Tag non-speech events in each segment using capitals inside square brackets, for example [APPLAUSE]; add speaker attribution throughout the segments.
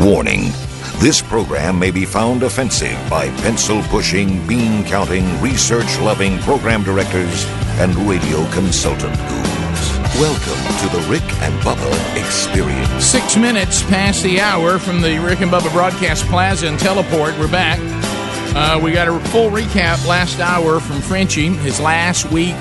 Speaker 1: Warning this program may be found offensive by pencil pushing, bean counting, research loving program directors and radio consultant gurus. Welcome to the Rick and Bubba Experience.
Speaker 2: Six minutes past the hour from the Rick and Bubba Broadcast Plaza and Teleport. We're back. Uh, we got a full recap last hour from Frenchie, his last week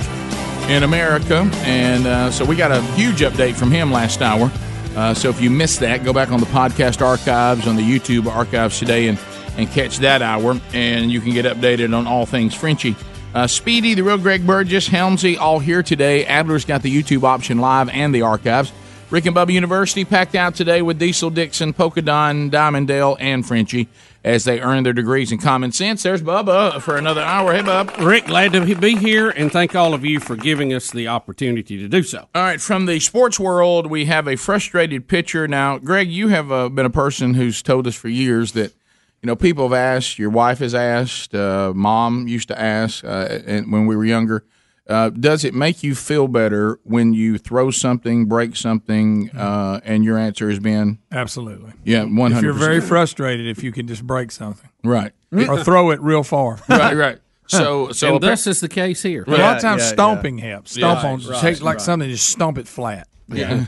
Speaker 2: in America. And uh, so we got a huge update from him last hour. Uh, so if you missed that, go back on the podcast archives, on the YouTube archives today, and, and catch that hour. And you can get updated on all things Frenchie. Uh, Speedy, the real Greg Burgess, Helmsy, all here today. Adler's got the YouTube option live and the archives. Rick and Bubba University packed out today with Diesel Dixon, Polkadon, Diamonddale, and Frenchie as they earn their degrees in common sense. There's Bubba for another hour. Hey, Bub.
Speaker 3: Rick, glad to be here, and thank all of you for giving us the opportunity to do so.
Speaker 2: All right, from the sports world, we have a frustrated pitcher. Now, Greg, you have uh, been a person who's told us for years that you know people have asked, your wife has asked, uh, mom used to ask, uh, and when we were younger, uh, does it make you feel better when you throw something, break something, uh, and your answer has been,
Speaker 4: Mm-hmm. Absolutely.
Speaker 2: yeah, one
Speaker 4: If
Speaker 2: hundred.
Speaker 4: you're very frustrated if you can just break something
Speaker 2: right,
Speaker 4: or throw it real far.
Speaker 2: [LAUGHS] right, right. So, so
Speaker 3: and thus is the case here.
Speaker 4: a lot
Speaker 2: Yeah,
Speaker 4: of times,
Speaker 5: yeah,
Speaker 4: stomping helps. Stomp
Speaker 2: Yeah.
Speaker 4: on, take like something, just stomp it flat.
Speaker 2: [LAUGHS] yeah.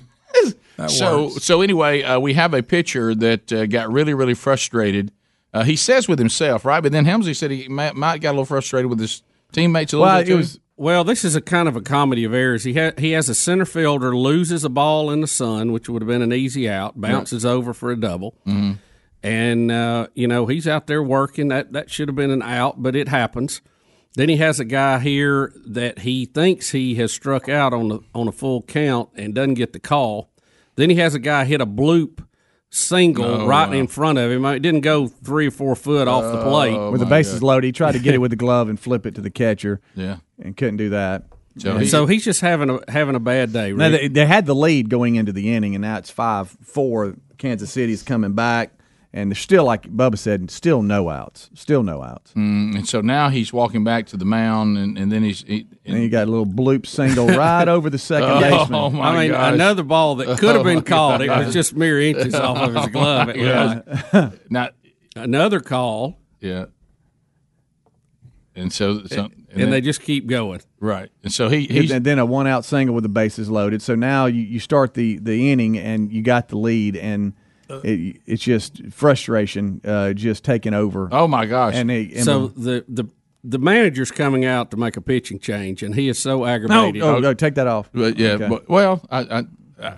Speaker 4: That
Speaker 2: So
Speaker 4: works.
Speaker 2: so anyway, uh, we have a pitcher that uh, got really really frustrated. Uh, he says with himself, right? But then Helmsley said he might, might got a little frustrated with his teammates a little
Speaker 3: Well,
Speaker 2: bit. too.
Speaker 3: well, this is a kind of a comedy of errors. He ha- he has a center fielder loses a ball in the sun, which would have been an easy out, bounces over for a double,
Speaker 6: Mm-hmm.
Speaker 3: and uh, you know he's out there working. That that should have been an out, but it happens. Then he has a guy here that he thinks he has struck out on the, on a full count and doesn't get the call. Then he has a guy hit a bloop single right in front of him. It didn't go three or four foot off the plate.
Speaker 2: Oh
Speaker 5: with the bases loaded, he tried to
Speaker 3: [LAUGHS]
Speaker 5: get it with
Speaker 2: [LAUGHS]
Speaker 5: the glove and flip it to the catcher,
Speaker 2: yeah.
Speaker 5: and couldn't do that.
Speaker 2: So,
Speaker 3: And
Speaker 2: he,
Speaker 3: so he's just having a having a bad day.
Speaker 5: Now
Speaker 3: Rick.
Speaker 5: they, they had the lead going into the inning, and now it's five four. Kansas City's coming back, and they're still like Bubba said, still no outs, still no outs.
Speaker 2: and so now he's walking back to the mound, and, and then he's he,
Speaker 5: And you got a little bloop single right over the second
Speaker 2: [LAUGHS] oh
Speaker 5: baseman.
Speaker 2: my
Speaker 3: I mean,
Speaker 2: gosh. Oh,
Speaker 3: another ball that
Speaker 2: [LAUGHS]
Speaker 3: could have been called. It was just mere inches off of his glove. It was
Speaker 2: [LAUGHS] not
Speaker 3: another call,
Speaker 2: yeah. And so, so and,
Speaker 3: and,
Speaker 2: then-
Speaker 3: they just keep going.
Speaker 2: right, and so he he's,
Speaker 5: And then a one out single with the bases loaded. So now you, you start the, the inning, and you got the lead, and it, it's just frustration uh, just taking over.
Speaker 2: oh my gosh,
Speaker 5: And, they, and
Speaker 3: So the the the manager's coming out to make a pitching change, and he is so aggravated.
Speaker 5: oh, no, take that off.
Speaker 2: but yeah,
Speaker 5: Okay.
Speaker 2: but, well, I, I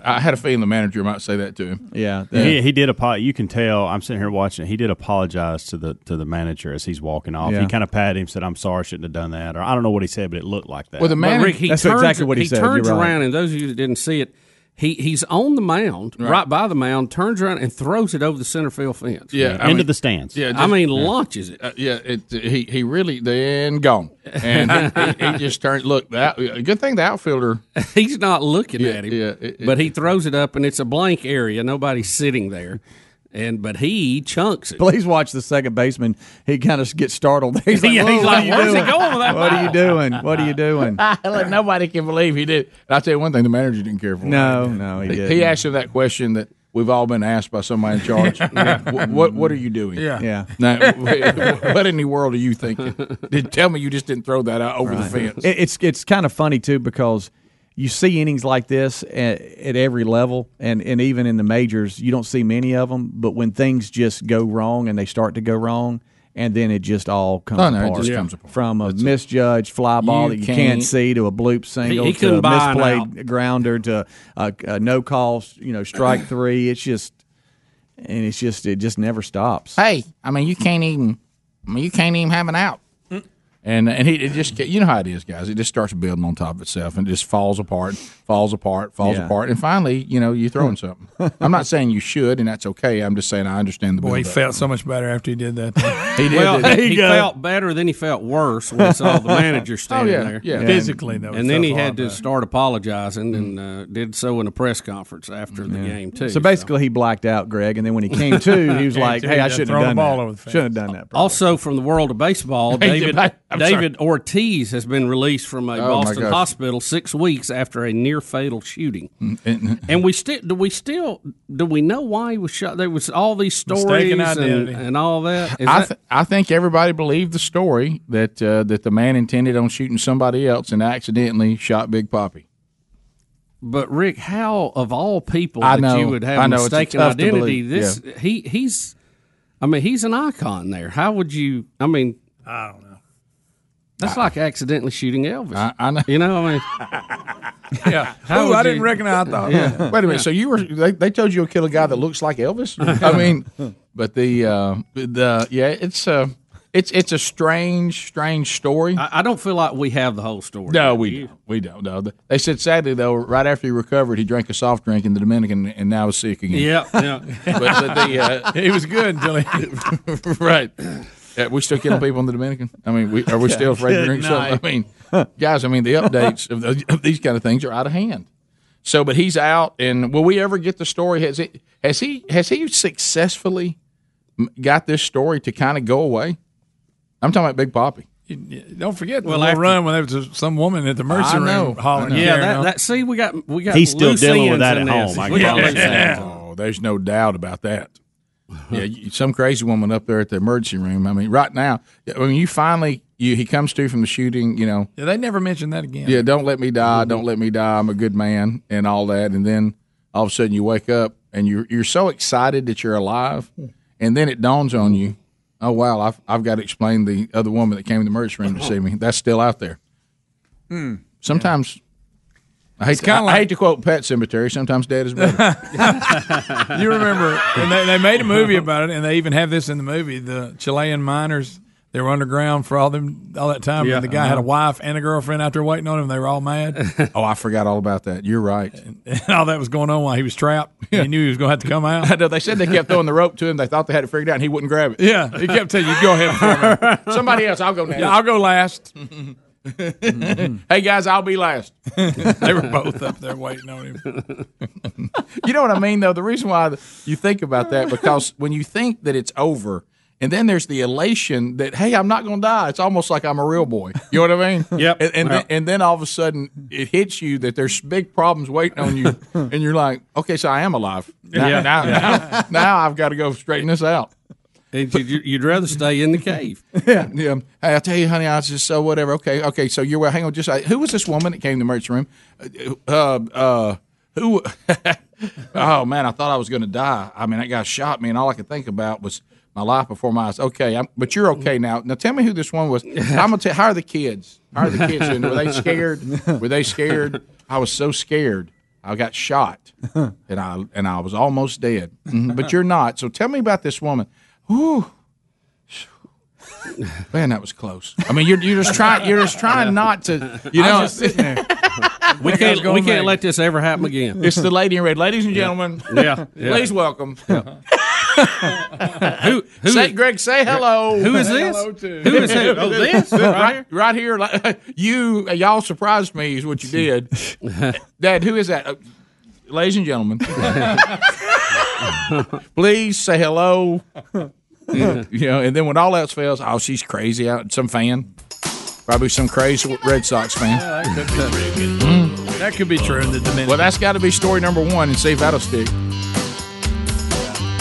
Speaker 2: I had a feeling the manager might say that to him.
Speaker 5: yeah,
Speaker 7: He, he did apo- You can tell. I'm sitting here watching it. He did apologize to the to the manager as he's walking off.
Speaker 5: Yeah.
Speaker 7: He kind of patted him, said, "I'm sorry, shouldn't have done that," or I don't know what he said, but it looked like that.
Speaker 2: Well, the
Speaker 3: But
Speaker 2: manager
Speaker 3: Rick, he
Speaker 5: That's
Speaker 3: turns,
Speaker 5: exactly what he said.
Speaker 3: turns
Speaker 5: You're right.
Speaker 3: around, and those of you that didn't see it, he he's on the mound, right, by the mound, turns around and throws it over the center field fence.
Speaker 2: yeah, I
Speaker 7: into
Speaker 2: mean-
Speaker 7: the stands.
Speaker 2: yeah,
Speaker 3: I mean, launches it.
Speaker 2: Uh, yeah, it, he he really then gone, and he, he just turned. Look, that good thing the outfielder.
Speaker 3: [LAUGHS] He's not looking at him,
Speaker 2: yeah, it- it-
Speaker 3: but he throws it up, and it's a blank area. Nobody's sitting there, and but he chunks it.
Speaker 5: Please watch the second baseman. He kind of gets startled. [LAUGHS] He's like,
Speaker 3: [LAUGHS] Yeah,
Speaker 5: "Whoa,
Speaker 3: he's
Speaker 5: what
Speaker 3: like,
Speaker 5: are you
Speaker 3: "Where's he
Speaker 5: doing?
Speaker 3: going with that
Speaker 5: What are you doing? What are you doing?
Speaker 2: Nobody can believe he did. And I tell you one thing, the manager didn't care for.
Speaker 5: No, no, he
Speaker 2: him.
Speaker 5: didn't.
Speaker 2: he, he asked him that question that we've all been asked by somebody in
Speaker 4: [LAUGHS]
Speaker 2: charge. what, what what are you doing?
Speaker 4: yeah.
Speaker 5: Yeah.
Speaker 2: [LAUGHS] Now, what in the world are you thinking? Did tell me you just didn't throw that out over the fence?
Speaker 5: It, it's it's kind of funny too because you see innings like this at, at every level, and and even in the majors, you don't see many of them. But when things just go wrong and they start to go wrong, and then it just all comes
Speaker 2: Oh, No, no, it
Speaker 5: apart.
Speaker 2: just comes apart.
Speaker 5: From a misjudged fly ball
Speaker 2: You
Speaker 5: that you
Speaker 2: can't-
Speaker 5: can't, see to a bloop single
Speaker 3: He- he
Speaker 5: to
Speaker 3: couldn't
Speaker 5: a
Speaker 3: buy an
Speaker 5: misplayed grounder to a, a no call, you know, strike three. It's just. And it's just it just never stops.
Speaker 2: Hey, I mean you can't even. I mean you can't even have an out. And and he it just you know how it is, guys. It just starts building on top of itself and it just falls apart, falls apart, falls
Speaker 5: Yeah.
Speaker 2: apart, and finally, you know, you're throwing something. I'm not saying you should, and that's okay. I'm just saying I understand the
Speaker 4: Boy, he
Speaker 2: buildup.
Speaker 4: felt so much better after he did that.
Speaker 2: [LAUGHS]
Speaker 4: [LAUGHS] thing.
Speaker 2: He did.
Speaker 3: Well,
Speaker 2: didn't
Speaker 3: he felt better, then he felt worse when he saw
Speaker 2: [LAUGHS]
Speaker 3: the manager
Speaker 2: he? oh
Speaker 3: standing
Speaker 2: yeah,
Speaker 3: there.
Speaker 2: yeah.
Speaker 4: Physically, though. it
Speaker 3: And then
Speaker 4: felt
Speaker 3: he
Speaker 4: a lot
Speaker 3: had to
Speaker 4: better.
Speaker 3: start apologizing, and
Speaker 2: Mm-hmm.
Speaker 3: uh, did so in a press conference after the game too.
Speaker 5: So basically, he blacked out Greg, and then when he came to, he was like,
Speaker 4: [LAUGHS] to,
Speaker 5: "Hey,
Speaker 4: he
Speaker 5: I
Speaker 4: just
Speaker 5: shouldn't
Speaker 4: thrown
Speaker 5: have done
Speaker 4: the ball
Speaker 5: that.
Speaker 4: over the fence."
Speaker 5: Shouldn't have done that."
Speaker 3: also from the world of baseball,
Speaker 2: [LAUGHS] Hey,
Speaker 3: David
Speaker 2: I,
Speaker 7: I'm sorry.
Speaker 3: David Ortiz has been released from a
Speaker 2: Oh, my
Speaker 3: Boston
Speaker 2: gosh.
Speaker 3: hospital six weeks after a near fatal shooting.
Speaker 2: Mm,
Speaker 3: and
Speaker 2: mm-hmm.
Speaker 3: we still do we still do we know why he was shot? There was all these stories
Speaker 4: Mistaken
Speaker 3: and,
Speaker 4: identity.
Speaker 3: and all that. Is
Speaker 2: I,
Speaker 3: that-
Speaker 2: th- I think everybody believed the story that uh, that the man intended on shooting somebody else and accidentally shot Big Poppy.
Speaker 3: but Rick, how of all people
Speaker 2: I
Speaker 3: that you
Speaker 2: know.
Speaker 3: would
Speaker 2: I
Speaker 3: have
Speaker 2: know. It's
Speaker 3: mistaken
Speaker 2: tough to
Speaker 3: identity,
Speaker 2: believe.
Speaker 3: this he he's I mean, he's an icon there. How would you I mean I
Speaker 4: Uh,
Speaker 3: don't know. That's like accidentally shooting Elvis.
Speaker 2: I, I know.
Speaker 3: you know, I mean
Speaker 4: [LAUGHS] Yeah.
Speaker 3: How
Speaker 4: Oh,
Speaker 3: would
Speaker 4: I didn't
Speaker 3: you-
Speaker 4: reckon. I thought.
Speaker 2: [LAUGHS] Wait a minute. So you were they, they told you to kill a guy that looks like Elvis? I mean, but the uh, the yeah, it's uh, it's it's a strange strange story.
Speaker 3: I, I don't feel like we have the whole story.
Speaker 2: no, we don't. We don't. No, they said sadly though, right after he recovered, he drank a soft drink in the Dominican and now is sick again.
Speaker 3: Yeah, yeah.
Speaker 2: but, but the, uh,
Speaker 4: [LAUGHS] He was good until he.
Speaker 2: [LAUGHS] right. Yeah, we still killing people in the Dominican. I mean, we, are we still afraid to drink something? I mean, guys, I mean the updates of, the, of these kind of things are out of hand. So, but he's out, and will we ever get the story? Has it? Has he? Has he successfully m- got this story to kind of go away? I'm talking about Big Poppy.
Speaker 4: Don't forget the
Speaker 3: Well,
Speaker 4: little
Speaker 3: after-
Speaker 4: run when there was some woman at the
Speaker 2: I
Speaker 4: mercy
Speaker 2: know.
Speaker 4: room hollering. and
Speaker 3: Yeah,
Speaker 4: carrying
Speaker 3: that,
Speaker 4: on.
Speaker 3: that see, we got we got.
Speaker 8: He's still
Speaker 3: loose
Speaker 8: dealing with
Speaker 3: ends
Speaker 8: that
Speaker 3: in
Speaker 8: at
Speaker 3: this.
Speaker 8: home, I
Speaker 3: We got
Speaker 8: promise
Speaker 3: loose ends.
Speaker 2: [LAUGHS] Oh, there's no doubt about that. yeah, you, some crazy woman up there at the emergency room. I mean, right now, I mean, you finally you, he comes to from the shooting. You know,
Speaker 4: Yeah, they never mentioned that again.
Speaker 2: Yeah, don't let me die. Don't let me die. I'm a good man and all that. And then all of a sudden you wake up and you're you're so excited that you're alive, and then it dawns on you, oh wow, I've I've got to explain the other woman that came in the emergency room to see me. That's still out there.
Speaker 3: Hmm.
Speaker 2: Sometimes. I hate, to,
Speaker 4: kinda
Speaker 2: I- I
Speaker 4: like-
Speaker 2: hate to quote Pet Cemetery. Sometimes dead is better.
Speaker 4: [LAUGHS] You remember, and they, they made a movie about it, and they even have this in the movie. The Chilean miners, they were underground for all them all that time,
Speaker 3: Yeah,
Speaker 4: and the guy
Speaker 2: uh-huh.
Speaker 4: had a wife and a girlfriend out there waiting on him. They were all mad,
Speaker 2: [LAUGHS]
Speaker 4: and
Speaker 2: oh, I forgot all about that. You're right.
Speaker 4: all that was going on while he was trapped. He knew he was going to have to
Speaker 2: [LAUGHS]
Speaker 4: come
Speaker 2: I
Speaker 4: out.
Speaker 2: know they said they kept throwing the rope to him. They thought they had it figured out, and he wouldn't grab it.
Speaker 4: Yeah,
Speaker 2: [LAUGHS]
Speaker 4: he kept telling you, "Go ahead, for me.
Speaker 2: Somebody else, I'll go next.
Speaker 4: Yeah, I'll go last."
Speaker 2: [LAUGHS] hey guys, I'll
Speaker 3: [LAUGHS]
Speaker 2: be last.
Speaker 4: [LAUGHS] They were both up there waiting on him.
Speaker 2: [LAUGHS] you know what I mean, though. The reason why you think about that because when you think that it's over, and then there's the elation that hey, I'm not going to die. It's almost like I'm a real boy. You know what I
Speaker 4: [LAUGHS]
Speaker 3: [LAUGHS]
Speaker 2: mean?
Speaker 3: Yep.
Speaker 2: And and, then, and then all of a sudden it hits you that there's big problems waiting on
Speaker 4: [LAUGHS]
Speaker 2: you, and you're like, okay, so I am alive. Now,
Speaker 3: Yeah.
Speaker 2: Now, now, now I've got to go straighten this out.
Speaker 3: [LAUGHS] And you'd, you'd rather stay in the
Speaker 4: [LAUGHS]
Speaker 3: cave.
Speaker 2: Yeah. Yeah. Hey, I tell you, honey, I was just so whatever. Okay. Okay. So you're well. Hang on. Just uh, who was this woman that came to the merch room? Uh, uh, who? [LAUGHS] oh man, I thought I was going to die. I mean, that guy shot me, and all I could think about was my life before my eyes. Okay, I'm, but you're okay now. Now tell me who this one was. I'm gonna tell. How are the kids? How are the kids? doing? Were they scared? Were they scared? I was so scared. I got shot, and I and I was almost dead. Mhm, But you're not. So tell me about this woman. Whew. Man, that was close. I mean, you're, you're just trying. You're just trying not to. You know, [LAUGHS]
Speaker 3: We
Speaker 4: guy's
Speaker 3: can't we
Speaker 4: going
Speaker 3: can't
Speaker 4: back.
Speaker 3: let this ever happen again.
Speaker 2: it's the lady in red, ladies and gentlemen.
Speaker 3: Yeah. yeah.
Speaker 2: Please welcome.
Speaker 3: Who who
Speaker 2: Say,
Speaker 3: is-
Speaker 2: Greg, say
Speaker 9: Oh,
Speaker 2: hello.
Speaker 3: who is this? Who
Speaker 9: [LAUGHS]
Speaker 3: is
Speaker 2: [LAUGHS]
Speaker 3: who? Oh, this
Speaker 2: Right, right here. like, [LAUGHS] You, y'all surprised me is what you did. Dad, who is that? Uh, ladies and gentlemen, please say hello. [LAUGHS] you know, and then when all else fails, oh, she's crazy out. Some fan, probably some crazy Red Sox fan.
Speaker 4: That could be true in the Dominican.
Speaker 2: Well, that's got to be story number one, and see if that'll stick.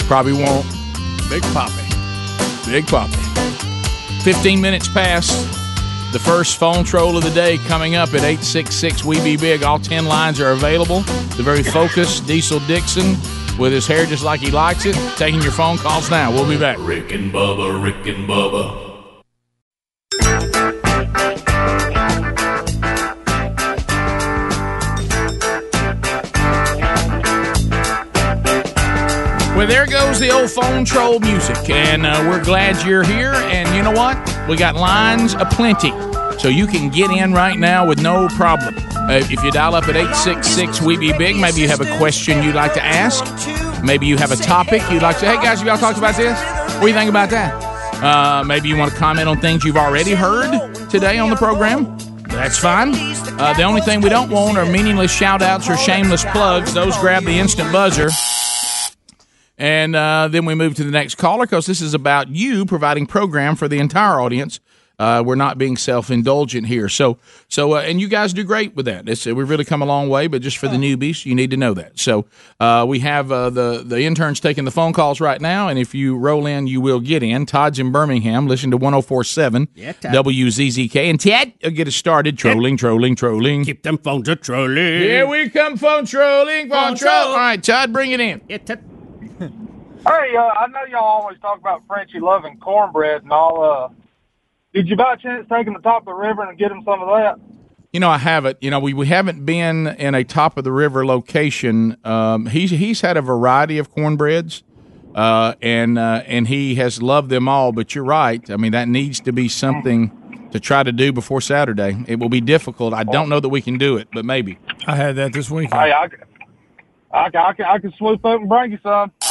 Speaker 2: Probably won't.
Speaker 4: Big Poppy.
Speaker 2: Big Poppy. 15 minutes past the first phone troll of the day coming up at 866 We Be Big. All 10 lines are available. The very focused Diesel Dixon with his hair just like he likes it, taking your phone calls now. We'll be back.
Speaker 10: Rick and Bubba, Rick and Bubba.
Speaker 2: Well, there goes the old phone troll music, and uh, we're glad you're here. And you know what? We got lines aplenty, so you can get in right now with no problem. Uh, if you dial up at 866 We Be Big, maybe you have a question you'd like to ask. Maybe you have a topic you'd like to Hey, guys, have y'all talked about this? What do you think about that? Uh, maybe you want to comment on things you've already heard today on the program. That's fine. Uh, the only thing we don't want are meaningless shout outs or shameless plugs. Those grab the instant buzzer. And uh, then we move to the next caller because this is about you providing program for the entire audience. Uh, we're not being self indulgent here. So, so uh, and you guys do great with that. It's, we've really come a long way, but just
Speaker 3: Oh.
Speaker 2: for the newbies, you need to know that. So, uh, we have uh, the the interns taking the phone calls right now, and if you roll in, you will get in. Todd's in Birmingham. Listen to 1047 WZZK. And Ted, uh, get us started. Trolling, trolling, trolling.
Speaker 3: Keep them phones a trolling.
Speaker 2: Here we come, phone trolling, phone troll. All right, Todd, bring it in.
Speaker 6: Hey, uh, I know y'all always talk about Frenchie loving cornbread and all. Uh, did you by chance take him to the top of the river and get him some of that?
Speaker 2: You know, I haven't. You know, we, we haven't been in a top of the river location. Um, he's he's had a variety of cornbreads, uh, and uh, and he has loved them all. But you're right. I mean, that needs to be something to try to do before Saturday. It will be difficult. I don't know that we can do it, but maybe.
Speaker 4: I had that this weekend.
Speaker 6: Hey, I, c- I, c- I, c- I can swoop up and bring you some.
Speaker 2: [LAUGHS]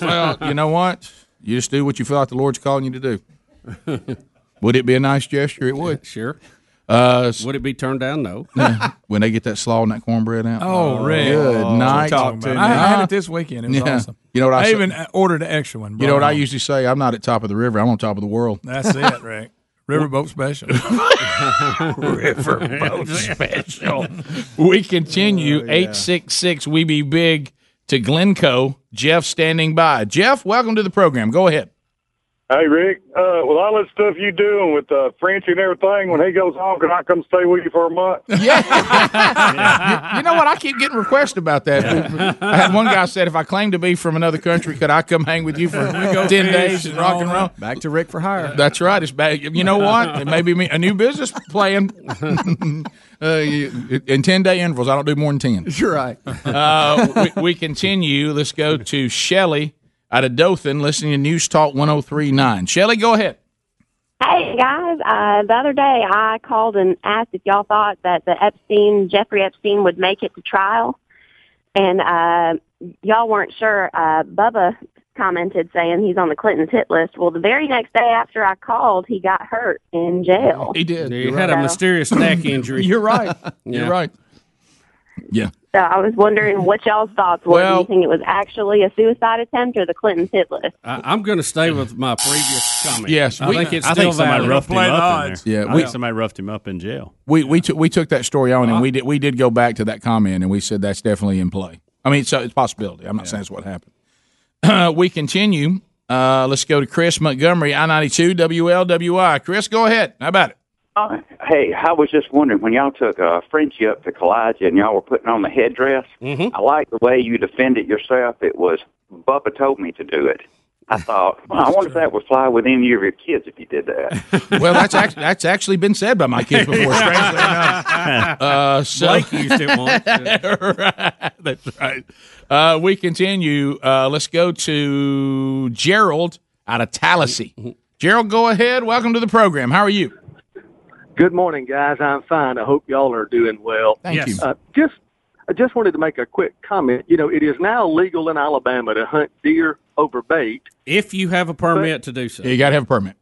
Speaker 2: Well, you know what? You just do what you feel like the Lord's calling you to do.
Speaker 3: [LAUGHS]
Speaker 2: would it be a nice gesture? It would.
Speaker 3: Sure.
Speaker 2: Uh, s-
Speaker 3: Would it be turned down? No.
Speaker 2: [LAUGHS] when they get that slaw and that cornbread out.
Speaker 4: Oh, Rick.
Speaker 2: Good night.
Speaker 5: talking
Speaker 4: I,
Speaker 5: about.
Speaker 4: I had it this weekend. It was
Speaker 2: Yeah.
Speaker 4: awesome.
Speaker 2: You know what I
Speaker 4: I
Speaker 2: said-
Speaker 4: even uh, ordered an extra one.
Speaker 2: You know what I
Speaker 4: brought it
Speaker 2: usually say? I'm not at top of the river. I'm on top of the world.
Speaker 4: home.
Speaker 2: [LAUGHS]
Speaker 4: That's it, Rick. Riverboat special.
Speaker 2: [LAUGHS] Riverboat special. We
Speaker 4: Oh,
Speaker 2: continue. Eight six six. We be big to Glencoe. Jeff standing by. Jeff, welcome to the program. Go
Speaker 4: [LAUGHS]
Speaker 2: ahead.
Speaker 6: Hey, Rick, uh, with all that stuff you doing with uh, Frenchie and everything, when he goes home, can I come stay with you for a month?
Speaker 2: You know what? I keep getting requests about that. I had one guy said, if I claim to be from another country, could I come hang with you for
Speaker 5: [LAUGHS]
Speaker 2: ten days and
Speaker 4: and
Speaker 2: rock
Speaker 4: all
Speaker 2: and roll?
Speaker 5: Back to Rick for hire.
Speaker 2: That's right. It's bad. You know what? It may be me, a new business
Speaker 5: [LAUGHS]
Speaker 2: plan. uh, you- in ten day intervals. I don't do more than
Speaker 5: [LAUGHS]
Speaker 2: ten.
Speaker 5: You're right.
Speaker 2: Uh, we, we continue. Let's go to Shelly out of Dothan listening to News Talk 1039. Shelly, go ahead.
Speaker 11: Hey guys, uh, the other day I called and asked if y'all thought that the Epstein, Jeffrey Epstein, would make it to trial, and uh, y'all weren't sure. Uh, Bubba commented saying he's on the Clinton's hit list. Well, the very next day after I called, he got hurt in jail.
Speaker 2: He did.
Speaker 3: You had a mysterious
Speaker 12: [LAUGHS]
Speaker 3: neck injury.
Speaker 2: You're
Speaker 4: [LAUGHS]
Speaker 2: right.
Speaker 3: Yeah.
Speaker 2: You're right. Yeah.
Speaker 11: So I was wondering what y'all's thoughts were. Do
Speaker 2: Well-
Speaker 11: you think it was actually a suicide attempt or the Clinton's hit list?
Speaker 3: I, I'm going to stay with my previous comment.
Speaker 2: Yes,
Speaker 3: I
Speaker 2: we-
Speaker 3: think it's
Speaker 7: I
Speaker 3: still
Speaker 7: think somebody
Speaker 3: valid.
Speaker 7: roughed him
Speaker 4: Play the
Speaker 7: up in
Speaker 4: odds.
Speaker 7: there.
Speaker 2: Yeah,
Speaker 7: I
Speaker 2: we-
Speaker 7: think somebody roughed him up in jail.
Speaker 2: We we took we took that story on and we did we did go back to that comment and we said that's definitely in play. [CLEARS THROAT] I mean, it's a, it's a possibility. I'm not saying it's what happened. Uh, we continue. Uh, let's go to Chris Montgomery, I ninety two WLWI. Chris, go ahead. How about it?
Speaker 13: Hey, I was just wondering when y'all took uh, Frenchie up to Kalijah and y'all were putting on the headdress. I like the way you defended yourself. It was Bubba told me to do it. I thought, well, I wonder if that would fly with any of your kids if you did that.
Speaker 2: Well, that's act- that's actually been said by my kids before. Strangely
Speaker 3: [LAUGHS]
Speaker 2: enough, uh, so,
Speaker 3: Blake used it
Speaker 2: [LAUGHS]
Speaker 3: once.
Speaker 2: right. That's right. Uh, we continue. Uh, let's go to Gerald out of
Speaker 3: Mm-hmm.
Speaker 2: Tallahassee. Gerald, go ahead. Welcome to the program. How are you?
Speaker 6: Good morning, guys. I'm fine. I hope y'all are doing well.
Speaker 2: Thank
Speaker 3: Yes.
Speaker 2: you.
Speaker 6: Uh, just, I just wanted to make a quick comment. You know, it is now legal in Alabama to hunt deer over bait.
Speaker 3: if you have a permit to do so.
Speaker 2: you got to have a permit.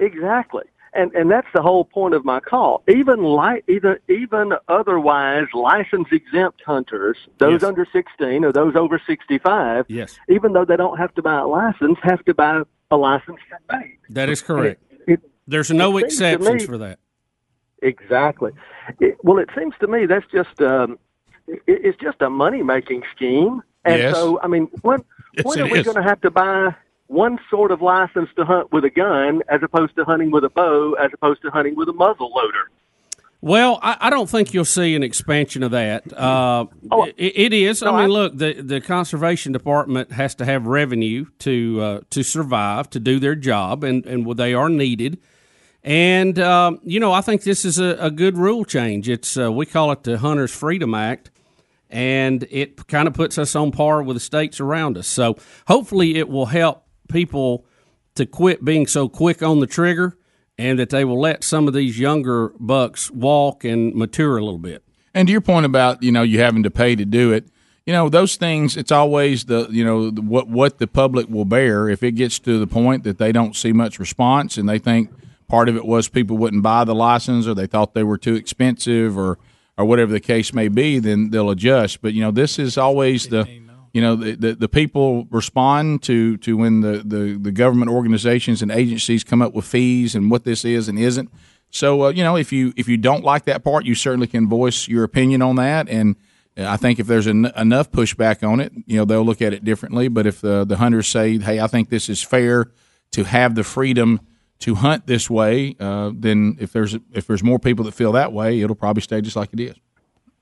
Speaker 6: Exactly, and and that's the whole point of my call. Even like even even otherwise license exempt hunters,
Speaker 3: Yes.
Speaker 6: those under sixteen or those over sixty five,
Speaker 3: Yes,
Speaker 6: even though they don't have to buy a license, have to buy a license for bait.
Speaker 3: that is correct.
Speaker 6: It,
Speaker 3: There's no
Speaker 6: It seems to
Speaker 3: exceptions
Speaker 6: me-
Speaker 3: for that.
Speaker 6: Exactly. It, well, it seems to me that's just um, it, it's just a money making scheme. And
Speaker 2: Yes.
Speaker 6: so, I mean, when when
Speaker 2: it
Speaker 6: are we
Speaker 2: is.
Speaker 6: going to have to buy one sort of license to hunt with a gun, as opposed to hunting with a bow, as opposed to hunting with a muzzle loader?
Speaker 3: Well, I, I don't think you'll see an expansion of that. Uh, i- it is. I mean, look, the, the conservation department has to have revenue to uh, to survive, to do their job, and and they are needed. And um, you know, I think this is a, a good rule change. It's uh, we call it the Hunter's Freedom Act, and it kind of puts us on par with the states around us. So hopefully, it will help people to quit being so quick on the trigger, and that they will let some of these younger bucks walk and mature a little bit.
Speaker 2: And to your point about you know you having to pay to do it, you know those things. It's always the you know the, what what the public will bear if it gets to the point that they don't see much response and they think part of it was people wouldn't buy the license or they thought they were too expensive or or whatever the case may be. Then they'll adjust. But you know this is always the you know the, the, the, people respond to to when the, the, the government organizations and agencies come up with fees and what this is and isn't so uh, you know if you if you don't like that part you certainly can voice your opinion on that and uh, I think if there's en- enough pushback on it you know they'll look at it differently but if the the hunters say hey I think this is fair to have the freedom to hunt this way uh, then if there's if there's more people that feel that way it'll probably stay just like it is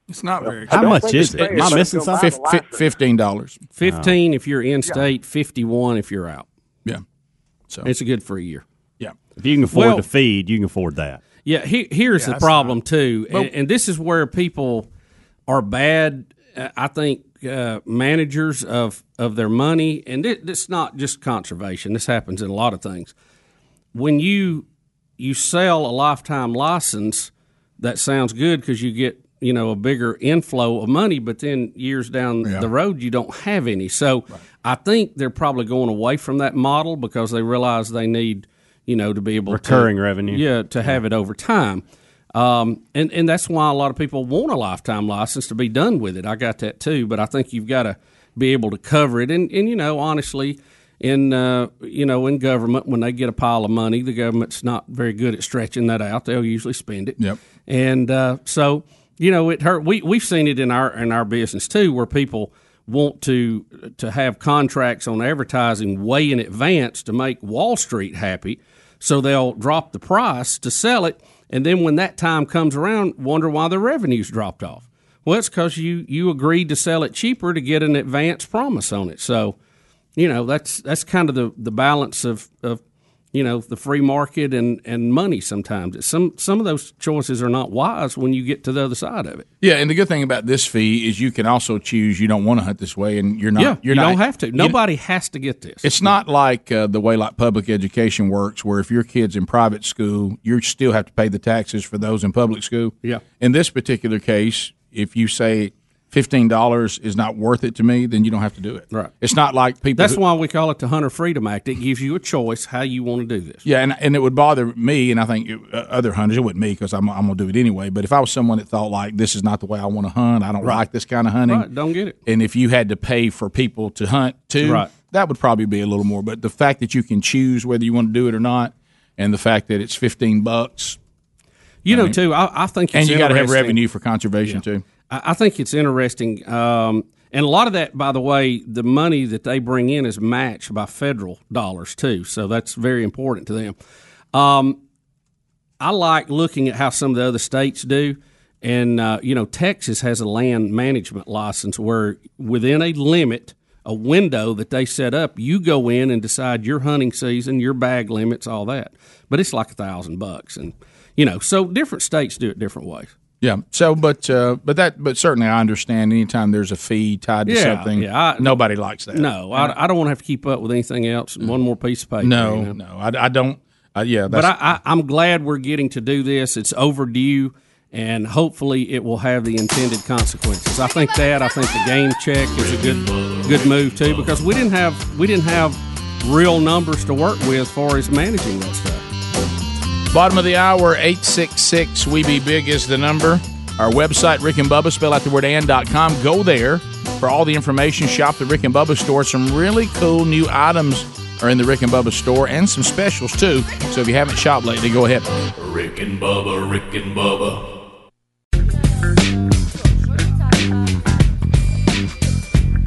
Speaker 4: it's not very.
Speaker 7: How much is it? Am I missing something?
Speaker 2: Fifteen dollars.
Speaker 3: Fifteen if you're in state. Fifty-one if you're out.
Speaker 2: Yeah.
Speaker 3: So it's a good for a year.
Speaker 2: Yeah.
Speaker 7: If you can afford well, to feed, you can afford that.
Speaker 3: Yeah. He, here's yeah, the problem not, too, and, and, this is where people are bad. Uh, I think uh, managers of of their money, and it, it's not just conservation. This happens in a lot of things. When you you sell a lifetime license, that sounds good because you get you know a bigger inflow of money, but then years down yeah. the road you don't have any. So right. I think they're probably going away from that model because they realize they need you know to be able
Speaker 7: recurring
Speaker 3: to,
Speaker 7: revenue,
Speaker 3: yeah, to yeah. have it over time. Um, and and that's why a lot of people want a lifetime license to be done with it. I got that too, but I think you've got to be able to cover it. And and you know honestly. In uh, you know, in government, when they get a pile of money, the government's not very good at stretching that out. They'll usually spend it.
Speaker 2: Yep.
Speaker 3: And uh, so, you know it hurt we we've seen it in our in our business too where people want to to have contracts on advertising way in advance to make wall street happy so they'll drop the price to sell it and then when that time comes around wonder why the revenues dropped off well it's because you you agreed to sell it cheaper to get an advance promise on it so you know that's that's kind of the the balance of of you know the free market and, and money sometimes some some of those choices are not wise when you get to the other side of it
Speaker 2: yeah and the good thing about this fee is you can also choose you don't want to hunt this way and you're not
Speaker 3: yeah,
Speaker 2: you're
Speaker 3: you
Speaker 2: not,
Speaker 3: don't have to nobody you, has to get this
Speaker 2: it's not like uh, the way like public education works where if your kids in private school you still have to pay the taxes for those in public school
Speaker 3: yeah
Speaker 2: in this particular case if you say fifteen dollars is not worth it to me, then you don't have to do it.
Speaker 3: Right.
Speaker 2: It's not like people.
Speaker 3: That's who, why we call it the Hunter Freedom Act. It gives you a choice how you want to do this.
Speaker 2: Yeah, and and it would bother me, and I think it, uh, other hunters. It wouldn't me because I'm I'm gonna do it anyway. But if I was someone that thought like this is not the way I want to hunt, I don't right. like this kind of hunting.
Speaker 3: Right. Don't get it.
Speaker 2: And if you had to pay for people to hunt too,
Speaker 3: right.
Speaker 2: that would probably be a little more. But the fact that you can choose whether you want to do it or not, and the fact that it's fifteen bucks.
Speaker 3: You I know, mean, too. I, I think,
Speaker 2: and you got to have revenue for conservation yeah. too.
Speaker 3: I think it's interesting. Um, and a lot of that, by the way, the money that they bring in is matched by federal dollars too. So that's very important to them. Um, I like looking at how some of the other states do. And, uh, you know, Texas has a land management license where within a limit, a window that they set up, you go in and decide your hunting season, your bag limits, all that. But it's like a thousand bucks. And, you know, so different states do it different ways.
Speaker 2: Yeah. So, but uh, but that but certainly I understand. Anytime there's a fee tied to
Speaker 3: yeah,
Speaker 2: something,
Speaker 3: yeah, I,
Speaker 2: nobody likes that.
Speaker 3: No, I, I, don't want to have to keep up with anything else. Mm. One more piece of paper.
Speaker 2: No, you know? no, I, I don't. Uh, yeah,
Speaker 3: but I, am glad we're getting to do this. It's overdue, and hopefully it will have the intended consequences. I think that. I think the game check is a good good move too because we didn't have we didn't have real numbers to work with as far as managing that stuff.
Speaker 2: Bottom of the hour, 866 We Be Big is the number. Our website, Rick and Bubba, spell out the word and.com. Go there for all the information. Shop the Rick and Bubba store. Some really cool new items are in the Rick and Bubba store and some specials too. So if you haven't shopped lately, go ahead.
Speaker 10: Rick and Bubba, Rick and Bubba.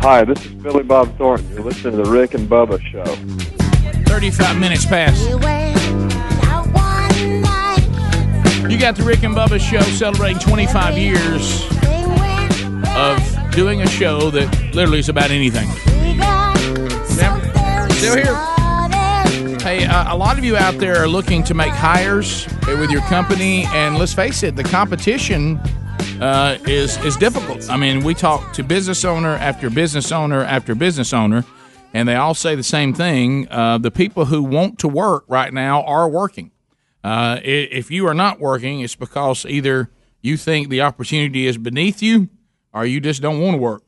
Speaker 14: Hi, this is Billy Bob Thornton. You're listening to the Rick and Bubba Show.
Speaker 2: 35 minutes past. You got the Rick and Bubba show celebrating 25 years of doing a show that literally is about anything. Yeah. Still here. Hey, uh, a lot of you out there are looking to make hires with your company, and let's face it, the competition uh, is is difficult. I mean, we talk to business owner after business owner after business owner, and they all say the same thing: uh, the people who want to work right now are working. Uh, if you are not working, it's because either you think the opportunity is beneath you or you just don't want to work.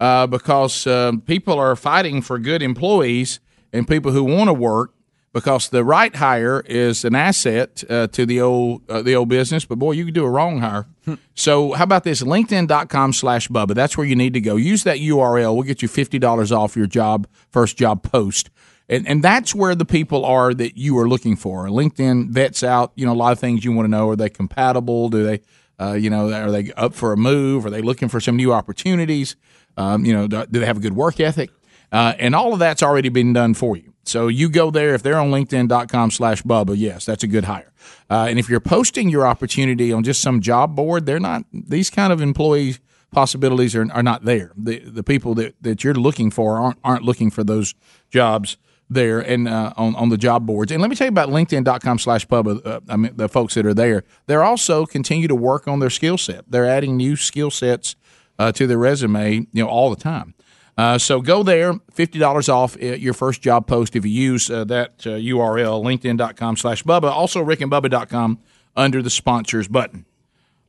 Speaker 2: um, Uh, because uh, people are fighting for good employees and people who want to work, because the right hire is an asset uh, to the old uh, the old business. But boy, you could do a wrong hire. so how about this? LinkedIn.com slash Bubba. That's where you need to go. Use that URL. We'll get you fifty dollars off your job first job post. And, and that's where the people are that you are looking for. LinkedIn vets out, you know, a lot of things you want to know. Are they compatible? Do they, uh, you know, are they up for a move? Are they looking for some new opportunities? Um, you know, do, do they have a good work ethic? Uh, and all of that's already been done for you. So you go there if they're on LinkedIn.com slash Bubba. Yes, that's a good hire. Uh, and if you're posting your opportunity on just some job board, they're not these kind of employee possibilities are, are not there. The the people that, that you're looking for aren't aren't looking for those jobs there and uh, on on the job boards. And let me tell you about LinkedIn.com slash Bubba. Uh, I mean the folks that are there, they're also continue to work on their skill set. They're adding new skill sets uh, to their resume, you know, all the time. Uh, so go there, fifty dollars off uh, your first job post if you use uh, that uh, URL, LinkedIn.com slash Bubba. Also RickandBubba.com under the sponsors button.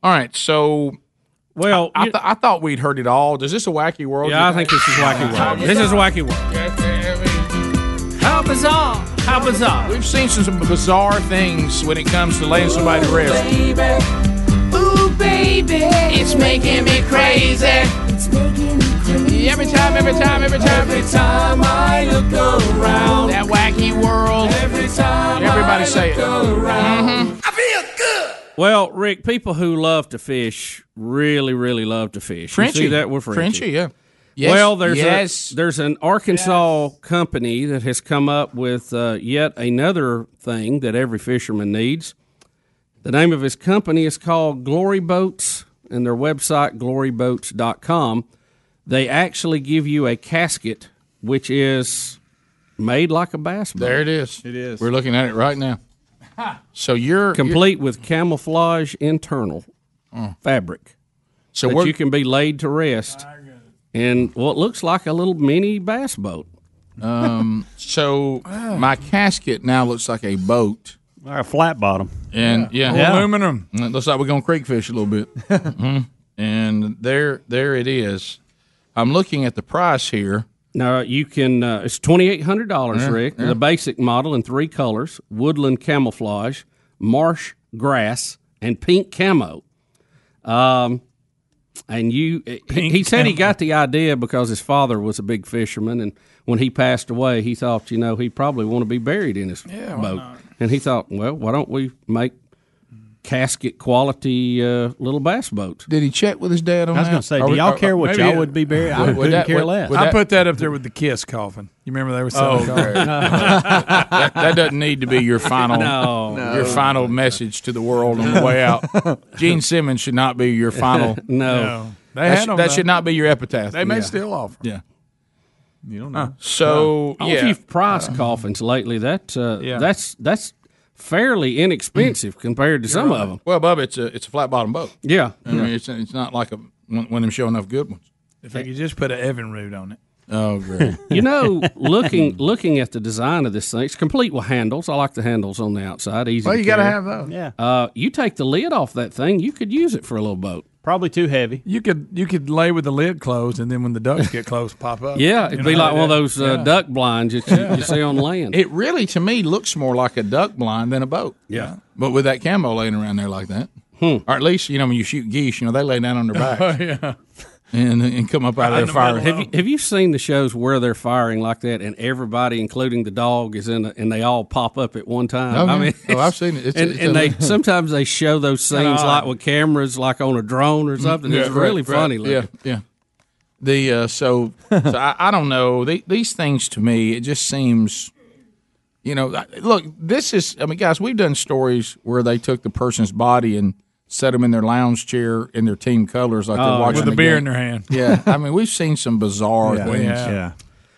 Speaker 2: All right, so.
Speaker 3: Well,
Speaker 2: I, I, th- I thought we'd heard it all. Is this a wacky world?
Speaker 3: Yeah, I think this is wacky world. This is wacky
Speaker 2: world. How bizarre! How bizarre! We've seen some bizarre things when it comes to laying somebody to rest. Ooh, baby. Ooh, baby, it's making me crazy. It's making me Every time, every time, every time.
Speaker 9: Every time I look around.
Speaker 2: That wacky world.
Speaker 9: Every time.
Speaker 2: Everybody
Speaker 9: I
Speaker 2: say it.
Speaker 9: Mm-hmm. I feel good.
Speaker 3: Well, Rick, people who love to fish really, really love to fish.
Speaker 2: Frenchy.
Speaker 3: You see that with
Speaker 2: Frenchy. Frenchy, yeah.
Speaker 3: Yes. Well, there's yes. a, there's an Arkansas yes. company that has come up with uh, yet another thing that every fisherman needs. The name of his company is called Glory Boats, and their website gloryboats.com they actually give you a casket which is made like a bass boat.
Speaker 2: There it is.
Speaker 15: It is.
Speaker 2: We're looking at it
Speaker 15: [LAUGHS]
Speaker 2: right now. So you're
Speaker 3: complete you're, with camouflage internal
Speaker 2: Mm.
Speaker 3: uh, fabric, so that you can be laid to rest in what looks like a little mini bass boat.
Speaker 2: Um,
Speaker 15: [LAUGHS]
Speaker 2: so
Speaker 15: Ah.
Speaker 2: wow. my casket now looks like a boat.
Speaker 7: Or a flat bottom,
Speaker 2: and yeah,
Speaker 4: yeah. yeah. aluminum.
Speaker 2: It looks like we're gonna creek fish a little
Speaker 7: [LAUGHS]
Speaker 2: bit, mm-hmm. and there, there it is. I'm looking at the price here.
Speaker 3: Now you can. Uh, it's twenty eight hundred dollars, yeah, Rick. Yeah. The basic model in three colors: woodland camouflage, marsh grass, and pink camo. Um, and you, pink he said camo. he got the idea because his father was a big fisherman, and when he passed away, he thought, you know, he probably want to be buried in his yeah, boat. And he thought, well, why don't we make casket quality uh, little bass boats.
Speaker 2: Did he check with his dad on that?
Speaker 7: I was going to say, do y'all we, are, care what y'all it, would be buried? I would, would not care would, less.
Speaker 4: I put that up there with the kiss coffin. You remember they were selling oh,
Speaker 2: [LAUGHS] that, that, doesn't need to be your final no, no. your final message to the world on the way out.
Speaker 4: [LAUGHS]
Speaker 2: Gene Simmons should not be your final.
Speaker 3: no. no.
Speaker 2: that, sh- that should not be your epitaph.
Speaker 4: They may yeah. still offer.
Speaker 2: Yeah.
Speaker 15: You
Speaker 7: Hmm.
Speaker 15: don't know. Uh,
Speaker 2: so
Speaker 3: uh,
Speaker 2: yeah.
Speaker 3: a few price coffins lately. That yeah. that's that's fairly inexpensive compared to You're some right. of them.
Speaker 2: Well, Bub, it's a it's a flat bottom boat.
Speaker 3: Yeah,
Speaker 2: I mean, it's it's not like a one, one of them show enough good ones.
Speaker 4: If they could just put an Evan root on it.
Speaker 2: Oh, great!
Speaker 3: [LAUGHS] you know, looking looking at the design of this thing, it's complete with handles. I like the handles on the outside. Easy.
Speaker 4: Well, you
Speaker 3: got to
Speaker 4: have those.
Speaker 3: Yeah. Uh, you take the lid off that thing, you could use it for a little boat.
Speaker 7: Probably too heavy.
Speaker 4: You [LAUGHS] could you could lay with the lid closed, and then when the ducks get close, pop up.
Speaker 3: Yeah, it'd you know be like one of those uh, yeah. duck blinds that you, yeah. you, see on land.
Speaker 2: It really, to me, looks more like a duck blind than a boat.
Speaker 3: Yeah,
Speaker 2: but with that camo laying around there like that,
Speaker 3: hmm.
Speaker 2: or at least you know when you shoot geese, you know they lay down on their back.
Speaker 4: [LAUGHS] oh, yeah.
Speaker 2: And, and come up out of their fire.
Speaker 3: Have you, have you seen the shows where they're firing like that, and everybody, including the dog, is in, a, and they all pop up at one time?
Speaker 2: Oh, I mean, oh, I've seen it.
Speaker 3: [LAUGHS]
Speaker 2: It's,
Speaker 3: and,
Speaker 2: it's
Speaker 3: and
Speaker 2: [LAUGHS]
Speaker 3: they sometimes they show those scenes uh, like with cameras, like on a drone or something. Yeah, it's right, really
Speaker 2: Mm-hmm. right,
Speaker 3: funny.
Speaker 2: Looking. Yeah, yeah. The uh,
Speaker 4: [LAUGHS]
Speaker 2: so, so I, I, don't know they, these things to me. It just seems, you know, I, look. This is. I mean, guys, we've done stories where they took the person's body and set them in their lounge chair in their team colors, like oh, they're watching
Speaker 4: with
Speaker 2: a
Speaker 4: the beer game. in their hand. [LAUGHS]
Speaker 2: Yeah, I mean, we've seen some bizarre
Speaker 7: yeah,
Speaker 2: things.
Speaker 7: Yeah. yeah.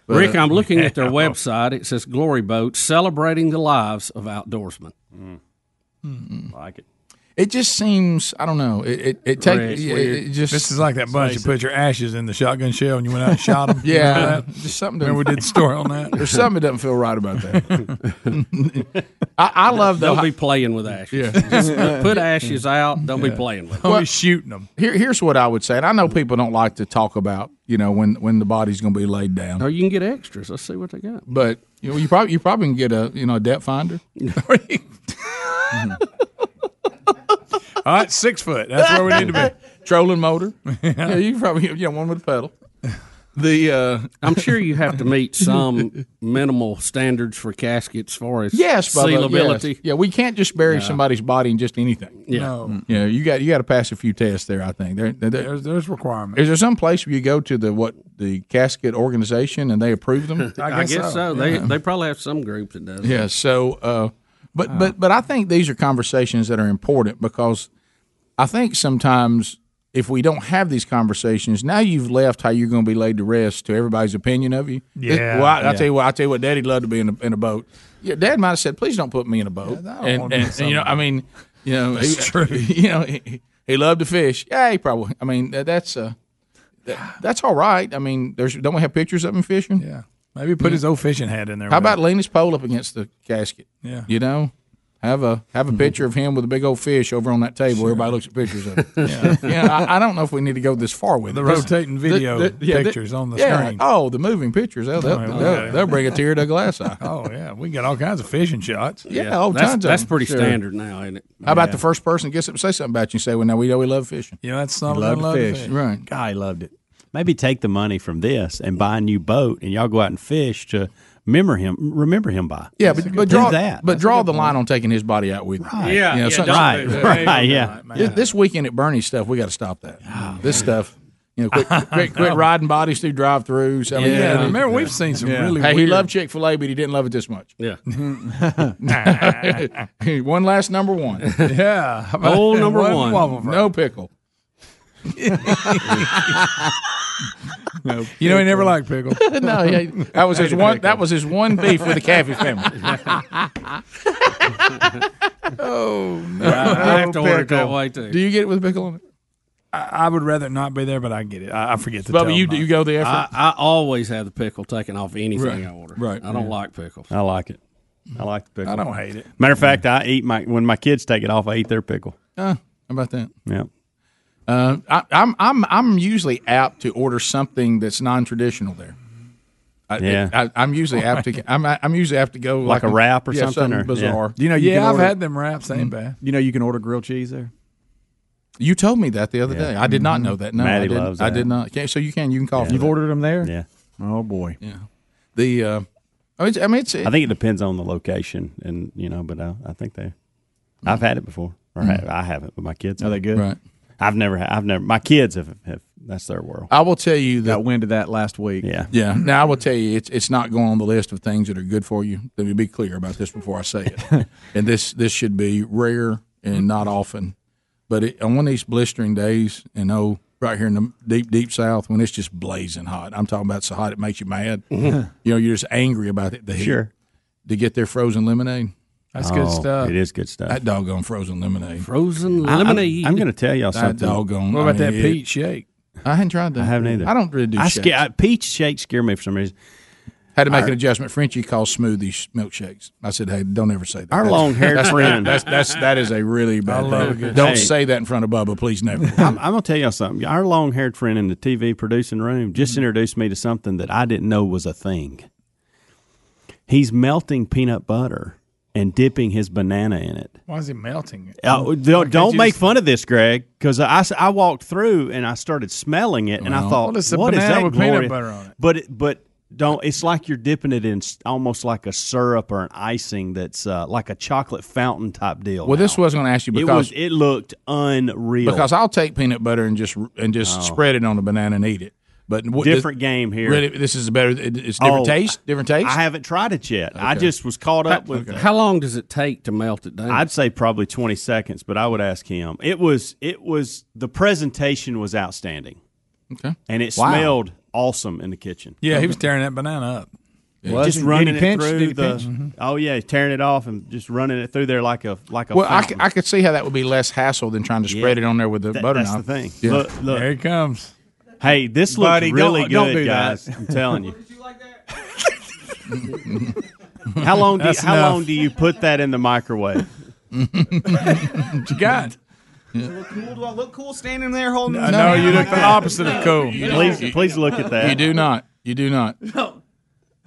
Speaker 3: But, Rick,
Speaker 2: uh,
Speaker 3: I'm looking at their website. It says Glory Boat, celebrating the lives of outdoorsmen.
Speaker 7: Mm. Mm. Like it.
Speaker 2: It just seems I don't know. It it, it takes
Speaker 4: It's
Speaker 2: it,
Speaker 4: weird.
Speaker 2: it just
Speaker 4: this is like that bunch you put your ashes in the shotgun shell and you went out and Uh,
Speaker 2: [LAUGHS]
Speaker 4: shot them.
Speaker 2: yeah, just something.
Speaker 4: Remember we did the story on that.
Speaker 2: There's something that doesn't feel right about
Speaker 4: [LAUGHS]
Speaker 2: that. I, I love the
Speaker 3: Don't be playing with ashes.
Speaker 2: Yeah.
Speaker 3: Just put ashes out. Don't be playing with. them.
Speaker 4: shooting them.
Speaker 2: Here, here's what I would say, and I know people don't like to talk about you know when when the body's going to be laid down.
Speaker 3: Or you can get extras. Let's see what they got.
Speaker 2: But you know, you probably you probably can get a you know a
Speaker 3: [LAUGHS]
Speaker 2: depth finder.
Speaker 4: All right, six foot. That's where we need to be.
Speaker 2: [LAUGHS] Trolling
Speaker 4: [LAUGHS]
Speaker 2: motor. yeah, you can probably yeah one with a pedal.
Speaker 3: [LAUGHS]
Speaker 2: The uh,
Speaker 3: I'm sure you have to meet some minimal standards for caskets, as far as
Speaker 2: Yes, Bubba,
Speaker 3: sealability.
Speaker 2: yes. Yeah, we can't just bury
Speaker 3: No.
Speaker 2: somebody's body in just anything.
Speaker 3: Yeah. Mm.
Speaker 4: No.
Speaker 2: Yeah, you got you got to pass a few tests there. I think there, there, there-
Speaker 4: There's, there's requirements.
Speaker 2: is there some place where you go to the what the casket organization and they approve them?
Speaker 3: [LAUGHS] I guess, so. They
Speaker 2: Yeah.
Speaker 3: they probably have some group that does. it.
Speaker 2: Yeah. So, uh, but but but I think these are conversations that are important because I think sometimes if we don't have these conversations, now you've left how you're going to be laid to rest to everybody's opinion of you.
Speaker 4: Yeah.
Speaker 2: It- well, I, I
Speaker 4: Yeah.
Speaker 2: tell you what, I tell you what, Daddy'd love to be in a, in a boat. Yeah, Dad might have said, "Please don't put me in a boat." and,
Speaker 4: wanna be
Speaker 2: and-
Speaker 4: in
Speaker 2: and, you know, I mean, you know,
Speaker 4: That's
Speaker 2: he,
Speaker 4: [LAUGHS] true.
Speaker 2: You know, he, he loved to fish. Yeah, he probably. I mean, that, that's uh, that, that's all right. I mean, there's don't we have pictures of him fishing?
Speaker 4: Yeah. Maybe put his old fishing hat in there.
Speaker 2: How about lean his pole up against the casket?
Speaker 4: Yeah. Mm-hmm.
Speaker 2: You know, have a have a picture of him with a big old fish over on that table. where Everybody looks at pictures of it. [LAUGHS]
Speaker 4: [LAUGHS]
Speaker 2: yeah. I, I don't know if we need to go this far with
Speaker 4: The
Speaker 2: it.
Speaker 4: rotating
Speaker 2: The-
Speaker 4: video
Speaker 2: the- yeah, the-
Speaker 4: pictures on the
Speaker 2: yeah.
Speaker 4: screen.
Speaker 2: Oh, the moving pictures. They'll, they'll,
Speaker 4: Oh, yeah.
Speaker 2: they'll- they'll bring a tear to a glass eye.
Speaker 4: Oh yeah, we got all kinds of fishing shots.
Speaker 2: Yeah, all
Speaker 3: that's,
Speaker 2: kinds of
Speaker 3: that's
Speaker 2: them.
Speaker 3: pretty
Speaker 2: Sure.
Speaker 3: standard now, ain't it?
Speaker 2: How about the first person that gets up and say something about you and say, "Well, now we know we love fishing."
Speaker 4: You know, that's
Speaker 16: He
Speaker 4: something.
Speaker 16: loved
Speaker 4: I love
Speaker 16: to fish.
Speaker 2: Right.
Speaker 16: God, he loved it.
Speaker 7: Maybe take the money from this and buy a new boat, and y'all go out and fish to remember him. Remember him by.
Speaker 2: Yeah, but, but draw
Speaker 7: Do that.
Speaker 2: But draw the line on taking his body out with you. Right.
Speaker 3: Yeah, yeah, don't
Speaker 7: Right,
Speaker 3: do that.
Speaker 7: right, yeah.
Speaker 2: Th- This weekend at Bernie's stuff, we got to stop that. this stuff, you know, quit, quit,
Speaker 4: [LAUGHS]
Speaker 2: quit riding bodies through drive-throughs. I mean,
Speaker 4: Yeah,
Speaker 2: you know,
Speaker 4: remember we've seen some really.
Speaker 2: Hey, he
Speaker 4: weird-
Speaker 2: loved Chick Fil A, but he didn't love it this much. [LAUGHS]
Speaker 3: Yeah.
Speaker 4: [LAUGHS]
Speaker 2: one last number one.
Speaker 4: Yeah, how about
Speaker 3: Hole
Speaker 4: that
Speaker 3: number one.
Speaker 4: waffle fry?
Speaker 2: No [LAUGHS] pickle.
Speaker 4: you know he never liked pickle.
Speaker 2: [LAUGHS] no, yeah,
Speaker 9: [LAUGHS]
Speaker 2: that
Speaker 4: [LAUGHS]
Speaker 2: was his one. That was his one beef with the Caffey [LAUGHS] family. oh
Speaker 4: [LAUGHS]
Speaker 2: no!
Speaker 3: I have to order it that way too.
Speaker 2: Do you get it with pickle on it,
Speaker 4: I, I would rather it not be there, but I get it. I, I forget to tell
Speaker 2: Bubba? You
Speaker 4: him
Speaker 2: do
Speaker 4: not.
Speaker 2: you go the effort?
Speaker 3: I, I always have the pickle taken off anything
Speaker 2: Right,
Speaker 3: I order.
Speaker 2: right.
Speaker 3: I don't like pickles.
Speaker 7: I like it. I like the pickle.
Speaker 4: I don't hate it.
Speaker 7: Matter of fact, I eat my when my kids take it off. I eat their pickle.
Speaker 2: Uh, how about that?
Speaker 7: Yeah.
Speaker 2: Uh, I, I'm I'm I'm usually apt to order something that's non-traditional there. I,
Speaker 7: Yeah.
Speaker 2: I, I'm usually apt to. I'm I'm usually apt to go
Speaker 7: Like
Speaker 2: like,
Speaker 7: a wrap or
Speaker 2: yeah,
Speaker 7: something, or-
Speaker 2: bizarre.
Speaker 16: Do you know you can
Speaker 4: Yeah, I've
Speaker 16: order,
Speaker 4: had them wraps. Ain't bad.
Speaker 16: You know you can order grilled cheese there.
Speaker 2: You told me that the other
Speaker 7: Yeah. Mm-hmm.
Speaker 2: day. I did not know that. No, I
Speaker 7: Maddie
Speaker 2: didn't.
Speaker 7: loves
Speaker 2: I
Speaker 7: that.
Speaker 2: did not. Okay, so you can you can call for
Speaker 16: You've
Speaker 2: that.
Speaker 16: ordered them there.
Speaker 7: Yeah.
Speaker 16: Oh boy.
Speaker 2: the. Uh, I mean, it's- I mean, it's,
Speaker 7: I think it depends on the location, and you know, but I, I think they. I've had it before, or ha- I haven't, but my kids.
Speaker 16: Are
Speaker 7: have.
Speaker 16: they good?
Speaker 2: Mm. right.
Speaker 7: I've never. ha- I've never. My kids have. have that's their world.
Speaker 2: I will tell you that.
Speaker 16: Got wind of that last week.
Speaker 7: Yeah.
Speaker 2: Yeah. Now I will tell you, it's it's not going on the list of things that are good for you. Let me be clear about this before I
Speaker 7: [LAUGHS]
Speaker 2: say it. and this this should be rare and not often, but it, on one of these blistering days, and oh, right here in the deep deep south when it's just blazing hot. I'm talking about so hot it makes
Speaker 7: [LAUGHS]
Speaker 2: you mad. You know, you're just angry about it. The heat.
Speaker 7: Sure.
Speaker 2: To get their frozen lemonade,
Speaker 4: That's good
Speaker 7: Oh,
Speaker 4: stuff.
Speaker 7: It is good stuff.
Speaker 2: that doggone frozen lemonade.
Speaker 3: Frozen
Speaker 7: I- I'm-
Speaker 3: lemonade.
Speaker 7: I'm, going to tell y'all
Speaker 2: That
Speaker 7: something.
Speaker 2: doggone.
Speaker 4: What about
Speaker 2: I
Speaker 4: that
Speaker 2: mean,
Speaker 4: peach shake?
Speaker 2: it- I hadn't tried that.
Speaker 7: I haven't either.
Speaker 2: I don't really do.
Speaker 7: I
Speaker 2: shakes.
Speaker 7: sca- I, peach shakes scare me for some reason.
Speaker 2: Had to make an adjustment. Frenchie calls smoothies milkshakes. I said, hey, don't ever say that.
Speaker 7: Our
Speaker 2: That's-
Speaker 7: long-haired
Speaker 2: that's,
Speaker 7: friend.
Speaker 2: That's, that's, that is a really bad thing. Don't
Speaker 7: Hey.
Speaker 2: say that in front of Bubba, please never.
Speaker 7: [LAUGHS] I'm, I'm going to tell y'all something. Our long haired friend in the TV producing room
Speaker 2: Mm-hmm.
Speaker 7: just introduced me to something that I didn't know was a thing. He's melting peanut butter and dipping his banana in it.
Speaker 4: Why is it melting? it?
Speaker 7: Uh, don't don't
Speaker 4: you
Speaker 7: make
Speaker 4: just-
Speaker 7: fun of this, Greg, because I, s- I walked through and I started smelling it, and I thought,
Speaker 4: Well, it's a
Speaker 7: what is
Speaker 4: banana
Speaker 7: that
Speaker 4: with peanut
Speaker 7: glorious?"
Speaker 4: butter on it.
Speaker 7: But it, but don't. It's like you're dipping it in s- almost like a syrup or an icing that's uh, like a chocolate fountain type deal.
Speaker 2: Well, this
Speaker 7: now.
Speaker 2: was going to ask you
Speaker 7: it
Speaker 2: because
Speaker 7: was it looked unreal. Oh.
Speaker 2: because I'll take peanut butter and just and just spread it on a banana and eat it. But what,
Speaker 7: different game here.
Speaker 2: This, really, this is better. it- It's different
Speaker 7: Oh,
Speaker 2: taste. Different taste.
Speaker 7: I haven't tried it yet. I just was caught up with.
Speaker 3: How long does it take to melt it down?
Speaker 7: I'd say probably 20 seconds, but I would ask him. It was it was the presentation was outstanding.
Speaker 2: Okay.
Speaker 7: And it
Speaker 2: Wow.
Speaker 7: smelled awesome in the kitchen.
Speaker 4: Yeah, he was tearing that banana up.
Speaker 5: Was
Speaker 7: just
Speaker 5: he? Did
Speaker 7: running
Speaker 5: he pinch?
Speaker 7: it through
Speaker 5: Did he
Speaker 7: the.
Speaker 5: pinch? Mhm.
Speaker 7: Oh yeah, tearing it off and just running it through there like a like a.
Speaker 2: Well, I, c-
Speaker 7: fountain.
Speaker 2: I could see how that would be less hassle than trying to spread it on there with the
Speaker 7: That-
Speaker 2: butter
Speaker 7: that's
Speaker 2: knife.
Speaker 7: the thing.
Speaker 2: Yeah.
Speaker 7: Look, look.
Speaker 4: There he comes.
Speaker 7: Hey, this looks
Speaker 5: Buddy, don't-
Speaker 7: really good,
Speaker 5: don't do
Speaker 7: guys.
Speaker 5: that.
Speaker 7: I'm telling
Speaker 2: [LAUGHS]
Speaker 7: you. [LAUGHS] How long? Do you,
Speaker 4: That's
Speaker 7: how
Speaker 4: enough.
Speaker 7: long do you put that in the microwave?
Speaker 4: what you got?
Speaker 12: Look cool. Do I look cool standing there holding?
Speaker 4: No, no, you look the opposite of cool.
Speaker 7: Please, please look at that.
Speaker 2: You do not. You do not.
Speaker 12: No.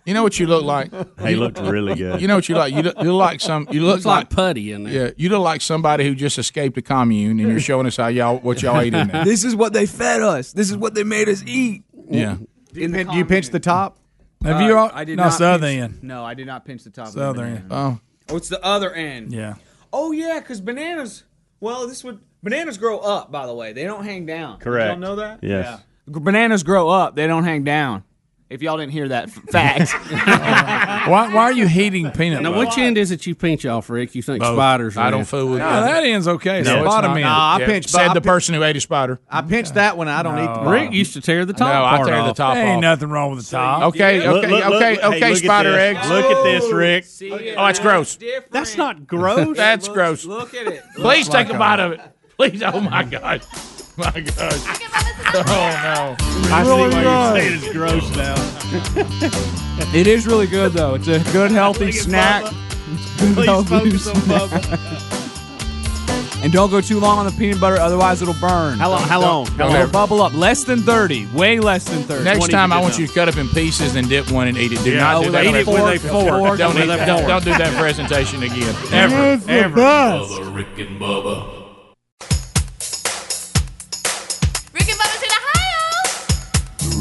Speaker 2: You know what you look
Speaker 7: [LAUGHS]
Speaker 2: like.
Speaker 7: He looked really good.
Speaker 2: You know what you like. You look, you look like some. You look
Speaker 3: Looks like putty in there.
Speaker 2: Yeah, you look like somebody who just escaped a commune, and you're showing us how y'all what y'all ate in
Speaker 4: [LAUGHS]
Speaker 2: there.
Speaker 12: This is what they fed us. This is what they made us eat.
Speaker 2: Yeah.
Speaker 5: Do you, pin, do you pinch the top? Uh,
Speaker 4: Have you all?
Speaker 12: Uh, I did
Speaker 4: no,
Speaker 12: not
Speaker 4: southern
Speaker 12: pinch,
Speaker 4: end.
Speaker 12: No, I did not pinch the top. of the
Speaker 4: Southern
Speaker 12: banana.
Speaker 2: Oh,
Speaker 4: end.
Speaker 12: Oh, it's the other end.
Speaker 4: yeah.
Speaker 12: Oh yeah, because bananas. Well, this would bananas grow up. By the way, they don't hang down.
Speaker 7: Correct.
Speaker 12: Did y'all know that?
Speaker 7: Yes.
Speaker 12: Yeah. Bananas grow up. They don't hang down. If y'all didn't hear that f-
Speaker 3: [LAUGHS]
Speaker 4: [LAUGHS]
Speaker 12: fact,
Speaker 4: Why, why are you heating peanut
Speaker 3: Now,
Speaker 4: butter?
Speaker 3: which end is it you pinch off, Rick? You think
Speaker 2: Both.
Speaker 3: spiders? are
Speaker 2: I don't
Speaker 3: in?
Speaker 2: fool with you.
Speaker 4: No, that end's okay.
Speaker 2: No,
Speaker 4: No,
Speaker 2: it's
Speaker 4: bottom
Speaker 2: not.
Speaker 4: end.
Speaker 5: Nah, I
Speaker 2: Yeah,
Speaker 5: pinch.
Speaker 2: Said
Speaker 5: I
Speaker 2: the
Speaker 5: pin-
Speaker 2: person who ate a spider.
Speaker 5: I pinch that one. I don't eat the
Speaker 3: Rick used to tear the top
Speaker 2: no, I
Speaker 3: part
Speaker 2: tear the
Speaker 3: off.
Speaker 2: top
Speaker 4: There ain't
Speaker 2: off.
Speaker 4: nothing wrong with the top.
Speaker 2: Okay,
Speaker 7: Look, look,
Speaker 2: okay,
Speaker 7: look,
Speaker 2: okay,
Speaker 7: look. Hey,
Speaker 2: okay.
Speaker 7: look at
Speaker 2: spider
Speaker 7: this.
Speaker 2: eggs.
Speaker 7: Look at this, Rick.
Speaker 2: Oh, that's gross.
Speaker 7: That's not gross.
Speaker 2: [LAUGHS] That's gross.
Speaker 12: Look at it.
Speaker 2: [LAUGHS] Please take a bite of it. Please. Oh my God. My gosh. Oh no.
Speaker 7: I see why you're saying it's gross now.
Speaker 12: It is really good though. It's a good healthy snack. [LAUGHS]
Speaker 7: Please focus on Bubba.
Speaker 12: And don't go too long on the peanut butter, otherwise it'll burn.
Speaker 7: How long? How long? How
Speaker 2: Don't
Speaker 7: long?
Speaker 12: It'll bubble up. Less than thirty. Way less than thirty.
Speaker 2: Next
Speaker 7: 20
Speaker 2: time,
Speaker 7: you
Speaker 2: I
Speaker 7: did
Speaker 2: want
Speaker 7: not.
Speaker 2: you to cut up in pieces and dip one and eat it. Do
Speaker 7: Yeah,
Speaker 2: not
Speaker 7: oh,
Speaker 2: do
Speaker 7: they eat
Speaker 2: that.
Speaker 7: it with a fork
Speaker 2: Don't, eat
Speaker 7: and with a
Speaker 2: that. don't do that presentation again. Ever. Ever.
Speaker 10: Bubba, Rick and Bubba.
Speaker 17: Rick and Bubba's in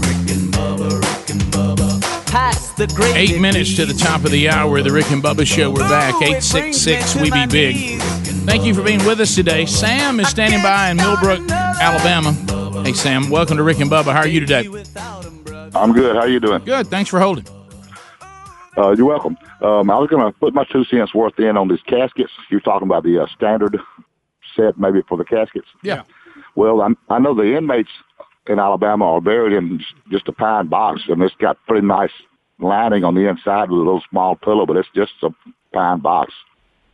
Speaker 17: Ohio.
Speaker 2: Eight minutes to the top of the hour. The Rick and Bubba Show. We're back. 866 We Be Big. Thank you for being with us today. Sam is standing by in Millbrook, Alabama. Hey, Sam. Welcome to Rick and Bubba. How are you today?
Speaker 18: I'm good. How you doing?
Speaker 2: Good. Thanks for holding.
Speaker 18: Uh, you're welcome. Um, I was going to put my two cents worth in on these caskets. You're talking about the uh, standard set, maybe for the caskets.
Speaker 2: Yeah.
Speaker 18: Well, I'm, I know the inmates in Alabama are buried in just a pine box, and it's got pretty nice lining on the inside with a little small pillow, but it's just a pine box.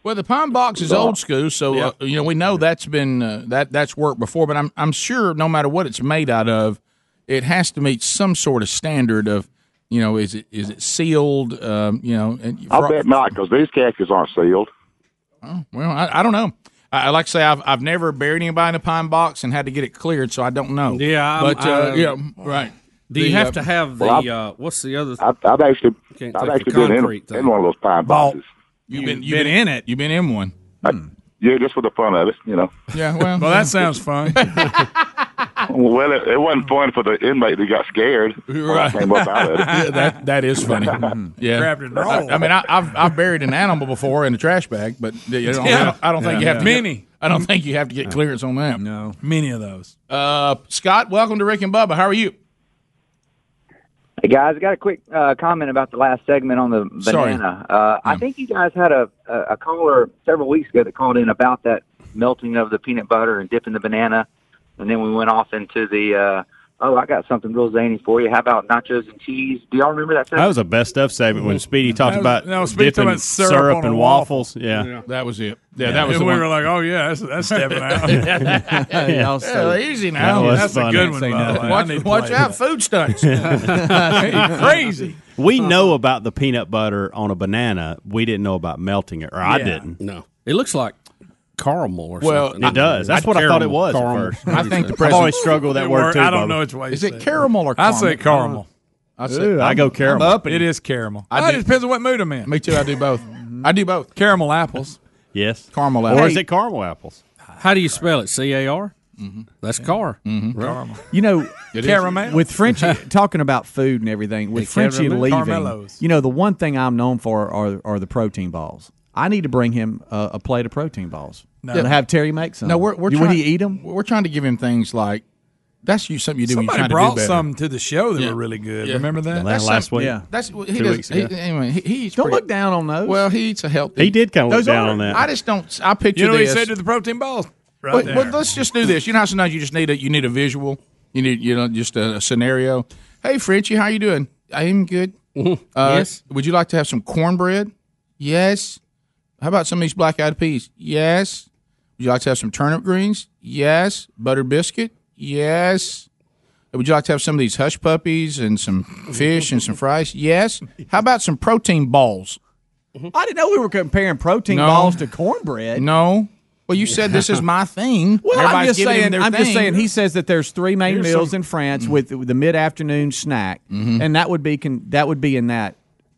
Speaker 2: Well, the pine box is old school, so uh, you know we know that's been uh, that that's worked before. But I'm I'm sure no matter what it's made out of, it has to meet some sort of standard of you know is it is it sealed? Um, you know, and
Speaker 18: I bet not, because these caskets aren't sealed.
Speaker 2: Well, I, I don't know. I, I like to say I've I've never buried anybody in a pine box and had to get it cleared, so I don't know.
Speaker 3: Yeah, I'm-
Speaker 2: but uh,
Speaker 3: I-
Speaker 2: yeah, right.
Speaker 3: Do you
Speaker 2: The,
Speaker 3: have
Speaker 2: uh,
Speaker 3: to have the
Speaker 18: Well,
Speaker 3: uh, what's the other?
Speaker 18: I've, I've actually,
Speaker 3: Can't
Speaker 18: I've
Speaker 3: take
Speaker 18: actually
Speaker 3: the
Speaker 18: been in,
Speaker 3: concrete thing.
Speaker 18: in one of those pine
Speaker 4: Vault.
Speaker 18: boxes. Uh,
Speaker 2: You've been you've been, in it. You've been in one. Hmm.
Speaker 18: Yeah, just for the fun of it, you
Speaker 2: [LAUGHS]
Speaker 18: know.
Speaker 2: Yeah. Well,
Speaker 4: Well, that sounds fun.
Speaker 18: Well, it, it wasn't fun for the inmate who got scared. when I
Speaker 2: Right.
Speaker 18: Came up out of it.
Speaker 2: yeah, [LAUGHS] that that is
Speaker 4: [LAUGHS]
Speaker 2: funny. Yeah.
Speaker 4: Grabbed it raw.
Speaker 2: I mean, I, I've I've buried an animal before in a trash bag, but you know, I don't, I don't think you have to get-
Speaker 4: Many.
Speaker 2: I don't think you have to get clearance on that.
Speaker 5: No.
Speaker 4: Many of those.
Speaker 2: Uh, Scott, welcome to Rick and Bubba. How are you?
Speaker 19: Hey guys, I got a quick uh, comment about the last segment on the
Speaker 2: Sorry.
Speaker 19: banana. Uh, I
Speaker 2: Yeah.
Speaker 19: think you guys had a, a a caller several weeks ago that called in about that melting of the peanut butter and dipping the banana, and then we went off into the uh, oh, I got something real zany for you. How about nachos and cheese? Do y'all remember that?
Speaker 7: That
Speaker 19: segment?
Speaker 7: was a best of segment when Speedy talked
Speaker 4: That was-
Speaker 7: about
Speaker 4: no, Speedy talked
Speaker 7: dipping
Speaker 4: about syrup on
Speaker 7: and
Speaker 4: a waffle.
Speaker 7: waffles. Yeah. [LAUGHS]
Speaker 2: That was it. Yeah, that was
Speaker 4: And
Speaker 2: the
Speaker 4: we
Speaker 2: one.
Speaker 4: were like, oh, yeah, that's, that's stepping
Speaker 7: [LAUGHS]
Speaker 4: out.
Speaker 5: Y'all
Speaker 2: [LAUGHS] Yeah,
Speaker 5: so-
Speaker 2: easy
Speaker 7: That
Speaker 2: now.
Speaker 7: was
Speaker 4: that's a
Speaker 7: funny.
Speaker 4: good one,
Speaker 5: Say
Speaker 4: by the
Speaker 5: nothing.
Speaker 4: way. I
Speaker 2: Watch,
Speaker 4: need to
Speaker 2: watch
Speaker 4: play
Speaker 2: out,
Speaker 4: that.
Speaker 2: food
Speaker 7: [LAUGHS]
Speaker 2: stunts. crazy.
Speaker 7: We
Speaker 3: Uh-huh.
Speaker 7: know about the peanut butter on a banana. We didn't know about melting it, or I
Speaker 4: Yeah.
Speaker 7: didn't.
Speaker 3: No, it looks like caramel or
Speaker 2: Well,
Speaker 3: something.
Speaker 2: it
Speaker 7: It does. That's what I thought it was at
Speaker 3: Caramel.
Speaker 7: first.
Speaker 2: I think the
Speaker 7: I've always
Speaker 2: president.
Speaker 7: struggled with that
Speaker 4: It
Speaker 7: word
Speaker 4: worked.
Speaker 7: too.
Speaker 4: I don't
Speaker 7: Bubba.
Speaker 4: know which way
Speaker 2: Is
Speaker 4: you
Speaker 2: it
Speaker 4: say
Speaker 2: caramel or
Speaker 4: I
Speaker 2: caramel?
Speaker 4: say caramel.
Speaker 2: I
Speaker 7: Ooh,
Speaker 2: say,
Speaker 7: I go caramel.
Speaker 5: I'm upping
Speaker 4: It is caramel.
Speaker 2: I
Speaker 4: I
Speaker 2: do-
Speaker 4: it depends on what mood I'm in.
Speaker 2: Me too. I do both. I do both.
Speaker 4: Caramel apples.
Speaker 7: Yes.
Speaker 2: Caramel
Speaker 7: Or is
Speaker 2: apples.
Speaker 7: it caramel apples?
Speaker 3: How do you spell it? C A R? That's car.
Speaker 4: Caramel.
Speaker 5: You know,
Speaker 4: Caramel.
Speaker 5: with
Speaker 3: [LAUGHS]
Speaker 4: [LAUGHS]
Speaker 5: Frenchie talking about food and everything, with Frenchie
Speaker 4: caramel-
Speaker 5: leaving,
Speaker 4: Carmelos.
Speaker 5: you know, the one thing I'm known for are are the protein balls. I need to bring him a, a plate of protein balls. No. And have Terry make some.
Speaker 2: No, we're, we're
Speaker 5: You-
Speaker 2: trying,
Speaker 5: would he eat them?
Speaker 2: We're trying to give him things like that's you something you do when
Speaker 4: Somebody
Speaker 2: you're trying
Speaker 4: brought
Speaker 2: to do better.
Speaker 4: some to the show that
Speaker 2: Yeah.
Speaker 4: wwere really good.
Speaker 2: Yeah.
Speaker 4: Remember that?
Speaker 7: Last, last
Speaker 2: some-
Speaker 7: week.
Speaker 5: yeah.
Speaker 2: That's he
Speaker 7: Two
Speaker 2: does.
Speaker 7: weeks
Speaker 2: He,
Speaker 7: ago.
Speaker 2: anyway, he, he eats
Speaker 5: Don't
Speaker 2: pretty-
Speaker 5: look down on those.
Speaker 2: Well, he eats a healthy.
Speaker 7: He did kind of look
Speaker 5: Those
Speaker 7: down
Speaker 5: are-
Speaker 7: on that.
Speaker 2: I just don't. I picture
Speaker 4: You know what he
Speaker 2: this.
Speaker 4: said to the protein balls? Right
Speaker 2: Well,
Speaker 4: there.
Speaker 2: well, let's just do [LAUGHS] this. You know how sometimes you just need a you need a visual. You need you know just a, a scenario. Hey, Frenchie, how you doing? I'm good. Uh,
Speaker 3: Yes.
Speaker 2: Would you like to have some cornbread? Yes. How about some of these black eyed peas? Yes. Would you like to have some turnip greens? Yes. Butter biscuit? Yes. Would you like to have some of these hush puppies and some fish and some fries? Yes. How about some protein balls?
Speaker 5: I didn't know we were comparing protein
Speaker 2: Mm-hmm. No.
Speaker 5: balls to cornbread.
Speaker 2: No. Well, you said this
Speaker 5: [LAUGHS]
Speaker 2: is my thing.
Speaker 5: Well, I'm
Speaker 2: Everybody's
Speaker 5: just
Speaker 2: giving him
Speaker 5: saying.
Speaker 2: their
Speaker 5: I'm just
Speaker 2: thing.
Speaker 5: saying. He says that there's three main
Speaker 2: Here's
Speaker 5: meals
Speaker 2: some-
Speaker 5: in
Speaker 2: Mm-hmm.
Speaker 5: France with the- the mid-afternoon snack, and that would be con- that would be in that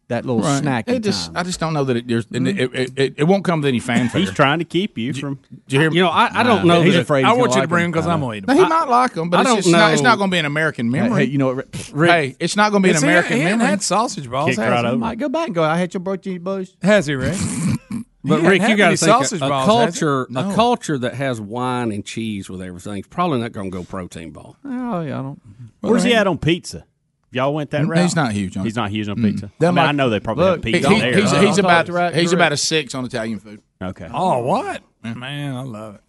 Speaker 5: that little
Speaker 2: Right.
Speaker 5: snack.
Speaker 2: It just, I just don't know that it, there's, and it, it, it, it won't come with any fanfare. He's
Speaker 7: trying to keep you from.
Speaker 2: Do you hear me?
Speaker 3: You know, I- I don't know He's that- afraid
Speaker 4: I
Speaker 3: he's
Speaker 4: want
Speaker 3: gonna
Speaker 4: you to
Speaker 3: like
Speaker 4: bring
Speaker 3: him.
Speaker 4: because
Speaker 3: I
Speaker 4: I'm
Speaker 3: know.
Speaker 4: gonna eat
Speaker 2: No,
Speaker 4: them.
Speaker 2: he might like them, but
Speaker 3: I
Speaker 2: it's,
Speaker 3: don't
Speaker 2: just not, it's
Speaker 3: know.
Speaker 2: not going to be an American memory.
Speaker 5: Hey, you know, Rick,
Speaker 2: Hey, it's not going to be an
Speaker 4: It's- he-
Speaker 2: American
Speaker 4: he hadn't
Speaker 2: memory.
Speaker 4: had sausage balls.
Speaker 7: Kicked
Speaker 4: has
Speaker 7: right
Speaker 4: he?
Speaker 7: over.
Speaker 5: Mike, go back and go. I had your birthday, boys.
Speaker 4: Has he, Rick?
Speaker 3: But
Speaker 4: Yeah,
Speaker 3: Rick,
Speaker 4: how
Speaker 3: you got
Speaker 4: many
Speaker 3: to think
Speaker 4: sausage
Speaker 3: a,
Speaker 4: balls, has it?
Speaker 3: culture,
Speaker 4: No.
Speaker 3: a culture that has wine and cheese with everything's probably not going to go protein ball.
Speaker 5: Oh yeah, I don't.
Speaker 7: Where's he at on pizza? Y'all went that route.
Speaker 2: He's not huge on
Speaker 7: He's
Speaker 2: it. Mm.
Speaker 7: not huge on pizza.
Speaker 2: That
Speaker 7: I, mean,
Speaker 2: might-
Speaker 7: I know they probably
Speaker 5: Look,
Speaker 7: have pizza on
Speaker 2: He- he-
Speaker 7: there.
Speaker 2: he's
Speaker 7: Uh,
Speaker 2: he's about
Speaker 5: Direct,
Speaker 2: he's
Speaker 5: direct.
Speaker 2: about a six on Italian food.
Speaker 7: okay.
Speaker 4: Oh, what? Man, I love it.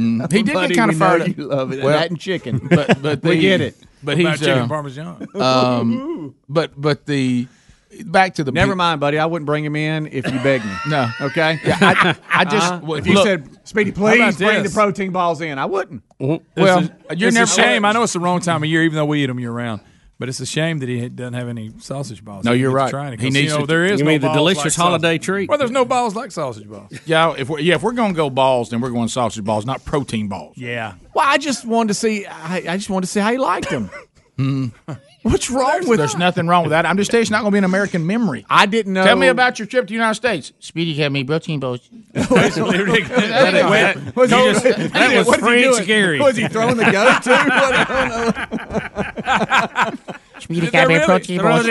Speaker 2: Mm. He did
Speaker 5: Buddy,
Speaker 2: get kind
Speaker 5: we
Speaker 2: of
Speaker 5: know
Speaker 2: fired. up.
Speaker 5: You love it.
Speaker 2: Well-
Speaker 5: that and chicken.
Speaker 2: [LAUGHS] But but
Speaker 5: We
Speaker 2: the-
Speaker 5: get it.
Speaker 2: But
Speaker 4: About
Speaker 2: he's
Speaker 4: chicken
Speaker 2: uh,
Speaker 4: parmesan.
Speaker 5: [LAUGHS]
Speaker 2: [LAUGHS] um, [LAUGHS] but but the back to the
Speaker 5: Never mind, buddy. I wouldn't bring him in if you begged me.
Speaker 2: [LAUGHS] No.
Speaker 5: Okay.
Speaker 2: Yeah, I, I just
Speaker 5: Uh-huh.
Speaker 2: well,
Speaker 5: if you
Speaker 2: look,
Speaker 5: said, "Speedy,
Speaker 4: How
Speaker 5: please
Speaker 4: about
Speaker 5: bring the
Speaker 4: this?
Speaker 5: protein balls in," I wouldn't.
Speaker 2: well,
Speaker 4: It's a-
Speaker 2: you're
Speaker 4: it's
Speaker 2: never
Speaker 4: a shame. I know it's the wrong time of year, even though we eat them year round. But it's a shame that he had- doesn't have any sausage balls.
Speaker 2: No,
Speaker 4: He
Speaker 2: you're
Speaker 4: needs to
Speaker 2: right.
Speaker 4: try it,
Speaker 2: He
Speaker 4: 'cause,
Speaker 2: needs
Speaker 4: you
Speaker 2: to-
Speaker 4: know, There is
Speaker 3: You
Speaker 4: no
Speaker 3: mean the
Speaker 4: balls
Speaker 3: delicious
Speaker 4: like
Speaker 3: holiday
Speaker 4: sausage.
Speaker 3: treat?
Speaker 4: Well, there's no balls like sausage balls.
Speaker 2: Yeah, if we're yeah if we're gonna go balls, then we're going sausage balls, not protein balls.
Speaker 4: Yeah,
Speaker 5: Well, I just wanted to see. I, I just wanted to see how you liked
Speaker 2: [LAUGHS]
Speaker 5: them. What's wrong with?
Speaker 2: Hmm. There's nothing wrong with that. I'm just saying it's not gonna be an American memory.
Speaker 5: I didn't know.
Speaker 2: Tell me about your trip to the United States. Speedy had me protein
Speaker 5: [LAUGHS]
Speaker 2: balls. [LAUGHS] That ain't-
Speaker 5: Was he
Speaker 3: just- that was
Speaker 5: what's he
Speaker 3: French
Speaker 5: doing?
Speaker 3: Gary.
Speaker 5: Was he throwing the goat too? [LAUGHS] What- I don't know.
Speaker 2: Speedy had me protein balls.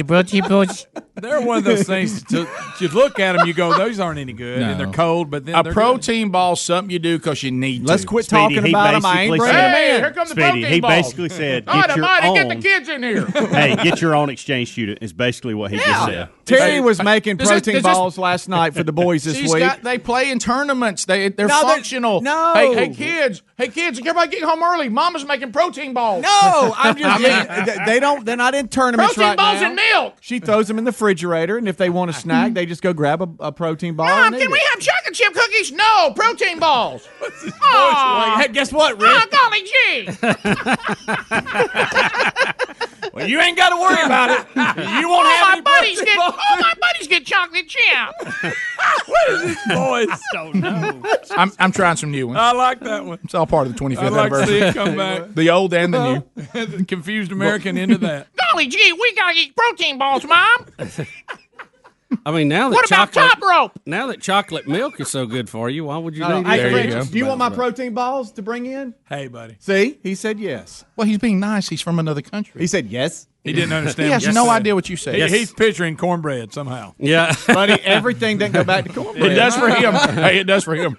Speaker 2: [LAUGHS]
Speaker 4: they're one of those things. To, you look at them, you go, "Those aren't any good," and
Speaker 2: No.
Speaker 4: they're cold. But then
Speaker 2: A
Speaker 4: they're
Speaker 2: protein ball, something you do because you need
Speaker 5: Let's
Speaker 2: to.
Speaker 5: quit
Speaker 7: Speedy,
Speaker 5: talking
Speaker 7: he
Speaker 5: about him. I ain't
Speaker 7: basically
Speaker 5: bringing
Speaker 7: said-
Speaker 5: him
Speaker 2: Hey,
Speaker 5: in.
Speaker 2: here comes the
Speaker 7: Speedy,
Speaker 2: protein
Speaker 7: he
Speaker 2: balls.
Speaker 7: basically said,
Speaker 2: God
Speaker 7: "Get your
Speaker 2: almighty,
Speaker 7: own."
Speaker 2: get the kids in here.
Speaker 7: [LAUGHS] hey, get your own exchange student is basically what he just said.
Speaker 5: Terry was making
Speaker 2: Does this-
Speaker 5: protein
Speaker 2: does this-
Speaker 5: balls last night for the
Speaker 2: [LAUGHS]
Speaker 5: boys this
Speaker 2: She's
Speaker 5: week.
Speaker 2: got. They play in tournaments. They they're
Speaker 5: No, they-
Speaker 2: functional.
Speaker 5: no.
Speaker 2: Hey, hey kids. Hey kids. Everybody get home early. Mama's making protein balls.
Speaker 5: No,
Speaker 2: [LAUGHS]
Speaker 5: I'm just. they- they don't. They're not in tournaments
Speaker 2: protein
Speaker 5: right
Speaker 2: balls
Speaker 5: now.
Speaker 2: and milk.
Speaker 5: She throws them in the refrigerator, and if they want a snack, they just go grab a, a protein ball.
Speaker 2: Mom,
Speaker 5: and eat
Speaker 2: can we
Speaker 5: it.
Speaker 2: have chocolate chip cookies? No,
Speaker 5: [LAUGHS]
Speaker 2: protein balls. Aw.
Speaker 5: Hey, guess what, Rick?
Speaker 2: Oh, golly gee.
Speaker 5: [LAUGHS] Well, you ain't got to worry about
Speaker 2: [LAUGHS]
Speaker 5: it. You won't
Speaker 2: All
Speaker 5: have
Speaker 2: my
Speaker 5: any
Speaker 2: buddies
Speaker 5: protein
Speaker 2: get all
Speaker 5: balls.
Speaker 2: my buddies get
Speaker 5: [LAUGHS]
Speaker 2: chocolate chip.
Speaker 4: boys don't know.
Speaker 2: I'm I'm trying some new ones.
Speaker 4: I like that one.
Speaker 2: it's all part of the 25th
Speaker 4: I'd like to see it come back.
Speaker 2: The old and the new.
Speaker 4: [LAUGHS] Confused American into that.
Speaker 2: [LAUGHS] Golly gee, we gotta eat protein balls, Mom.
Speaker 3: I mean, now that
Speaker 2: What about
Speaker 3: chocolate,
Speaker 2: top rope?
Speaker 3: now that chocolate milk is so good for you, why would you need
Speaker 5: Hey,
Speaker 3: it?
Speaker 2: There you
Speaker 5: Francis,
Speaker 2: go.
Speaker 5: do you want my protein balls to bring in?
Speaker 4: Hey, buddy.
Speaker 5: See, he said yes.
Speaker 2: Well, he's being nice. He's from another country.
Speaker 5: He said yes,
Speaker 4: He didn't understand.
Speaker 2: He has
Speaker 4: what you
Speaker 2: no
Speaker 4: said.
Speaker 2: idea what you said.
Speaker 4: He- He's picturing cornbread somehow. [LAUGHS]
Speaker 3: Yeah,
Speaker 5: buddy. Everything doesn't go back to cornbread.
Speaker 2: It does for him. hey, it does for him.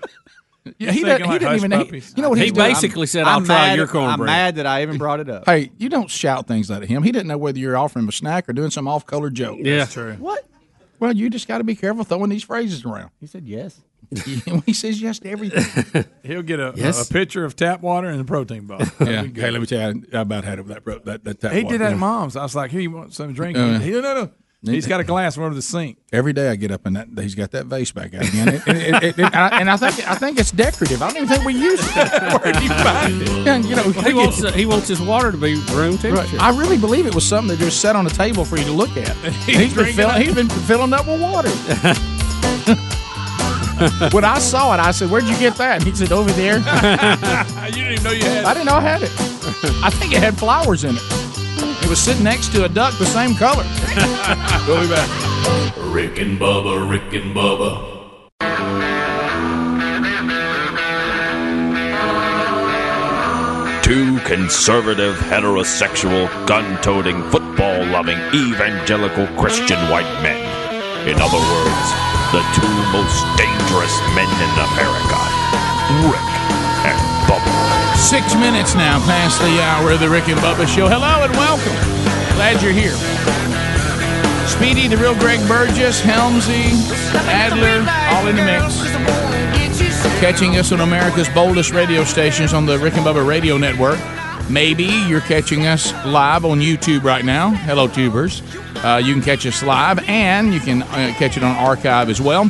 Speaker 2: Yeah, he, does,
Speaker 4: thinking
Speaker 2: he
Speaker 4: like
Speaker 2: didn't
Speaker 4: hush
Speaker 2: even. He,
Speaker 4: puppies.
Speaker 2: you know what
Speaker 3: he
Speaker 2: he's doing?
Speaker 3: basically said, "I'll
Speaker 5: I'm
Speaker 3: try
Speaker 5: mad,
Speaker 3: your
Speaker 5: I'm
Speaker 3: cornbread."
Speaker 5: mad that I even brought it up.
Speaker 2: Hey, you don't shout things like him. He didn't know whether you're offering him a snack or doing some off-color joke.
Speaker 3: yeah,
Speaker 4: True.
Speaker 5: What?
Speaker 2: Well, you just got to be careful throwing these phrases around.
Speaker 5: He said yes.
Speaker 2: [LAUGHS] he says yes to everything.
Speaker 4: He'll get a,
Speaker 3: Yes.
Speaker 4: a pitcher of tap water and a protein ball.
Speaker 2: yeah. Hey, let me tell you, I about had it with that bro. That, that, that
Speaker 4: He
Speaker 2: water.
Speaker 4: did that at mom's. I was like, here, you want some drink?
Speaker 2: Uh,
Speaker 4: he, no, no, no. He's got a glass under the sink.
Speaker 2: Every day I get up and that, he's got that vase back out again. It- it- it- it- and, I, and I think I think it's decorative. I don't even think we use it. Where'd you find it? [LAUGHS] And, you know,
Speaker 3: He wants he wants his water to be room temperature.
Speaker 2: I really believe it was something that just sat on a table for you to look at. [LAUGHS] He's been,
Speaker 4: drinking
Speaker 2: fill,
Speaker 4: it.
Speaker 2: he's been filling up with water. [LAUGHS] when I saw it, I said, "Where'd you get that?" And he said, "Over [LAUGHS] there."
Speaker 4: You didn't even know you had
Speaker 2: I didn't know I had it. I think it had flowers in it. It was sitting next to a duck the same color. [LAUGHS] we'll be back.
Speaker 10: Rick and Bubba, Rick and Bubba,
Speaker 20: Two conservative, heterosexual, gun toting, football loving, evangelical Christian white men. In other words, the two most dangerous men in America Rick and Bubba.
Speaker 2: Six minutes now past the hour of the Rick and Bubba Show. Hello and welcome. Glad you're here. Speedy, the real Greg Burgess, Helmsy, Adler, all in the mix. Catching us on America's boldest radio stations on the Rick and Bubba Radio Network. Maybe you're catching us live on YouTube right now. Hello, tubers. Uh, you can catch us live, and you can uh, catch it on archive as well.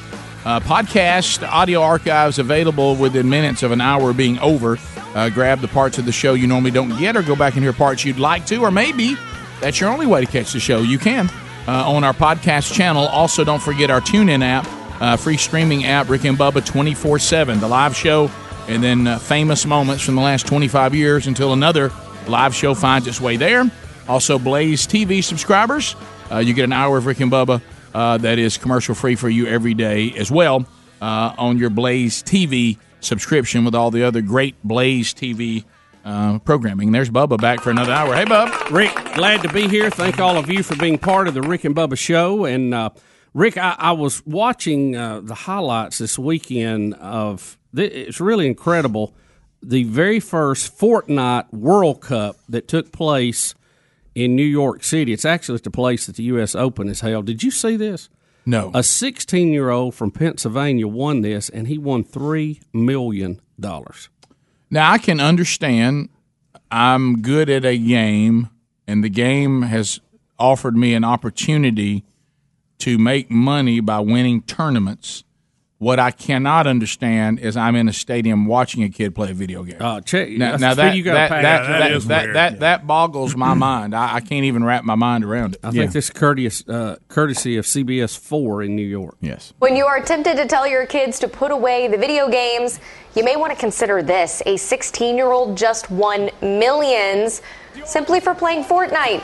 Speaker 2: Uh, podcast audio archives available within minutes of an hour being over. Uh, grab the parts of the show you normally don't get, or go back and hear parts you'd like to, or maybe that's your only way to catch the show. You can uh, on our podcast channel. Also, don't forget our TuneIn app, uh, free streaming app, Rick and Bubba 24 7, the live show, and then uh, famous moments from the last 25 years until another live show finds its way there. Also, Blaze TV subscribers, uh, you get an hour of Rick and Bubba uh, that is commercial free for you every day as well uh, on your Blaze TV subscription with all the other great Blaze TV uh, programming. There's Bubba back for another hour. Hey, Bub.
Speaker 3: Rick, glad to be here. Thank all of you for being part of the Rick and Bubba show. And uh, Rick, I, I was watching uh, the highlights this weekend of th- it's really incredible. The very first Fortnite World Cup that took place in New York City. It's actually the place that the U.S. Open is held. Did you see this?
Speaker 2: No.
Speaker 3: A 16 year old from Pennsylvania won this, and he won $3 million.
Speaker 2: Now I can understand. I'm good at a game, and the game has offered me an opportunity to make money by winning tournaments. What I cannot understand is I'm in a stadium watching a kid play a video game.
Speaker 3: Uh, check,
Speaker 2: Now,
Speaker 3: that's
Speaker 2: now
Speaker 3: who
Speaker 2: that,
Speaker 3: you gotta
Speaker 2: that, that,
Speaker 3: pay.
Speaker 2: that,
Speaker 3: Yeah, that
Speaker 2: that,
Speaker 3: is
Speaker 2: that,
Speaker 3: weird.
Speaker 2: that- that
Speaker 3: [CLEARS THROAT]
Speaker 2: boggles my mind. I, I can't even wrap my mind around it.
Speaker 3: I think this is courteous, uh, courtesy of CBS 4 in New York.
Speaker 2: Yes.
Speaker 21: When you are tempted to tell your kids to put away the video games, you may want to consider this. A 16 year old just won millions simply for playing Fortnite.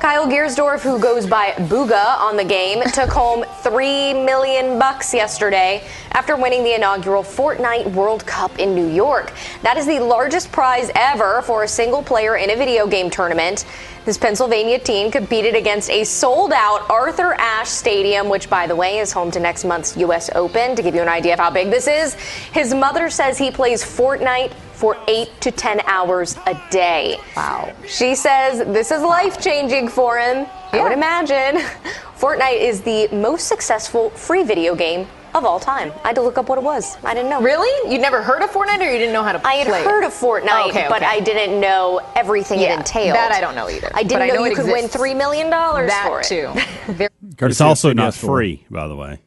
Speaker 21: Kyle Giersdorf, who goes by Booga on the game, [LAUGHS] took home 3 million bucks yesterday after winning the inaugural Fortnite World Cup in New York. That is the largest prize ever for a single player in a video game tournament. This Pennsylvania team competed against a sold out Arthur Ashe Stadium, which, by the way, is home to next month's U.S. Open. To give you an idea of how big this is, his mother says he plays Fortnite for eight to 10 hours a day. Wow. She says this is life changing for him. I would imagine. [LAUGHS] Fortnite is the most successful free video game of all time. I had to look up what it was. I didn't know.
Speaker 12: Really? You'd never heard of Fortnite, or you didn't know how to play?
Speaker 21: I had
Speaker 12: it?
Speaker 21: heard of Fortnite,
Speaker 12: Oh, okay,
Speaker 21: but
Speaker 12: okay.
Speaker 21: I didn't know everything
Speaker 12: Yeah,
Speaker 21: it entailed.
Speaker 12: that I don't know either,
Speaker 21: I
Speaker 12: but I
Speaker 21: didn't know,
Speaker 12: know
Speaker 21: you
Speaker 12: it
Speaker 21: could win
Speaker 12: exists.
Speaker 21: three million dollars
Speaker 12: That
Speaker 21: for it.
Speaker 12: too.
Speaker 7: It's also not free, by the way.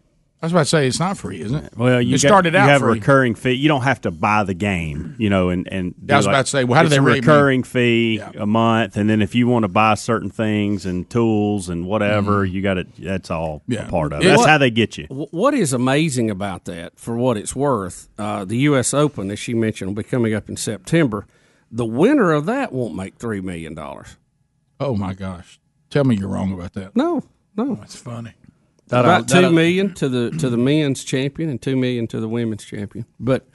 Speaker 2: I was about to say it's not free, isn't it?
Speaker 7: Well, you
Speaker 2: it
Speaker 7: got-
Speaker 2: started out
Speaker 7: you have
Speaker 2: free.
Speaker 7: a recurring fee. You don't have to buy the game, you know. And and
Speaker 2: Yeah, I was
Speaker 7: do
Speaker 2: about to say, well, how do
Speaker 7: it's
Speaker 2: they
Speaker 7: a
Speaker 2: rate me?
Speaker 7: recurring fee a month? And then if you want to buy certain things and tools and whatever,
Speaker 2: Mm-hmm.
Speaker 7: you got it. That's all a part of it.
Speaker 3: Yeah.
Speaker 7: That's
Speaker 3: What-
Speaker 7: how they get you.
Speaker 3: Wh- What is amazing about that, for what it's worth, uh, the U.S. Open, as she mentioned, will be coming up in September. The winner of that won't make $3 million.
Speaker 2: Oh, my gosh. Tell me you're wrong about that. Oh,
Speaker 3: No, no.
Speaker 2: It's funny.
Speaker 3: About
Speaker 2: That'll-
Speaker 3: two million to the to the men's champion and two million to the women's champion, but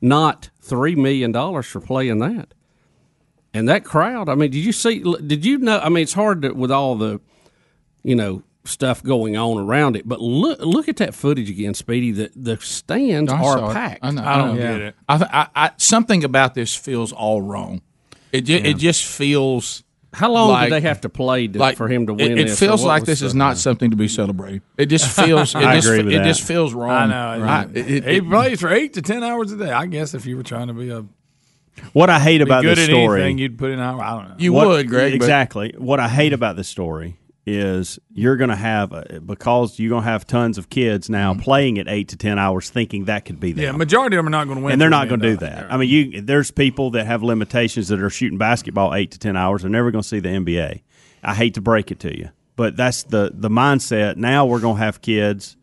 Speaker 3: not three million dollars for playing that. And that crowd, I mean, did you see? Did you know? I mean, it's hard to, with all the, you know, stuff going on around it. But look, look at that footage again, Speedy. The the stands
Speaker 2: I saw
Speaker 3: are
Speaker 2: it.
Speaker 3: packed.
Speaker 2: I, know, I know. I, th- I, I something about this feels all wrong. It ju- it just feels.
Speaker 3: How long did they have to play to- for him to win
Speaker 2: It, it
Speaker 3: this, or
Speaker 2: feels
Speaker 3: what
Speaker 2: like
Speaker 3: was
Speaker 2: this
Speaker 3: the- uh,
Speaker 2: is not something to be celebrated.
Speaker 3: [LAUGHS]
Speaker 2: It just feels. It
Speaker 7: I
Speaker 2: just,
Speaker 7: agree with
Speaker 2: it
Speaker 7: that.
Speaker 2: just feels wrong.
Speaker 4: I know.
Speaker 2: Right.
Speaker 4: It,
Speaker 2: It- it-
Speaker 4: he
Speaker 2: it-
Speaker 4: plays for eight to ten hours a day. I guess if you were trying to be a
Speaker 7: What I hate
Speaker 4: be
Speaker 7: about
Speaker 4: good
Speaker 7: this
Speaker 4: at
Speaker 7: story,
Speaker 4: anything, you'd put in hour. I don't know.
Speaker 7: What- Exactly. What I hate about this story is you're going to have uh, because you're going to have tons of kids now
Speaker 2: Mm-hmm.
Speaker 7: playing at eight to ten hours, thinking that could be them.
Speaker 4: yeah, majority of them are not going to win,
Speaker 7: and they're
Speaker 4: three
Speaker 7: not
Speaker 4: million
Speaker 7: going to do that. I mean, you there's people that have limitations that are shooting basketball eight to ten hours. They're never going to see the NBA. I hate to break it to you, but that's the the mindset. Now we're going to have kids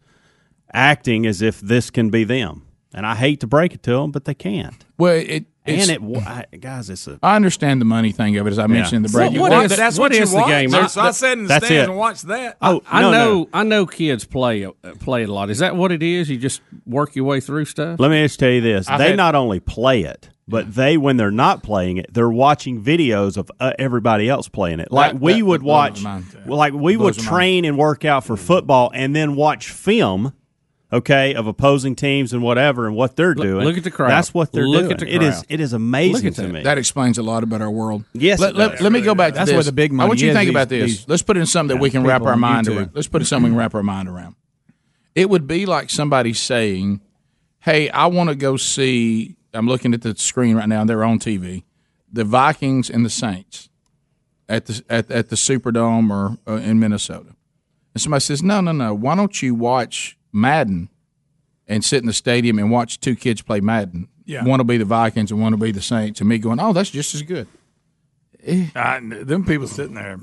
Speaker 7: acting as if this can be them, and I hate to break it to them, but they can't.
Speaker 2: Well, it it's-
Speaker 7: and it wa- I, guys, it's a
Speaker 2: I understand the money thing of it, as I
Speaker 7: Yeah.
Speaker 2: mentioned in the
Speaker 7: What-
Speaker 2: break. You
Speaker 7: what
Speaker 2: want-
Speaker 7: is-
Speaker 2: that's
Speaker 7: what
Speaker 2: you
Speaker 7: is the
Speaker 2: want.
Speaker 7: game?
Speaker 2: So-
Speaker 7: I-
Speaker 2: so I
Speaker 4: sat in the
Speaker 7: That's
Speaker 4: stands
Speaker 7: it.
Speaker 4: and watched that.
Speaker 7: Oh,
Speaker 3: I
Speaker 7: no,
Speaker 3: know.
Speaker 7: no.
Speaker 3: I know kids play uh, play it a lot. Is that what it is? You just work your way through stuff.
Speaker 7: Let me just tell you this:
Speaker 3: I've
Speaker 7: they
Speaker 3: had-
Speaker 7: not only play it, but they, when they're not playing it, they're watching videos of uh, everybody else playing it. Like
Speaker 2: That-
Speaker 7: we
Speaker 2: that-
Speaker 7: would
Speaker 2: that blows my
Speaker 7: watch,
Speaker 2: mind. Mm.
Speaker 7: well, like we would
Speaker 2: Blows my
Speaker 7: train and work out for football, and then watch film. Okay, of opposing teams and whatever, and what they're doing.
Speaker 2: look at the crowd.
Speaker 7: That's what they're
Speaker 2: Look
Speaker 7: doing.
Speaker 2: at the
Speaker 7: It is.
Speaker 2: crowd.
Speaker 7: It is amazing
Speaker 2: Look at
Speaker 7: to
Speaker 2: that.
Speaker 7: me.
Speaker 2: That explains a lot about our world.
Speaker 7: Yes,
Speaker 2: Let,
Speaker 7: it
Speaker 2: let-
Speaker 7: does.
Speaker 2: let me go back. to
Speaker 7: That's
Speaker 2: this.
Speaker 7: where the big
Speaker 2: I
Speaker 7: money
Speaker 2: want you to
Speaker 7: is,
Speaker 2: think
Speaker 7: these-
Speaker 2: about this.
Speaker 7: these-
Speaker 2: Let's put in something that we
Speaker 7: Yeah,
Speaker 2: can wrap
Speaker 7: people
Speaker 2: our
Speaker 7: on
Speaker 2: mind
Speaker 7: YouTube.
Speaker 2: around. Let's put in something we can wrap our mind around. It would be like somebody saying, "Hey, I want to go see." I'm looking at the screen right now. They're on TV. the Vikings and the Saints at the at, at the Superdome or uh, in Minnesota, and somebody says, "No, no, no. Why don't you watch Madden and sit in the stadium and watch two kids play Madden?
Speaker 4: Yeah.
Speaker 2: One will be the Vikings and one will be the Saints." And me going, "Oh, that's just as good."
Speaker 4: I, them people sitting there.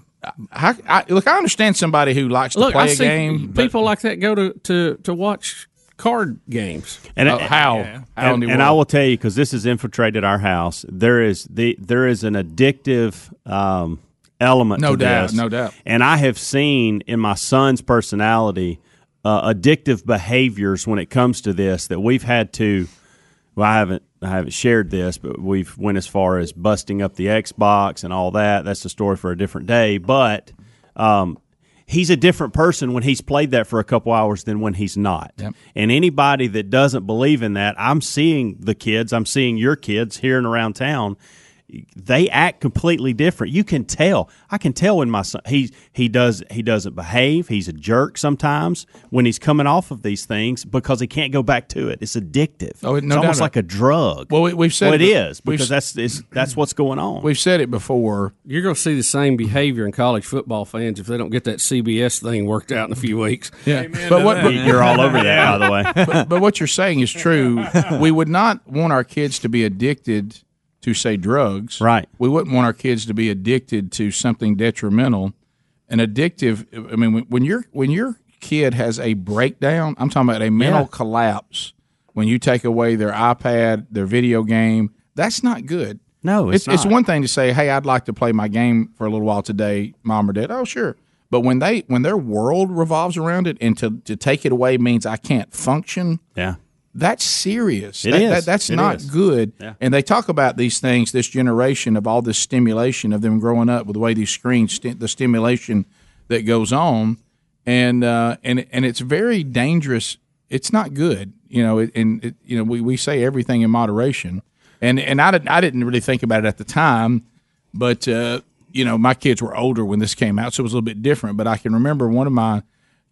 Speaker 2: I, I, look, I understand somebody who likes to
Speaker 3: Look,
Speaker 2: play
Speaker 3: I
Speaker 2: a
Speaker 3: see
Speaker 2: game.
Speaker 3: people like that go to, to, to watch card games.
Speaker 7: And
Speaker 2: Oh, how? How in
Speaker 7: and,
Speaker 2: the
Speaker 7: and I
Speaker 2: world?
Speaker 7: will tell you because this has infiltrated our house. There is the there is an addictive um, element.
Speaker 2: No
Speaker 7: to
Speaker 2: doubt,
Speaker 7: this.
Speaker 2: no doubt.
Speaker 7: And I have seen in my son's personality uh, addictive behaviors when it comes to this that we've had to. Well, I haven't I haven't shared this, but we've went as far as busting up the Xbox and all that. That's a story for a different day. But um, he's a different person when he's played that for a couple hours than when he's not. And anybody that doesn't believe in that, I'm seeing the kids, I'm seeing your kids here and around town. They act completely different. You can tell. I can tell when my son he he does he doesn't behave. He's a jerk sometimes when he's coming off of these things because he can't go back to it. It's addictive.
Speaker 2: Oh, it-
Speaker 7: it's
Speaker 2: no doubt
Speaker 7: almost
Speaker 2: about
Speaker 7: like a drug.
Speaker 2: Well, we, we've said
Speaker 7: Well, it is
Speaker 2: we've-
Speaker 7: because that's it's, that's what's going on.
Speaker 2: We've said it before.
Speaker 3: You're going to see the same behavior in college football fans if they don't get that CBS thing worked out in a few weeks.
Speaker 2: Yeah, but what
Speaker 7: You're all over that,
Speaker 3: [LAUGHS]
Speaker 7: by the way.
Speaker 2: [LAUGHS] but, but what you're saying is true. We would not want our kids to be addicted to say drugs.
Speaker 7: Right.
Speaker 2: We wouldn't want our kids to be addicted to something detrimental. An addictive. I mean, when, when your when your kid has a breakdown, I'm talking about a mental
Speaker 7: Yeah.
Speaker 2: collapse. When you take away their iPad, their video game, that's not good.
Speaker 7: No, it's
Speaker 2: it's
Speaker 7: not.
Speaker 2: one thing to say, "Hey, I'd like to play my game for a little while today, mom or dad." Oh, sure. But when they when their world revolves around it, and to, to take it away means I can't function.
Speaker 7: Yeah.
Speaker 2: That's serious.
Speaker 7: It
Speaker 2: That-
Speaker 7: is.
Speaker 2: that- that's
Speaker 7: It
Speaker 2: not
Speaker 7: is.
Speaker 2: good.
Speaker 7: Yeah.
Speaker 2: And they talk about these things, this generation of all this stimulation of them growing up with the way these screens, sti- the stimulation that goes on, and uh, and and it's very dangerous. It's not good, you know. It, and it, you know, we, we say everything in moderation, and and I didn't I didn't really think about it at the time, but uh, you know, my kids were older when this came out, so it was a little bit different. But I can remember one of my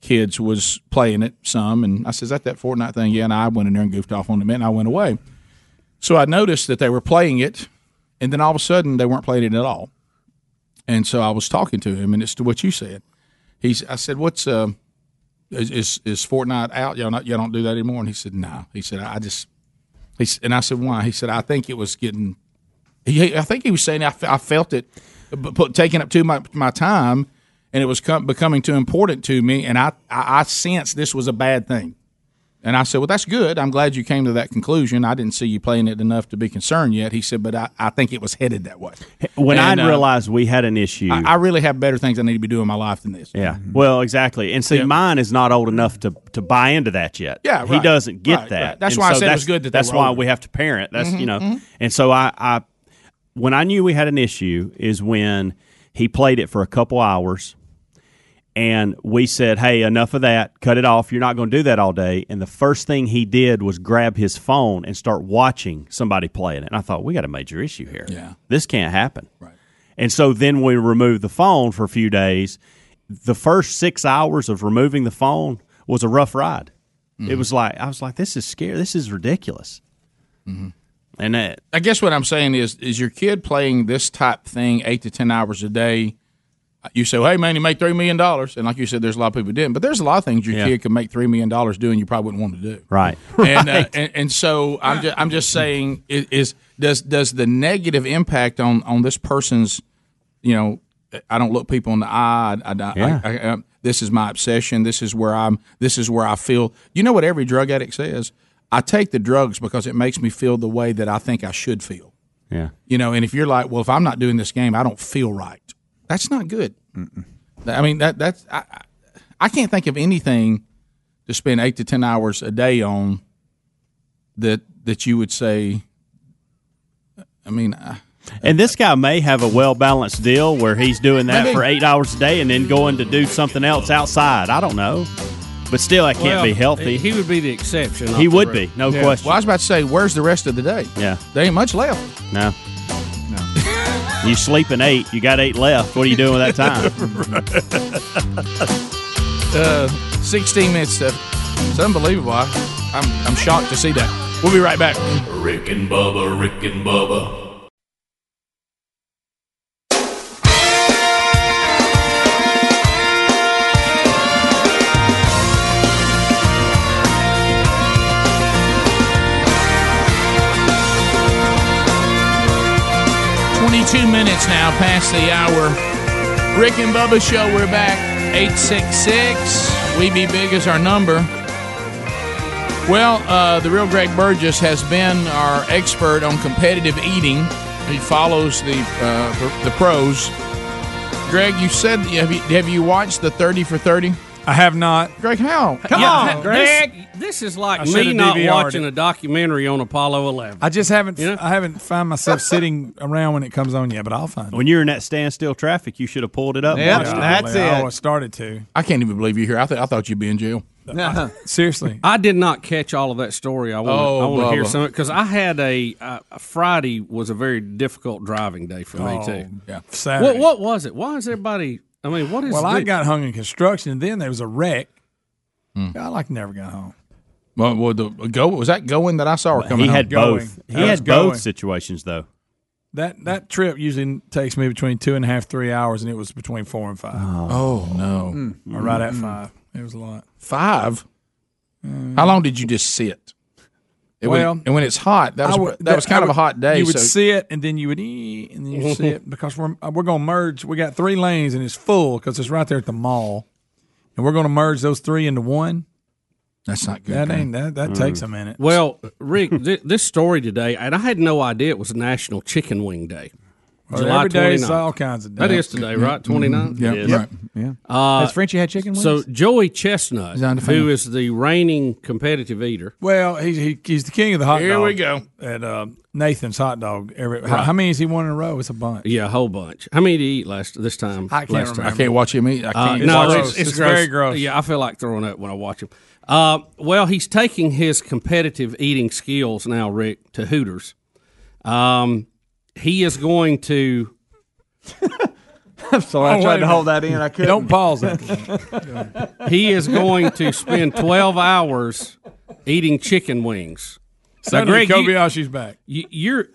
Speaker 2: kids was playing it some, and I says, "Is that that Fortnite thing?" Yeah, and I went in there and goofed off on it, and I went away. So I noticed that they were playing it, and then all of a sudden they weren't playing it at all. And so I was talking to him, and it's to what you said. He's, I said, "What's uh, is, is is Fortnite out? Y'all not y'all don't do that anymore?" And he said, "No." He said, "I just," he s- and I said, "Why?" He said, "I think it was getting." He, I think he was saying I, fe- I felt it, but put, taking up too my my time, and it was com- becoming too important to me, and I, I I sensed this was a bad thing. And I said, Well, that's good. I'm glad you came to that conclusion. I didn't see you playing it enough to be concerned yet. He said, But I, I think it was headed that way.
Speaker 7: When
Speaker 2: And,
Speaker 7: I
Speaker 2: uh,
Speaker 7: realized we had an issue,
Speaker 2: I, I really have better things I need to be doing in my life than this. Mm-hmm.
Speaker 7: Yeah. Well, exactly. And see, mine is not old enough to, to buy into that yet.
Speaker 2: Yeah,
Speaker 7: He
Speaker 2: right.
Speaker 7: doesn't get
Speaker 2: Right,
Speaker 7: that.
Speaker 2: right. That's
Speaker 7: And
Speaker 2: why I
Speaker 7: so
Speaker 2: said it
Speaker 7: that's-
Speaker 2: was good that they
Speaker 7: That's
Speaker 2: were
Speaker 7: why
Speaker 2: older.
Speaker 7: we have to parent. That's you
Speaker 2: Mhm,
Speaker 7: know.
Speaker 2: mhm.
Speaker 7: And so I, I, when I knew we had an issue is when he played it for a couple hours, and we said, "Hey, enough of that. Cut it off. You're not going to do that all day." And the first thing he did was grab his phone and start watching somebody playing it. And I thought, "We got a major issue here. Yeah. This can't happen." Right. And so then we removed the phone for a few days. The first six hours of removing the phone was a rough ride. It was like I was like, "This is scary. This is ridiculous." And that
Speaker 2: I guess what I'm saying is, is your kid playing this type thing eight to ten hours a day? You say, hey man, you make three million dollars, and like you said, there's a lot of people who didn't, but there's a lot of things your
Speaker 7: Yeah.
Speaker 2: kid could make three million dollars doing you probably wouldn't want to do.
Speaker 7: [LAUGHS] right.
Speaker 2: And, uh, and and so I'm just I'm just saying i- is does does the negative impact on on this person's you know I don't look people in the eye. I, I, I-
Speaker 7: Yeah.
Speaker 2: I- I- this is my obsession. This is where I'm. This is where I feel. You know what every drug addict says? I take the drugs because it makes me feel the way that I think I should feel.
Speaker 7: Yeah.
Speaker 2: You know, and if you're like, well, if I'm not doing this game, I don't feel right. That's not good. I mean, that that's I, I- I can't think of anything to spend eight to ten hours a day on that that you would say. I mean, I,
Speaker 7: And this guy may have a well balanced deal where he's doing that
Speaker 2: Maybe.
Speaker 7: for eight hours a day and then going to do something else outside. I don't know. But still, that can't
Speaker 2: Well,
Speaker 7: be healthy.
Speaker 3: He would be the exception.
Speaker 7: He would be, no
Speaker 2: Yeah.
Speaker 7: question.
Speaker 2: Well, I was about to say, where's the rest of the day?
Speaker 7: yeah,
Speaker 2: There ain't much left.
Speaker 7: no. No. you sleeping eight, you got eight left. What are you doing with that time?
Speaker 2: Uh, 16 minutes. To, it's unbelievable. I, I'm, I'm shocked to see that. We'll be right back.
Speaker 10: Rick and Bubba, Rick and Bubba.
Speaker 2: minutes now past the hour. Rick and Bubba Show, we're back. 866. We Be Big is our number. Well, uh, the real Greg Burgess has been our expert on competitive eating. He follows the, uh, the, the pros. Greg, you said, have you, have you watched the 30 for 30?
Speaker 4: I have not.
Speaker 2: Greg, how?
Speaker 3: Come on,
Speaker 2: Yeah. This-
Speaker 3: Greg. This, is
Speaker 4: I
Speaker 3: like
Speaker 4: should've
Speaker 3: me not
Speaker 4: DVR'd
Speaker 3: watching
Speaker 4: it.
Speaker 3: a documentary on Apollo 11.
Speaker 4: I just haven't. I haven't found myself sitting around when it comes on yet, but I'll find.
Speaker 7: When you're in that standstill traffic, you should have pulled it up. and
Speaker 4: Yep,
Speaker 7: watched
Speaker 4: that's it. Oh, I always started to.
Speaker 2: I can't even believe you're here. I, th- I thought you'd be in jail.
Speaker 3: Uh-huh.
Speaker 4: Seriously,
Speaker 3: I did not catch all of that story. I want to
Speaker 2: Oh,
Speaker 3: I want to hear
Speaker 2: Bubba.
Speaker 3: some because I had a uh, Friday was a very difficult driving day for me
Speaker 4: Oh,
Speaker 3: too.
Speaker 4: yeah. Saturday.
Speaker 3: What what was it? Why is everybody? I mean, what is?
Speaker 4: well, I
Speaker 3: the-
Speaker 4: got hung in construction, and then there was a wreck.
Speaker 2: Hmm.
Speaker 4: I like never got home.
Speaker 2: Well, well, the go was that going that I saw or
Speaker 4: Well,
Speaker 2: coming?
Speaker 4: he
Speaker 2: home?
Speaker 4: had Going. both.
Speaker 7: He
Speaker 4: That was
Speaker 7: had
Speaker 4: going.
Speaker 7: both situations though.
Speaker 4: That that trip usually takes me between two and a half, three hours, and it was between four and five. Hmm.
Speaker 2: Oh, no.
Speaker 4: Or right at five. It was
Speaker 3: [LAUGHS]
Speaker 4: a lot.
Speaker 2: Five. How long did you just sit? It
Speaker 4: Mm. well,
Speaker 2: when, and when it's hot, that was
Speaker 4: I would-
Speaker 2: that was kind
Speaker 4: I
Speaker 2: of a
Speaker 4: would-
Speaker 2: hot day.
Speaker 4: You would
Speaker 2: so
Speaker 4: sit, and then you would, "Eh," and
Speaker 7: [LAUGHS]
Speaker 4: then you would sit because we're uh, we're going to merge. We got three lanes, and it's full because it's right there at the mall, and we're going to merge those three into one.
Speaker 2: That's not
Speaker 4: That ain't that. That
Speaker 3: Mm.
Speaker 4: takes a minute.
Speaker 3: Well, Rick, th- this story today, and I had no idea it was National Chicken Wing Day.
Speaker 4: Well, every day is all kinds of
Speaker 3: That
Speaker 4: days.
Speaker 3: is today,
Speaker 4: Yeah. [LAUGHS]
Speaker 3: right?
Speaker 4: Mhm.
Speaker 3: 29?
Speaker 4: Yeah, Yes. right.
Speaker 5: Yeah.
Speaker 3: Uh,
Speaker 5: Has Frenchie had chicken wings?
Speaker 3: So Joey Chestnut,
Speaker 5: on the phone.
Speaker 3: who is the reigning competitive eater,
Speaker 4: Well, he, he he's the king of the hot
Speaker 3: Here
Speaker 4: dog.
Speaker 3: we go.
Speaker 4: At uh, Nathan's hot dog. Every how,
Speaker 3: Right.
Speaker 4: how many is he won in a row? It's a bunch.
Speaker 3: yeah, a whole bunch. How many did he eat last this time?
Speaker 4: I can't
Speaker 3: last
Speaker 4: remember.
Speaker 3: Time? Uh,
Speaker 4: I can't
Speaker 2: watch him eat. I can't
Speaker 3: no,
Speaker 2: watch
Speaker 3: it's,
Speaker 2: him.
Speaker 3: it's
Speaker 2: It's very
Speaker 3: gross.
Speaker 2: gross.
Speaker 3: Yeah, I feel like throwing up when I watch him. Uh, well, he's taking his competitive eating skills now, Rick, to Hooters. Um, he is going to.
Speaker 5: [LAUGHS] I'm sorry,
Speaker 3: Oh,
Speaker 5: I
Speaker 3: wait
Speaker 5: tried
Speaker 3: a
Speaker 5: to hold that
Speaker 3: minute.
Speaker 5: in. I couldn't.
Speaker 3: Don't pause
Speaker 4: it.
Speaker 5: [LAUGHS]
Speaker 3: He is going to spend twelve hours eating chicken wings. Now,
Speaker 4: Suddenly,
Speaker 3: you-
Speaker 4: Kobayashi's back.
Speaker 3: You, you're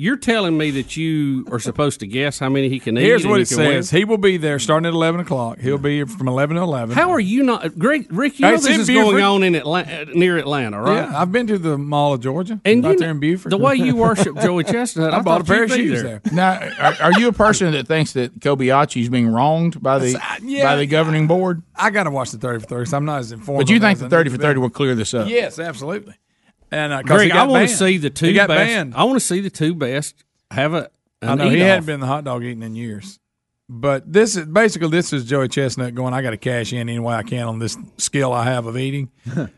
Speaker 3: you're telling me that you are supposed to guess how many he can eat.
Speaker 4: Here's
Speaker 3: and
Speaker 4: what
Speaker 3: he
Speaker 4: it
Speaker 3: can win?
Speaker 4: says. He will be there starting at eleven o'clock. He'll be here from eleven to eleven.
Speaker 3: How are you not, Greg? Rick, you
Speaker 4: Hey,
Speaker 3: know
Speaker 4: it's
Speaker 3: this
Speaker 4: in
Speaker 3: is
Speaker 4: Buford.
Speaker 3: going on in Atlanta, near Atlanta, right?
Speaker 4: Yeah, I've been to the Mall of Georgia.
Speaker 3: And
Speaker 4: right
Speaker 3: you-
Speaker 4: there in Buford.
Speaker 3: the way
Speaker 4: [LAUGHS]
Speaker 3: you worship Joey Chestnut,
Speaker 4: I,
Speaker 3: I
Speaker 4: bought a
Speaker 3: thought
Speaker 4: pair of
Speaker 3: you'd be
Speaker 4: shoes there. [LAUGHS]
Speaker 3: there.
Speaker 2: Now, are, are you a person that thinks that Kobayashi's being wronged by the by the governing board?
Speaker 4: I got to watch the thirty for thirty. 'cause I'm not as informed.
Speaker 2: But you
Speaker 4: on that
Speaker 2: think
Speaker 4: as
Speaker 2: the
Speaker 4: I need
Speaker 2: thirty
Speaker 4: to
Speaker 2: for
Speaker 4: be.
Speaker 2: thirty will clear this up?
Speaker 4: Yes, absolutely. And uh, 'cause he
Speaker 3: Greg, I
Speaker 4: got
Speaker 3: want
Speaker 4: banned.
Speaker 3: to see the two
Speaker 4: He got
Speaker 3: best.
Speaker 4: banned.
Speaker 3: I want to see the two best have a.
Speaker 4: I
Speaker 3: an
Speaker 4: know he
Speaker 3: eat-off.
Speaker 4: hadn't been the hot dog eating in years. But this is basically this is Joey Chestnut going. I got to cash in any way I can on this skill I have of eating.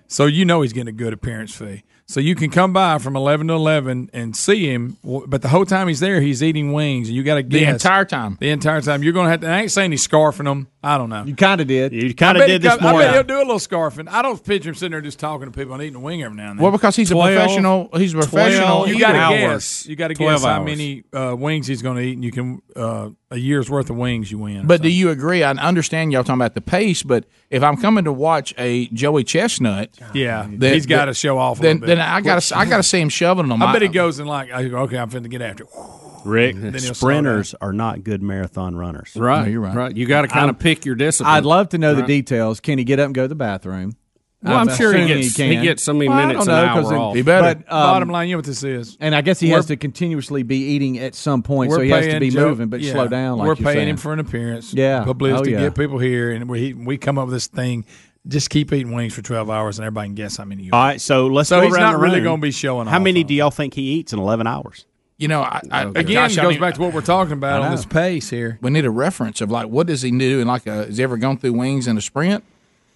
Speaker 4: so you know he's getting a good appearance fee. So you can come by from eleven to eleven and see him. w- But the whole time he's there, he's eating wings, and you got to
Speaker 2: The
Speaker 4: guess
Speaker 2: entire time.
Speaker 4: The entire time you're going to have to. I ain't saying he's scarfing them. I don't know. You
Speaker 5: kind of did.
Speaker 7: You
Speaker 4: I
Speaker 7: kind
Speaker 4: bet
Speaker 7: of
Speaker 4: he
Speaker 7: did this
Speaker 4: come- I bet
Speaker 7: morning.
Speaker 4: he'll do a little scarfing. I don't picture him sitting there just talking to people and eating a wing every now and then.
Speaker 2: Well, because he's a
Speaker 4: 12,
Speaker 2: professional- he's a professional
Speaker 4: You got to
Speaker 2: eater.
Speaker 4: guess.
Speaker 2: Hours.
Speaker 4: You got to
Speaker 2: 12
Speaker 4: guess how
Speaker 2: hours.
Speaker 4: many uh, wings he's going to eat, and you can uh, a year's worth of wings you win.
Speaker 2: But do you agree? I understand y'all talking about the pace, but if I'm coming to watch a Joey Chestnut,
Speaker 4: yeah,
Speaker 2: then-
Speaker 4: he's got to show off. A
Speaker 2: then,
Speaker 4: little bit.
Speaker 2: then I got to I got to see him shoveling them.
Speaker 4: I bet he goes and like, I go, okay, I'm finna get after. it.
Speaker 3: [LAUGHS]
Speaker 7: Rick,
Speaker 4: Then he'll slow
Speaker 7: sprinters are not good marathon runners.
Speaker 3: Right, you're right. You got to kind
Speaker 5: I'm-
Speaker 3: of pick your discipline.
Speaker 5: I'd love to know the
Speaker 3: Right.
Speaker 5: details. Can he get up and go to the bathroom?
Speaker 3: Well, I'm sure he
Speaker 5: assuming
Speaker 3: gets- he gets so many
Speaker 5: I
Speaker 3: minutes
Speaker 5: don't
Speaker 3: an
Speaker 5: know, 'cause
Speaker 3: hour
Speaker 5: in-
Speaker 3: off. He better.
Speaker 5: But, um,
Speaker 4: Bottom line, you know what this is.
Speaker 5: And I guess he
Speaker 4: We're-
Speaker 5: has to continuously be eating at some point,
Speaker 4: We're
Speaker 5: so he has to
Speaker 4: paying
Speaker 5: be
Speaker 4: Joe-
Speaker 5: moving, but
Speaker 4: yeah,
Speaker 5: slow down. Like
Speaker 4: we're
Speaker 5: you're
Speaker 4: paying
Speaker 5: saying.
Speaker 4: him for an appearance.
Speaker 5: Yeah.
Speaker 4: publicity
Speaker 5: Oh, yeah.
Speaker 4: to get people here, and we we come up with this thing. Just keep eating wings for twelve hours, and everybody can guess how many. You
Speaker 7: All right, so let's
Speaker 4: So
Speaker 7: go
Speaker 4: he's
Speaker 7: around
Speaker 4: not
Speaker 7: the
Speaker 4: really
Speaker 7: room.
Speaker 4: gonna be showing
Speaker 7: How
Speaker 4: off,
Speaker 7: many do y'all think he eats in eleven hours?
Speaker 2: You know, I, I,
Speaker 4: Again,
Speaker 2: gosh,
Speaker 4: it
Speaker 2: I
Speaker 4: goes
Speaker 2: need-
Speaker 4: back to what we're talking about
Speaker 2: I
Speaker 4: on
Speaker 2: know.
Speaker 4: this pace here.
Speaker 2: we need a reference of like what does he do and like a, has he ever gone through wings in a sprint?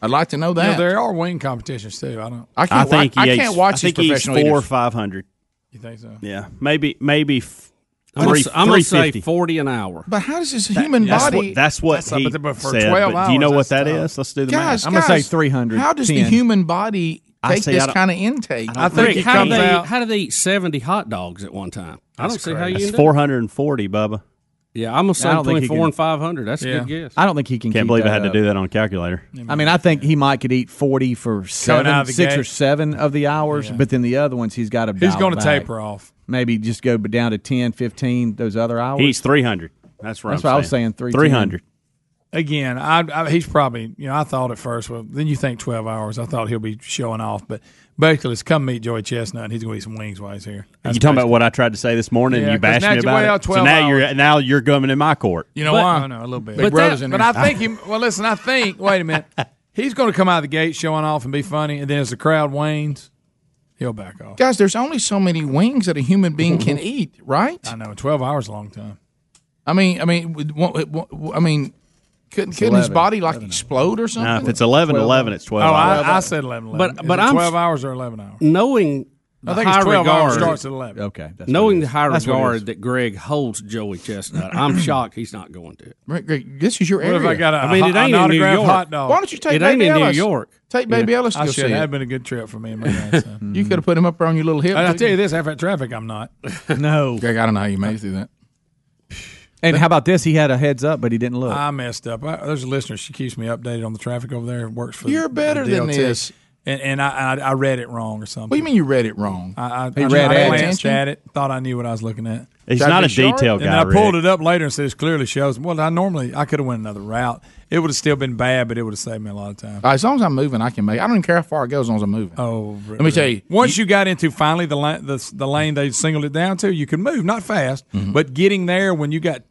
Speaker 2: I'd like to know
Speaker 4: You know,
Speaker 2: that.
Speaker 4: there are wing competitions too. I don't.
Speaker 2: I can't.
Speaker 7: I think
Speaker 2: wa- I,
Speaker 7: he
Speaker 2: can't
Speaker 7: eats- I
Speaker 2: watch his
Speaker 7: think he eats
Speaker 2: professional
Speaker 7: four or
Speaker 2: eaters.
Speaker 7: five hundred.
Speaker 4: You think so?
Speaker 7: Yeah, maybe maybe f-
Speaker 3: I'm gonna
Speaker 7: three.
Speaker 3: s- I'm gonna say
Speaker 7: 350.
Speaker 3: forty an hour.
Speaker 2: But how does his human
Speaker 7: That's
Speaker 2: body?
Speaker 7: what, that's what
Speaker 2: That's
Speaker 7: he
Speaker 2: up to- for
Speaker 7: said.
Speaker 2: 12
Speaker 7: but do you know
Speaker 2: hours,
Speaker 7: what
Speaker 2: that's
Speaker 7: that
Speaker 2: tough.
Speaker 7: is? Let's do the
Speaker 2: Guys,
Speaker 7: math.
Speaker 2: guys,
Speaker 5: hundred.
Speaker 2: How does the
Speaker 7: 10.
Speaker 2: human body
Speaker 7: I
Speaker 2: take
Speaker 7: say I
Speaker 2: this
Speaker 7: don't-
Speaker 2: kind of intake?
Speaker 3: I think
Speaker 7: it
Speaker 3: how do
Speaker 7: comes
Speaker 3: they
Speaker 7: out-
Speaker 3: how do they eat seventy hot dogs at one time? I don't see how you
Speaker 7: That's
Speaker 3: end up.
Speaker 7: four hundred and forty, Bubba.
Speaker 3: Yeah, I'm gonna say
Speaker 5: I don't think he
Speaker 3: between four
Speaker 5: can-
Speaker 3: and five hundred. That's
Speaker 5: Yeah.
Speaker 3: a good guess.
Speaker 5: I don't think he can.
Speaker 7: Can't
Speaker 5: keep
Speaker 7: believe
Speaker 5: that
Speaker 7: I had
Speaker 5: up.
Speaker 7: to do that on a calculator.
Speaker 5: I mean, I think he might could eat forty for
Speaker 7: out
Speaker 5: seven,
Speaker 7: of the
Speaker 5: six
Speaker 7: gate.
Speaker 5: or seven of the hours, but then the other ones he's got to.
Speaker 4: He's
Speaker 5: going to
Speaker 4: taper off.
Speaker 5: Maybe just go b- down to 10, 15, those other hours.
Speaker 7: He eats three hundred. That's right.
Speaker 5: That's what I was saying.
Speaker 7: Three hundred.
Speaker 4: again, I, I, he's probably you know I thought at first. Well, then you think twelve hours. I thought he'll be showing off, but basically, it's come meet Joey Chestnut. and He's going to eat some wings while he's here.
Speaker 7: you talking about what I tried to say this morning?
Speaker 4: Yeah,
Speaker 7: and you
Speaker 4: 'cause
Speaker 7: bashed
Speaker 4: now
Speaker 7: me
Speaker 4: you
Speaker 7: about
Speaker 4: weigh out
Speaker 7: it. So
Speaker 4: 12
Speaker 7: now you're now you're coming in my court.
Speaker 4: You know
Speaker 7: But-
Speaker 2: [LAUGHS]
Speaker 4: why? I
Speaker 3: Oh,
Speaker 4: know a little bit.
Speaker 7: Big brother's in
Speaker 4: but
Speaker 7: here.
Speaker 4: I think he. Well, listen, I think. Wait
Speaker 3: [LAUGHS]
Speaker 4: a minute. He's going to come out of the gate showing off and be funny, and then as the crowd wanes, he'll back off.
Speaker 2: Oh. Guys, there's only so many wings that a human being
Speaker 4: [LAUGHS]
Speaker 2: can eat, right?
Speaker 4: I know. Twelve hours, a long time.
Speaker 2: I mean, I mean, would- won't- it won't- I mean, couldn't, couldn't his
Speaker 4: 11.
Speaker 2: body like explode or something?
Speaker 7: Nah, if it's 11, 11, it's 12
Speaker 4: Oh,
Speaker 7: hours.
Speaker 4: I, I said 11,
Speaker 3: But- but I'm-
Speaker 4: twelve hours or eleven hours.
Speaker 3: knowing the
Speaker 4: I think it's
Speaker 3: high
Speaker 4: 12
Speaker 3: regard,
Speaker 4: hours, starts at 11. Okay, that's
Speaker 3: knowing
Speaker 4: what it
Speaker 3: the
Speaker 4: is.
Speaker 3: high
Speaker 4: That's what it is.
Speaker 3: regard that Greg holds Joey Chestnut,
Speaker 4: [CLEARS THROAT]
Speaker 3: I'm shocked he's not going to.
Speaker 2: Right, Greg, this is your
Speaker 4: What if
Speaker 2: area.
Speaker 4: I got a-
Speaker 3: I mean, it
Speaker 4: an
Speaker 3: ain't in New
Speaker 4: autographed
Speaker 3: York.
Speaker 4: hot dog?
Speaker 2: Why don't you take
Speaker 3: It ain't
Speaker 2: Baby
Speaker 3: in New
Speaker 2: Ellis?
Speaker 3: York.
Speaker 2: Take Baby
Speaker 4: Yeah.
Speaker 2: Ellis to
Speaker 4: I
Speaker 2: go
Speaker 4: should.
Speaker 2: see
Speaker 4: That'd
Speaker 2: it.
Speaker 4: been a good trip for me and my grandson.
Speaker 2: You could have put him up on your little hill.
Speaker 4: And I'll
Speaker 2: couldn't
Speaker 4: tell you this: after that traffic, I'm not.
Speaker 5: No.
Speaker 2: Greg, I don't know how you made it through that.
Speaker 5: And how about this? He had a heads up, but he didn't look.
Speaker 4: I messed up. I, there's a listener. She keeps me updated on the traffic over there. Works for.
Speaker 2: You're
Speaker 4: the,
Speaker 2: better
Speaker 4: the
Speaker 2: than
Speaker 4: DLT.
Speaker 2: this.
Speaker 4: And, and I, I I read it wrong or something.
Speaker 2: What do you mean you read it wrong?
Speaker 4: I, I,
Speaker 2: He
Speaker 4: I,
Speaker 2: read
Speaker 4: I
Speaker 2: ad.
Speaker 4: glanced
Speaker 2: Attention?
Speaker 4: at it, thought I knew what I was looking at.
Speaker 7: He's Should I not be a sharp? detail
Speaker 4: And
Speaker 7: guy,
Speaker 4: I pulled
Speaker 7: Rick.
Speaker 4: it up later and said, "This clearly shows." Well, I normally I could have went another route. It would have still been bad, but it would have saved me a lot of time.
Speaker 2: Uh, as long as I'm moving, I can make. I don't even care how far it goes, as long as I'm moving.
Speaker 4: Oh,
Speaker 2: let me tell you.
Speaker 4: Once you got into finally the lane, the, the lane they singled it down to, you could move not fast,
Speaker 2: Mm-hmm.
Speaker 4: but getting there when you got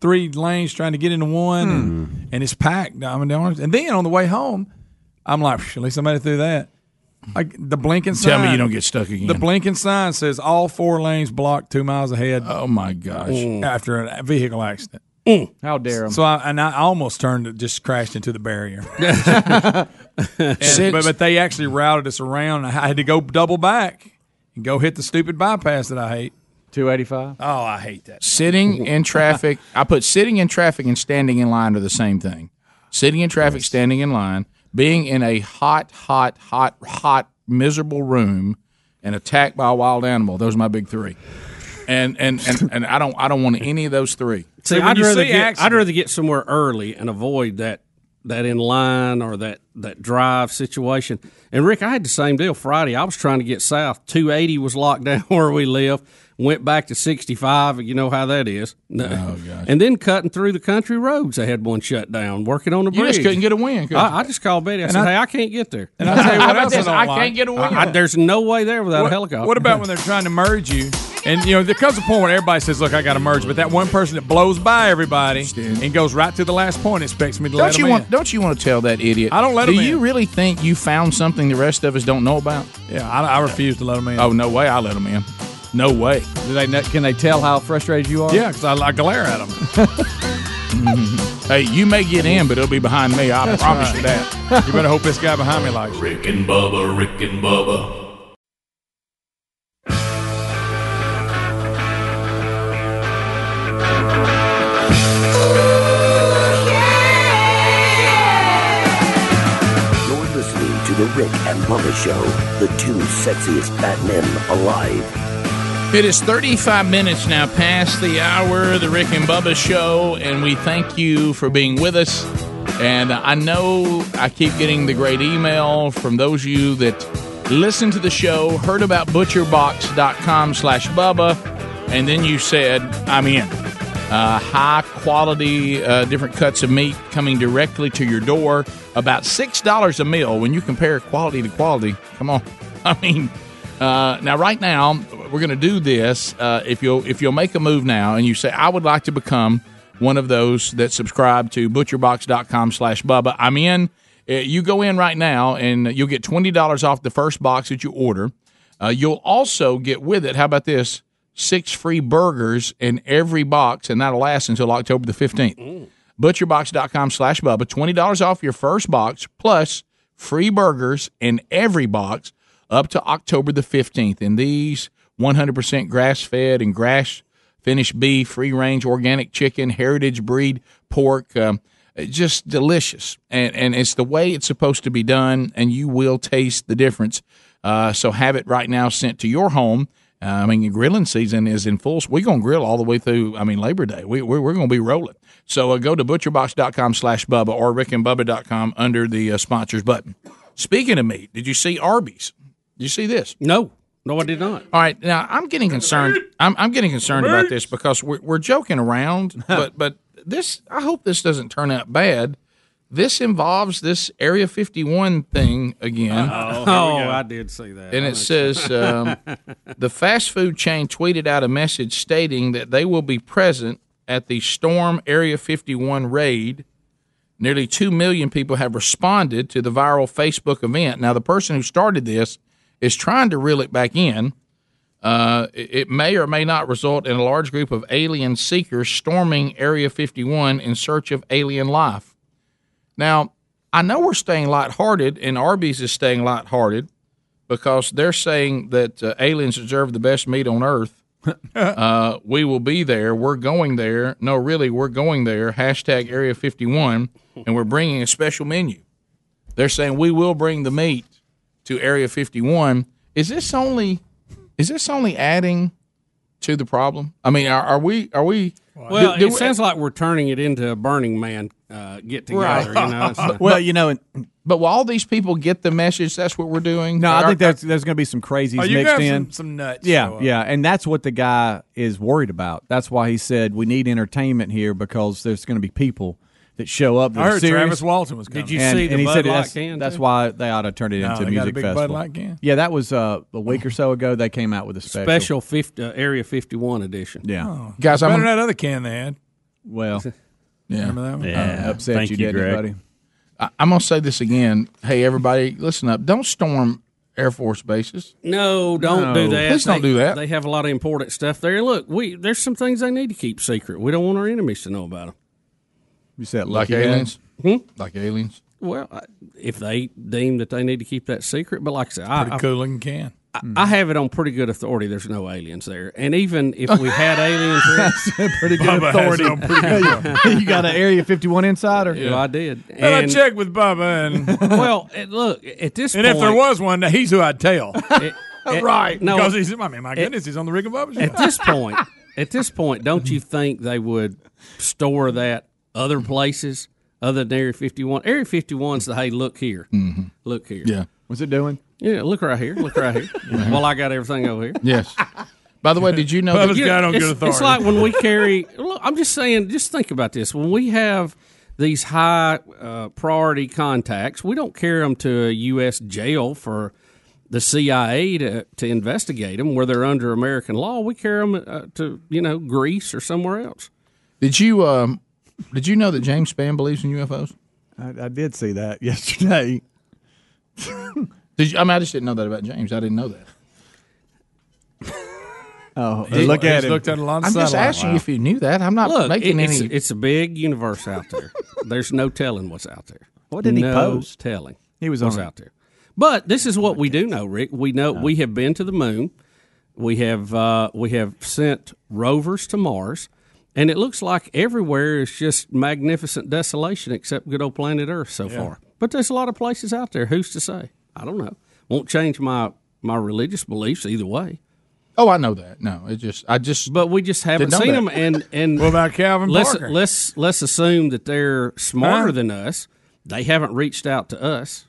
Speaker 4: three lanes trying to get into one,
Speaker 2: Hmm.
Speaker 4: and, and it's packed. I mean, and then on the way home, I'm like, "Phew, at least I made it through that. Like the blinking sign.
Speaker 2: Tell me you don't get stuck again.
Speaker 4: The blinking sign says all four lanes blocked, two miles ahead.
Speaker 2: Oh my gosh!
Speaker 4: After a vehicle accident.
Speaker 5: How dare him?
Speaker 4: So I and I almost turned it, just crashed into the barrier. [LAUGHS] And- but, but they actually routed us around. I had to go double back and go hit the stupid bypass that I hate.
Speaker 5: Two eighty five.
Speaker 4: Oh, I hate
Speaker 2: [LAUGHS]
Speaker 4: that.
Speaker 2: Sitting in traffic, I put sitting in traffic and standing in line are the same thing. Sitting in traffic, standing in line, being in a hot, hot, hot, hot, miserable room, and attacked by a wild animal. Those are my big three. And and [LAUGHS] and, and I don't I don't want any of those three.
Speaker 3: See, I'd rather get, I'd rather get somewhere early and avoid that that in line or that that drive situation. And Rick, I had the same deal Friday. I was trying to get south. Two eighty was locked [LAUGHS] down where we live. Went back to sixty five. You know how that is. No. and then cutting through the country roads, they had one shut down. Working on the
Speaker 2: You
Speaker 3: bridge,
Speaker 2: just couldn't get a win. could you?
Speaker 3: I, I just called Betty. I
Speaker 2: And
Speaker 3: said,
Speaker 2: I-
Speaker 3: "Hey, I can't get there."
Speaker 4: And I
Speaker 3: [LAUGHS]
Speaker 4: tell you
Speaker 2: How
Speaker 4: what
Speaker 2: about
Speaker 4: else I
Speaker 2: this?
Speaker 4: don't
Speaker 2: I
Speaker 4: like.
Speaker 2: can't get a win.
Speaker 3: I- there's no way there without a
Speaker 4: What-
Speaker 3: helicopter.
Speaker 4: What about when they're trying to merge you? And you know, there comes a point where everybody says, "Look, I got to merge," but that one person that blows by everybody and goes right to the last point expects me to let
Speaker 2: Don't you
Speaker 4: them
Speaker 2: want?
Speaker 4: in.
Speaker 2: Don't you want to tell that idiot?
Speaker 4: I don't let
Speaker 2: Do
Speaker 4: him in.
Speaker 2: you really think you found something the rest of us don't know about?
Speaker 4: Yeah, I, I refuse to let them in.
Speaker 2: Oh no way! I let him in. No way.
Speaker 5: Do they kn- can they tell how frustrated you are?
Speaker 4: Yeah, because I, I glare at [LAUGHS] them.
Speaker 2: Hey, you may get in, but it'll be behind me. I promise you that.
Speaker 4: You better hope this guy behind me likes.
Speaker 10: Rick and Bubba, Rick and Bubba,
Speaker 22: You're listening to The Rick and Bubba Show, the two sexiest fat men alive.
Speaker 2: It is 35 minutes now past the hour, the Rick and Bubba show, and we thank you for being with us. And I know I keep getting the great email from those of you that listened to the show, heard about butcherbox.com slash Bubba, and then you said, I'm in. Uh, high quality, uh, different cuts of meat coming directly to your door. About $6 a meal when you compare quality to quality. Come on.
Speaker 5: [LAUGHS]
Speaker 2: I mean, uh, now, right now, we're going to do this. Uh, if you'll if you'll make a move now and you say, I would like to become one of those that subscribe to butcherbox.com slash Bubba, I'm in. Uh, You go in right now and you'll get $20 off the first box that you order. Uh, you'll also get with it, how about this? Six free burgers in every box, and that'll last until October the 15th. Butcherbox.com slash Bubba. $20 off your first box plus free burgers in every box up to October the 15th. And these 100% grass fed and grass finished beef, free range organic chicken, heritage breed pork. Um, just delicious. And, and it's the way it's supposed to be done, and you will taste the difference. Uh, so have it right now sent to your home. Uh, I mean, grilling season is in full. We're going to grill all the way through, I mean, Labor Day. We, we're we're going to be rolling. So uh, go to butcherbox.com slash Bubba or rickandbubba.com under the uh, sponsors button. Speaking of meat, did you see Arby's? Did you see this?
Speaker 3: No. No, I did not.
Speaker 2: All right,
Speaker 3: [LAUGHS]
Speaker 2: now I'm getting concerned. I'm, I'm getting concerned about this because we're, we're joking around, but but this I hope this doesn't turn out bad. This involves this Area 51 thing again.
Speaker 3: Oh, I did see that.
Speaker 2: And
Speaker 3: I
Speaker 2: it
Speaker 3: know.
Speaker 2: [LAUGHS] says um, the fast food chain tweeted out a message stating that they will be present at the Storm Area 51 raid. Nearly 2 million people have responded to the viral Facebook event. Now, the person who started this is trying to reel it back in. Uh, it it may or may not result in a large group of alien seekers storming Area 51 in search of alien life. Now, I know we're staying lighthearted, and Arby's is staying lighthearted because they're saying that uh, aliens deserve the best meat
Speaker 5: [LAUGHS]
Speaker 2: on earth. uh, we will be there. We're going there. No, really, we're going there. Hashtag Area 51, and we're bringing a special menu. They're saying we will bring the meat to Area 51. Is this only? Is this only adding to the problem? I mean, are, are we? Are we?
Speaker 3: Well,
Speaker 2: do- do
Speaker 3: it
Speaker 2: we-
Speaker 3: sounds like we're turning it into a Burning
Speaker 2: [LAUGHS]
Speaker 3: Man uh, get together. You know, It's a-
Speaker 5: well, you know, and-
Speaker 2: but will all these people get the message? That's what we're doing.
Speaker 5: No, I
Speaker 2: Are-
Speaker 5: think there's there's going to be some crazies
Speaker 4: Oh, you
Speaker 5: mixed
Speaker 4: got
Speaker 5: in.
Speaker 4: some- some nuts show
Speaker 5: Yeah,
Speaker 4: up.
Speaker 5: yeah, and that's what the guy is worried about. That's why he said we need entertainment here because there's going to be people that show up. That
Speaker 4: I
Speaker 5: are
Speaker 4: heard
Speaker 5: serious.
Speaker 4: Travis Walton was coming. Did you
Speaker 5: and,
Speaker 4: see
Speaker 5: and
Speaker 4: the
Speaker 5: he
Speaker 4: Bud
Speaker 5: said
Speaker 4: Light
Speaker 5: that's,
Speaker 4: can,
Speaker 5: That's
Speaker 4: too?
Speaker 5: why they ought to turn it
Speaker 4: No,
Speaker 5: into a
Speaker 4: they got a
Speaker 5: music
Speaker 4: big Bud
Speaker 5: festival.
Speaker 4: Light can?
Speaker 5: Yeah, that was uh, a week or so ago. They came out with a special.
Speaker 3: special 50, uh, Area 51 edition.
Speaker 5: Yeah.
Speaker 2: Guys, I'm
Speaker 4: Oh.
Speaker 2: gonna-
Speaker 4: better than that other can they had. [LAUGHS]
Speaker 5: Well,
Speaker 2: Yeah.
Speaker 4: Remember that one? Oh,
Speaker 5: Yeah. Uh, upset [LAUGHS]
Speaker 7: Thank
Speaker 5: you,
Speaker 7: you,
Speaker 5: didn't it,
Speaker 7: Greg.
Speaker 5: buddy?
Speaker 2: I, I'm gonna say this again. Hey, everybody, listen up. Don't storm Air Force bases.
Speaker 3: No, don't do
Speaker 2: No.
Speaker 3: that.
Speaker 2: Please don't
Speaker 3: They-
Speaker 2: do that.
Speaker 3: They have a lot of important stuff there. Look, we there's some things they need to keep secret. We don't want our enemies to know about them.
Speaker 5: You said
Speaker 2: Like
Speaker 5: lucky guy. Hmm?
Speaker 2: aliens. Like aliens.
Speaker 3: Well, I- if they deem that they need to keep that secret, but like I said, I,
Speaker 4: Pretty
Speaker 3: I,
Speaker 4: cool looking can.
Speaker 3: I, I have it on pretty good authority. There's no aliens there, and even if we had
Speaker 4: [LAUGHS]
Speaker 3: aliens, there,
Speaker 5: pretty good
Speaker 4: Bubba has
Speaker 5: authority.
Speaker 4: no pretty
Speaker 5: [LAUGHS]
Speaker 4: good [LAUGHS]
Speaker 5: you got an Area 51 insider.
Speaker 3: well, I did.
Speaker 4: And, I checked with Bubba, and, and
Speaker 3: well, and look at this. point,
Speaker 4: if there was one, he's who I'd tell.
Speaker 3: it- it-
Speaker 4: right.
Speaker 3: No,
Speaker 4: because he's, I mean, my goodness, he's on the Rick and Bubba show.
Speaker 3: at this point, at this point, don't you think they would store that other places other than Area 51? Area 51's the hey, look here, look here.
Speaker 2: Yeah.
Speaker 5: What's it doing?
Speaker 3: Yeah, look right here, look right
Speaker 5: [LAUGHS]
Speaker 3: here. Well, I got everything over here.
Speaker 2: Yes. By the way, did you know? that-
Speaker 4: Bubba's got on good
Speaker 3: it's,
Speaker 4: authority.
Speaker 3: it's like when we carry. Look, I'm just saying. Just think about this. When we have these high uh, priority contacts, we don't carry them to a U.S. jail for the CIA to, to investigate them where they're under American law. We carry them uh, to you know Greece or somewhere else.
Speaker 2: [LAUGHS] Did you? Um, did you know that James Spann believes in UFOs?
Speaker 5: I, I did see that [LAUGHS] yesterday.
Speaker 2: Did you, I mean, I just didn't know that about James. I didn't know that.
Speaker 5: Oh,
Speaker 4: He's-
Speaker 5: look at
Speaker 4: he's
Speaker 5: him.
Speaker 4: looked at a lot of
Speaker 2: I'm just
Speaker 4: satellite.
Speaker 2: asking you if you knew that. I'm not
Speaker 3: Look,
Speaker 2: making
Speaker 3: it- it's,
Speaker 2: any.
Speaker 3: it's a big universe out there. [LAUGHS] There's no telling what's out there.
Speaker 5: What did he
Speaker 3: no
Speaker 5: post?
Speaker 3: Telling
Speaker 5: He was
Speaker 3: what's
Speaker 5: on it.
Speaker 3: out there. But this is what we do know, Rick. We know we have been to the moon. We have uh, we have sent rovers to Mars, and it looks like everywhere is just magnificent desolation except good old planet Earth so far. But there's a lot of places out there. Who's to say? I don't know. Won't change my my religious beliefs either way.
Speaker 2: oh, I know that. No, it just. I just.
Speaker 3: But we just haven't
Speaker 2: know
Speaker 3: seen
Speaker 2: that.
Speaker 3: them. And and
Speaker 4: What about Calvin
Speaker 3: let's
Speaker 4: Parker?
Speaker 3: let's let's assume that they're smarter
Speaker 4: Huh?
Speaker 3: than us. They haven't reached out to us.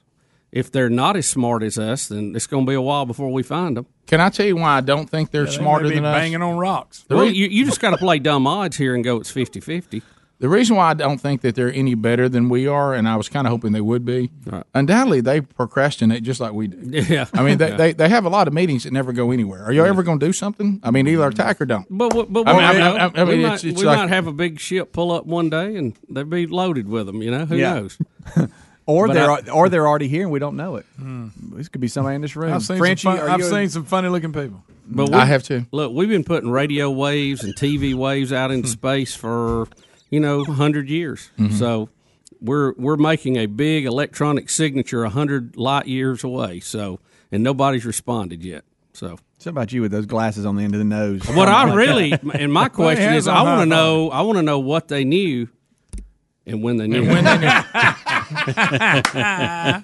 Speaker 3: If they're not as smart as us, then it's going to be a while before we find them.
Speaker 2: Can I tell you why I don't think they're
Speaker 4: They may
Speaker 2: smarter
Speaker 4: be
Speaker 2: than us?
Speaker 4: banging on rocks.
Speaker 3: Well, you, you just got to play dumb odds here and go it's [LAUGHS] 50-50.
Speaker 2: The reason why I don't think that they're any better than we are, and I was kind of hoping they would be,
Speaker 3: Right.
Speaker 2: undoubtedly they procrastinate just like we do.
Speaker 3: [LAUGHS] Yeah.
Speaker 2: I mean, they, they, they have a lot of meetings that never go anywhere. Are you all ever going to do something? I mean, either
Speaker 3: Mm-hmm.
Speaker 2: attack or don't.
Speaker 3: But what- but
Speaker 2: I mean,
Speaker 3: what
Speaker 2: I
Speaker 3: we
Speaker 2: mean,
Speaker 3: know,
Speaker 2: I- I mean,
Speaker 3: we,
Speaker 2: it's-
Speaker 3: might,
Speaker 2: it's
Speaker 3: we
Speaker 2: like-
Speaker 3: might have a big ship pull up one day and they'd be loaded with them. You know who
Speaker 5: Yeah.
Speaker 2: [LAUGHS]
Speaker 3: knows?
Speaker 5: Or
Speaker 3: But
Speaker 5: they're
Speaker 3: I-
Speaker 5: or they're already here and we don't know it. This could be somebody in this room.
Speaker 4: Hmm. I've seen,
Speaker 5: Frenchie,
Speaker 4: some, fun,
Speaker 5: are
Speaker 4: I've
Speaker 5: you a-
Speaker 4: seen some funny looking people.
Speaker 3: But
Speaker 2: I have too.
Speaker 3: Look, we've been putting radio waves and TV waves out
Speaker 2: Hmm.
Speaker 3: into space for you know hundred years.
Speaker 2: Mm-hmm.
Speaker 3: So we're we're making a big electronic signature hundred light years away. So and nobody's responded yet. So
Speaker 5: Something about you with those glasses on the end of the nose. [LAUGHS]
Speaker 3: what I really and [LAUGHS] my question
Speaker 4: hands
Speaker 3: is,
Speaker 4: on
Speaker 3: I want
Speaker 4: high
Speaker 3: to know I want to know what they knew and when they knew. it. [LAUGHS]
Speaker 4: I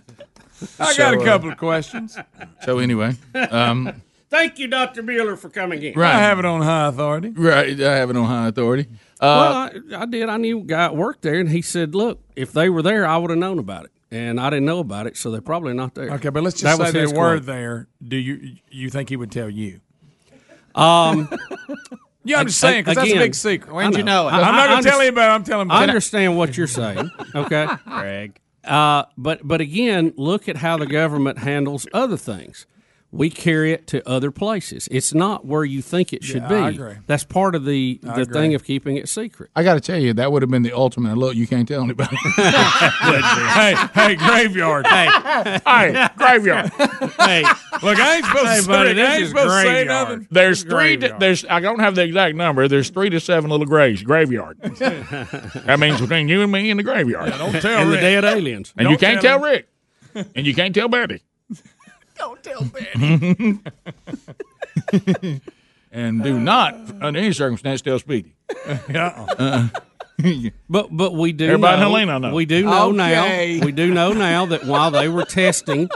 Speaker 4: got
Speaker 3: uh,
Speaker 4: a couple of questions.
Speaker 2: So
Speaker 4: [LAUGHS]
Speaker 2: anyway, um,
Speaker 3: Thank you, Doctor Mueller, for coming in.
Speaker 4: I
Speaker 2: right,
Speaker 4: have it on high authority.
Speaker 2: right. I have it on high authority. Uh,
Speaker 3: Well, I, I did. I knew a guy at work there, and he said, "Look, if they were there, I would have known about it, and I didn't know about it, so they're probably not there."
Speaker 4: Okay, but let's
Speaker 3: That
Speaker 4: just
Speaker 3: was
Speaker 4: say they
Speaker 3: his
Speaker 4: were
Speaker 3: quote.
Speaker 4: there. Do you you think he would tell you?
Speaker 3: Um,
Speaker 4: [LAUGHS] Yeah, I'm just saying because that's a
Speaker 3: Again,
Speaker 4: big secret.
Speaker 3: I know.
Speaker 4: I, am not
Speaker 3: I
Speaker 4: going to tell
Speaker 3: underst-
Speaker 4: anybody. I'm telling.
Speaker 3: I understand what you're saying. Okay, [LAUGHS] Greg. Uh, but but again, look at how the government handles other things. We carry it to other places. It's not where you think it should
Speaker 5: Yeah,
Speaker 3: be.
Speaker 5: I agree.
Speaker 3: That's part of the
Speaker 5: I
Speaker 3: the
Speaker 5: agree.
Speaker 3: thing of keeping it secret.
Speaker 5: I got to tell you, that would have been the ultimate. Look, you can't tell
Speaker 2: [LAUGHS]
Speaker 5: anybody.
Speaker 4: [LAUGHS] hey, hey, graveyard. Hey, [LAUGHS] hey, graveyard.
Speaker 5: hey,
Speaker 4: look, I ain't supposed
Speaker 5: Hey,
Speaker 4: to.
Speaker 5: buddy,
Speaker 4: say-
Speaker 5: this
Speaker 4: I ain't
Speaker 5: is
Speaker 4: supposed to say
Speaker 5: graveyard.
Speaker 4: nothing.
Speaker 2: There's three. To, there's I don't have the exact number. There's three to seven little graves. Graveyard.
Speaker 4: [LAUGHS]
Speaker 2: that means between you and me in the graveyard.
Speaker 4: don't tell And the Rick.
Speaker 3: dead
Speaker 4: [LAUGHS]
Speaker 3: aliens.
Speaker 2: And you
Speaker 4: Don't
Speaker 2: can't
Speaker 4: tell
Speaker 2: tell Rick. And you can't tell
Speaker 4: [LAUGHS]
Speaker 2: Betty. and do not, under any circumstance, tell Speedy.
Speaker 4: [LAUGHS] Uh-uh.
Speaker 3: But but we do.
Speaker 2: Everybody in
Speaker 3: know,
Speaker 2: Helena know.
Speaker 3: We do know
Speaker 2: Okay.
Speaker 4: [LAUGHS]
Speaker 3: now. We do know now that while they were testing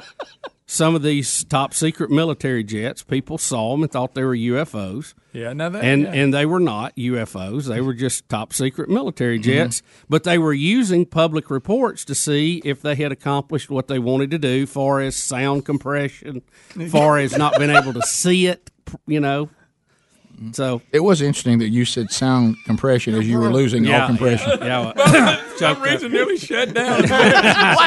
Speaker 3: some of these top secret military jets, people saw them and thought they were UFOs.
Speaker 4: Yeah, now that
Speaker 3: and
Speaker 4: yeah.
Speaker 3: and they were not UFOs. They were just top secret military
Speaker 2: Mm-hmm.
Speaker 3: jets. But they were using public reports to see if they had accomplished what they wanted to do, far as sound compression, far as not being able to see it. You know,
Speaker 2: Mm-hmm.
Speaker 3: so
Speaker 5: it was interesting that you said sound compression as you were losing
Speaker 3: Yeah,
Speaker 5: all compression.
Speaker 3: Yeah, yeah, [COUGHS] well,
Speaker 4: some reason nearly
Speaker 9: [LAUGHS]
Speaker 4: shut down.
Speaker 2: [LAUGHS] what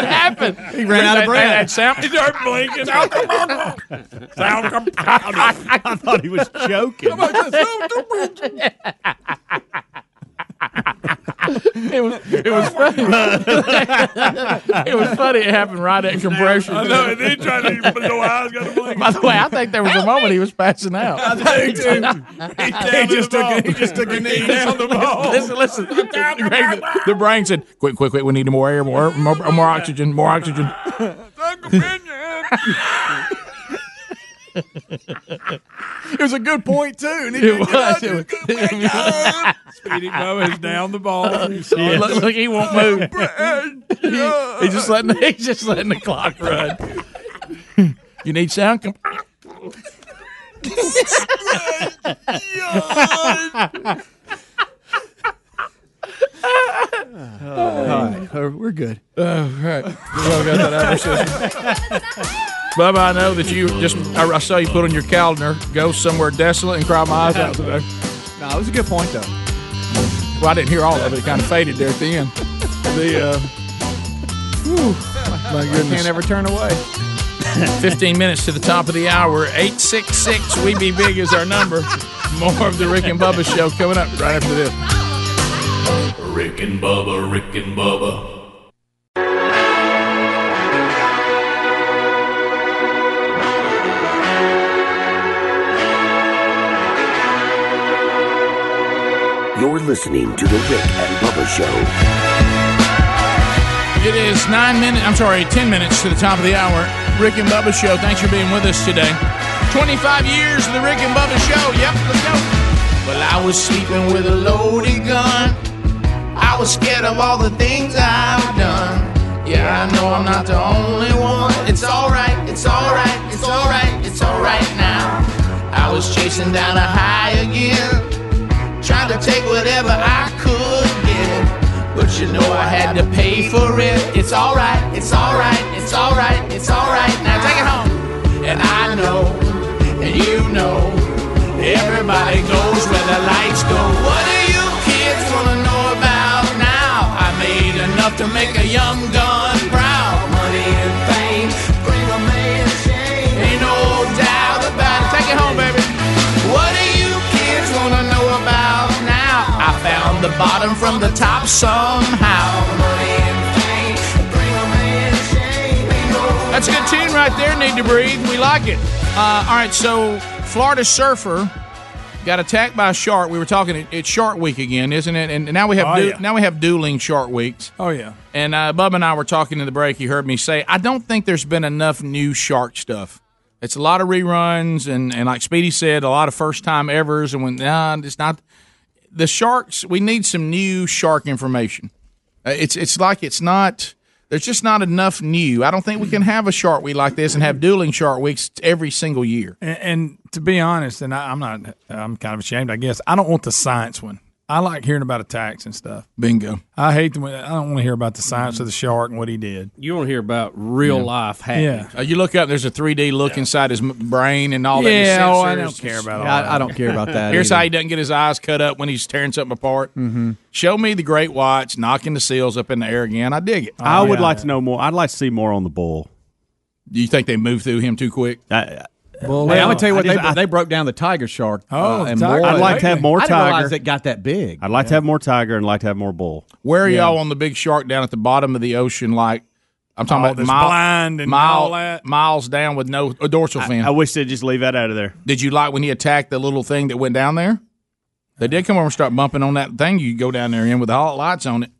Speaker 2: happened?
Speaker 5: He ran out of breath.
Speaker 2: That, that sound, he started blinking.
Speaker 4: [LAUGHS]
Speaker 2: Sound come on. Sound come I, thought he was joking. it was it was funny. [LAUGHS] it was funny. It happened right at compression.
Speaker 4: I know. And then he tried to put no
Speaker 2: [LAUGHS]
Speaker 4: eyes. Got a blink.
Speaker 2: By the way, I think there was a moment he was passing out. [LAUGHS]
Speaker 4: He just took. a- He just took a knee down the ball.
Speaker 2: listen, listen.
Speaker 5: The, the brain said, "Quick, quick, quick! We need more air, more, more, more oxygen, more oxygen."
Speaker 2: [LAUGHS]
Speaker 9: It was a good point too. And
Speaker 4: It was. It was. Speedy Bubba is down the ball. Oh, You saw
Speaker 2: Yeah,
Speaker 4: it.
Speaker 2: look, look, he won't move. He- he's just letting he's just letting the clock run.
Speaker 5: You need sound. Com-
Speaker 9: all right, Uh, we're good.
Speaker 5: All right. Well, got that out of your system.
Speaker 2: [LAUGHS] Bubba, I know that you just I, I saw you put on your calendar, go somewhere desolate and cry my eyes out today.
Speaker 9: No, it was a good point though.
Speaker 2: Well, I didn't hear all of it; it kind of faded there at the end. The uh,
Speaker 5: My goodness.
Speaker 9: Can't ever turn away.
Speaker 2: 15 minutes to the top of the hour. 866 We Be Big is our number. More of the Rick and Bubba show coming up right after this.
Speaker 10: Rick and Bubba, Rick and Bubba,
Speaker 2: [LAUGHS]
Speaker 22: You're listening to The Rick and Bubba Show.
Speaker 2: It is nine minutes, I'm sorry, 10 minutes to the top of the hour. Rick and Bubba show. Thanks for being with us today. 25 years of the Rick and Bubba show. Yep, let's go. Well, I was sleeping with a loaded gun. I was scared of all the things I've done. Yeah, I know I'm not the only one. It's alright, it's alright, it's alright, it's alright now. I was chasing down a high again, trying to take whatever I could get. But you know I had to pay for it. It's alright, it's alright, it's alright, it's alright now. Take it home. And I know, and you know, everybody goes where the lights go. What do you kids wanna know about now? I made enough to make a young gun proud. Money and fame bring a man shame. Ain't no doubt about it. Take it home, baby. What do you kids wanna know about now? I found the bottom from the top somehow. Money and fame bring a man shame. That's a good tune right there. Need to breathe. We like it. Uh, all right, so Florida surfer got attacked by a shark. We were talking. it- It's Shark Week again, isn't it? And now we have
Speaker 4: Oh,
Speaker 2: du-
Speaker 4: yeah.
Speaker 2: now we have dueling Shark Weeks.
Speaker 4: Oh yeah.
Speaker 2: And uh, Bubba and I were talking in the break. He heard me say, I don't think there's been enough new shark stuff. It's a lot of reruns, and, and like Speedy said, a lot of first time evers. And when nah, it's not the sharks, we need some new shark information. Uh, it's it's like it's not. There's just not enough new. I don't think we can have a shark week like this and have dueling shark weeks every single year.
Speaker 4: And, and to be honest, and I, I'm not, I'm kind of ashamed, I guess. I don't want the science one. I like hearing about attacks and stuff.
Speaker 2: Bingo.
Speaker 4: I hate them. I don't want to hear about the science of the shark and what he did.
Speaker 3: You want to hear about real
Speaker 4: Yeah.
Speaker 3: life happenings.
Speaker 2: Uh, you look up, there's a 3D look inside his m- brain and all that.
Speaker 4: Yeah,
Speaker 2: his
Speaker 4: oh, I
Speaker 2: sensors.
Speaker 4: don't care about all
Speaker 2: Yeah, [LAUGHS]
Speaker 4: that.
Speaker 2: Here's how he doesn't get his eyes cut up when he's tearing something apart. Mm-hmm. Show me the great whites knocking the seals up in the air again. I dig it.
Speaker 5: Oh,
Speaker 7: I would like to know more. I'd like to see more on the bull.
Speaker 2: Do you think they move through him too quick?
Speaker 7: I,
Speaker 5: Well,
Speaker 7: Hey,
Speaker 5: I'm gonna tell you
Speaker 7: I
Speaker 5: what
Speaker 7: just-
Speaker 5: they, they broke down the tiger shark. uh,
Speaker 7: Oh, tiger. I'd like to have more
Speaker 5: I didn't realize
Speaker 7: tiger.
Speaker 5: it got that big.
Speaker 7: I'd like to have more tiger and like to have more bull.
Speaker 2: Where are y'all on the big shark down at the bottom of the ocean? Like I'm talking
Speaker 7: Oh,
Speaker 2: about
Speaker 7: that's
Speaker 2: mile-
Speaker 7: blind and
Speaker 2: mile-
Speaker 7: all that.
Speaker 2: miles down with no a dorsal fin.
Speaker 7: I wish they'd just leave that out of there.
Speaker 2: Did you like when he attacked the little thing that went down there? They did come over and start bumping on that thing. You go down there in with all the lights on it.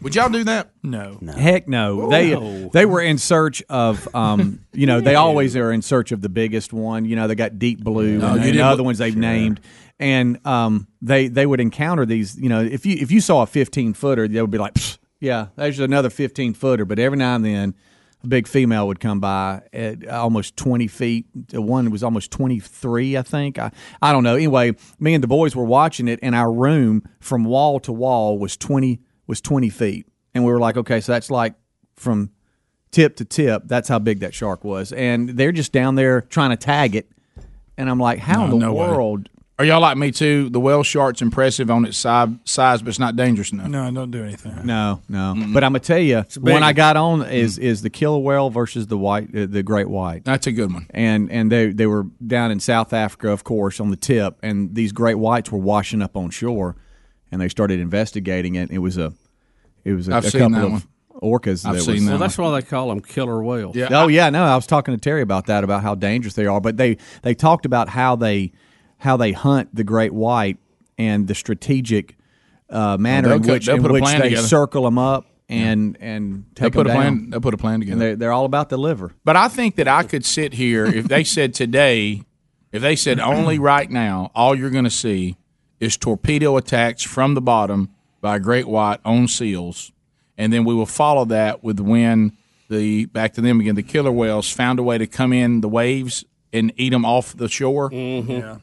Speaker 2: Would y'all do that?
Speaker 4: No.
Speaker 5: Heck no.
Speaker 2: Ooh.
Speaker 5: They they were in search of um you know they always are in search of the biggest one. You know they got deep blue
Speaker 2: No,
Speaker 5: and, and
Speaker 2: you didn't
Speaker 5: other
Speaker 2: look-
Speaker 5: ones they've
Speaker 2: Sure.
Speaker 5: named. And um they they would encounter these you know if you if you saw a 15 footer they would be like "Psh, yeah there's another 15 footer but every now and then a big female would come by at almost 20 feet. One was almost 23, I think. I, I don't know. Anyway, me and the boys were watching it, and our room from wall to wall was 20 was 20 feet. And we were like, okay, so that's like from tip to tip. That's how big that shark was. And they're just down there trying to tag it. And I'm like, how in the
Speaker 2: no way.
Speaker 5: world?
Speaker 2: Are y'all like me too? The whale shark's impressive on its si- size, but it's not dangerous enough.
Speaker 4: No, don't do anything.
Speaker 5: No, no. But I'm gonna tell you,
Speaker 2: big
Speaker 5: when I
Speaker 2: one.
Speaker 5: got on is is the killer whale versus the white, uh, the great white.
Speaker 2: That's a good one.
Speaker 5: And and they they were down in South Africa, of course, on the tip, and these great whites were washing up on shore, and they started investigating it. It was a, it was a,
Speaker 3: I've
Speaker 5: a
Speaker 3: seen
Speaker 5: couple
Speaker 3: that
Speaker 5: of
Speaker 3: one.
Speaker 5: orcas. that was,
Speaker 3: Well, that's why they call them killer whales.
Speaker 5: Oh yeah, no, I was talking to Terry about that about how dangerous they are, but they they talked about how they how they hunt the great white and the strategic uh, manner
Speaker 2: they'll
Speaker 5: in
Speaker 2: cut-
Speaker 5: which,
Speaker 2: they'll
Speaker 5: in
Speaker 2: put a
Speaker 5: which
Speaker 2: plan
Speaker 5: they
Speaker 2: together.
Speaker 5: circle them up and and
Speaker 2: They'll
Speaker 5: take
Speaker 2: put
Speaker 5: them
Speaker 2: a plan-
Speaker 5: down.
Speaker 2: they'll put a plan together.
Speaker 5: They're, they're all about the liver.
Speaker 2: But I think that I could sit here if they said today, if they said only right now, all you're going to see is torpedo attacks from the bottom by great white on seals, and then we will follow that with when the back to them again the killer whales found a way to come in the waves and eat them off the shore.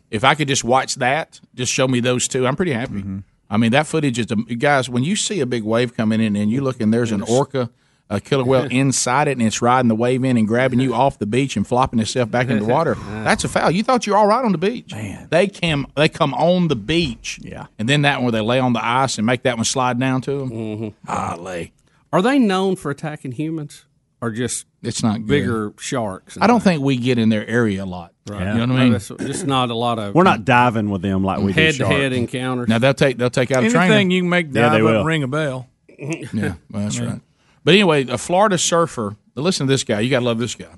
Speaker 2: If I could just watch that, just show me those two, I'm pretty happy. I mean that footage is um, guys. When you see a big wave coming in and you look and there's an orca, a killer whale inside it, and it's riding the wave in and grabbing you off the beach and flopping itself back in
Speaker 3: [LAUGHS]
Speaker 2: the water. That's a foul. You thought you were all right on the beach. Man, they came. They come on the beach. Yeah, and then that one where they lay on the ice and make that one slide down to them. Mm-hmm. Golly,
Speaker 3: Are they known for attacking humans or just
Speaker 2: it's not
Speaker 3: bigger sharks?
Speaker 2: I don't think we get in their area a lot.
Speaker 3: Right.
Speaker 2: You know what
Speaker 3: No,
Speaker 2: I mean?
Speaker 3: that's just not a lot of
Speaker 7: We're not diving with them like we do
Speaker 3: head to
Speaker 7: sharks.
Speaker 3: head encounters.
Speaker 2: Now they'll take they'll take out a trainer.
Speaker 4: Anything you can make
Speaker 2: Yeah,
Speaker 4: dive
Speaker 2: they
Speaker 4: up
Speaker 2: will.
Speaker 4: and ring a bell.
Speaker 2: [LAUGHS] Yeah, well,
Speaker 4: [LAUGHS]
Speaker 2: that's right. But anyway, a Florida surfer. Listen to this guy. You got to love this guy.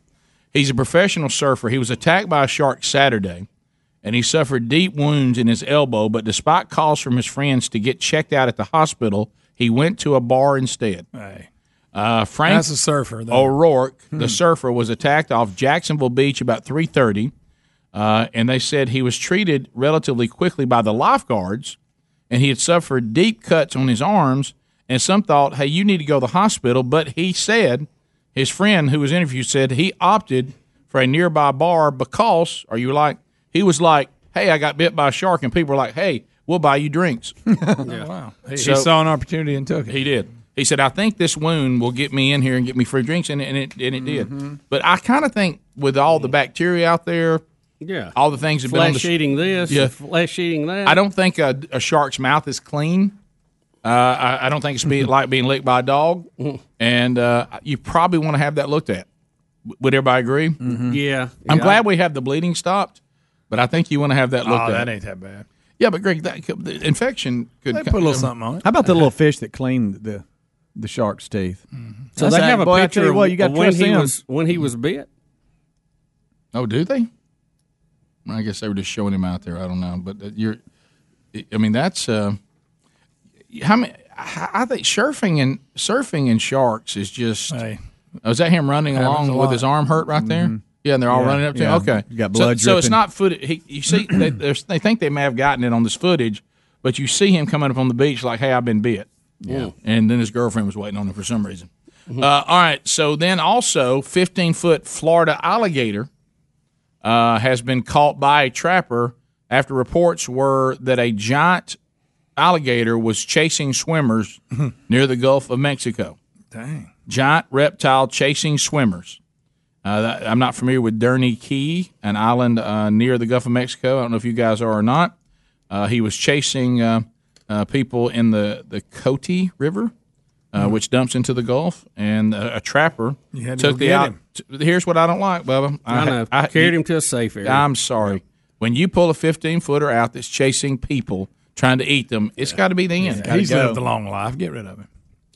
Speaker 2: He's a professional surfer. He was attacked by a shark Saturday, and he suffered deep wounds in his elbow. But despite calls from his friends to get checked out at the hospital, he went to a bar instead.
Speaker 4: Hey.
Speaker 2: Uh, Frank
Speaker 4: That's a surfer, though. Hmm.
Speaker 2: O'Rourke, the surfer, was attacked off Jacksonville Beach about three thirty, uh, and they said he was treated relatively quickly by the lifeguards, and he had suffered deep cuts on his arms. And some thought, "Hey, you need to go to the hospital," but he said his friend who was interviewed said he opted for a nearby bar because, are you like, he was like, "Hey, I got bit by a shark," and people were like, "Hey, we'll buy you
Speaker 4: [LAUGHS]
Speaker 2: drinks."
Speaker 4: Oh, Wow. He,
Speaker 2: So-
Speaker 4: he saw an opportunity and took it.
Speaker 2: He did. He said, "I think this wound will get me in here and get me free drinks," and, and it and it
Speaker 3: Mm-hmm.
Speaker 4: Mm-hmm.
Speaker 2: did. But I kind of think with all the bacteria out there,
Speaker 3: Yeah.
Speaker 2: all the things have been on the
Speaker 3: Flesh eating this,
Speaker 2: Yeah.
Speaker 3: flesh eating that.
Speaker 2: I don't think a, a shark's mouth is clean. Uh, I, I don't think
Speaker 3: [LAUGHS]
Speaker 2: it's be, like being licked by a dog,
Speaker 3: Mm-hmm.
Speaker 2: and uh, you probably want to have that looked at. W- Would everybody agree?
Speaker 3: Mm-hmm. Yeah.
Speaker 2: I'm
Speaker 3: yeah.
Speaker 2: glad we have the bleeding stopped, but I think you want to have that
Speaker 4: Oh,
Speaker 2: looked at.
Speaker 4: that ain't that bad.
Speaker 2: Yeah, but Greg, that, could- the infection could
Speaker 4: They
Speaker 2: come-
Speaker 4: put a little something on it.
Speaker 5: How about the little fish that clean the the shark's teeth?
Speaker 3: So
Speaker 4: Mm-hmm.
Speaker 5: That's
Speaker 3: they
Speaker 5: an
Speaker 3: have
Speaker 5: act-
Speaker 3: a
Speaker 5: boy, I tell
Speaker 3: picture
Speaker 5: you
Speaker 3: of
Speaker 5: what, you got
Speaker 3: of when
Speaker 5: trust
Speaker 3: he
Speaker 5: them.
Speaker 3: was when he was bit.
Speaker 2: Oh, do they? I guess they were just showing him out there. I don't know, but that- you're. I mean, that's uh, how many. I I think surfing and surfing and sharks is just. Oh, is that him running
Speaker 23: Happens a
Speaker 2: along with
Speaker 23: lot. Mm-hmm.
Speaker 2: his arm hurt right there? Yeah, and they're all
Speaker 23: Yeah,
Speaker 2: running up to
Speaker 23: yeah.
Speaker 2: him. Okay,
Speaker 23: You got
Speaker 2: So-
Speaker 23: blood
Speaker 2: So, it's
Speaker 23: dripping.
Speaker 2: not footage. He, you see,
Speaker 23: [CLEARS THROAT]
Speaker 2: they, there's- they think they may have gotten it on this footage, but you see him coming up on the beach like, "Hey, I've been bit."
Speaker 23: Yeah.
Speaker 2: And then his girlfriend was waiting on him for some reason. Uh, all right. So then also, 15 foot Florida alligator uh, has been caught by a trapper after reports were that a giant alligator was chasing swimmers near the Gulf of Mexico.
Speaker 4: Dang.
Speaker 2: Giant reptile chasing swimmers. Uh, that, I'm not familiar with Durney Key, an island uh, near the Gulf of Mexico. I don't know if you guys are or not. Uh, he was chasing uh, uh, people in the, the Cote River, uh,
Speaker 3: Mm-hmm.
Speaker 24: Mhm.
Speaker 2: which dumps into the Gulf, and uh, a trapper
Speaker 24: You had to
Speaker 2: took
Speaker 24: go
Speaker 2: the
Speaker 24: get
Speaker 2: out.
Speaker 24: him.
Speaker 2: t- here's what I don't like, Bubba.
Speaker 3: I know. Carried him to a safe area.
Speaker 2: I'm sorry. When you pull a 15 footer out that's chasing people trying to eat them, it's got to be the end.
Speaker 4: He's lived a long life. Get rid of him.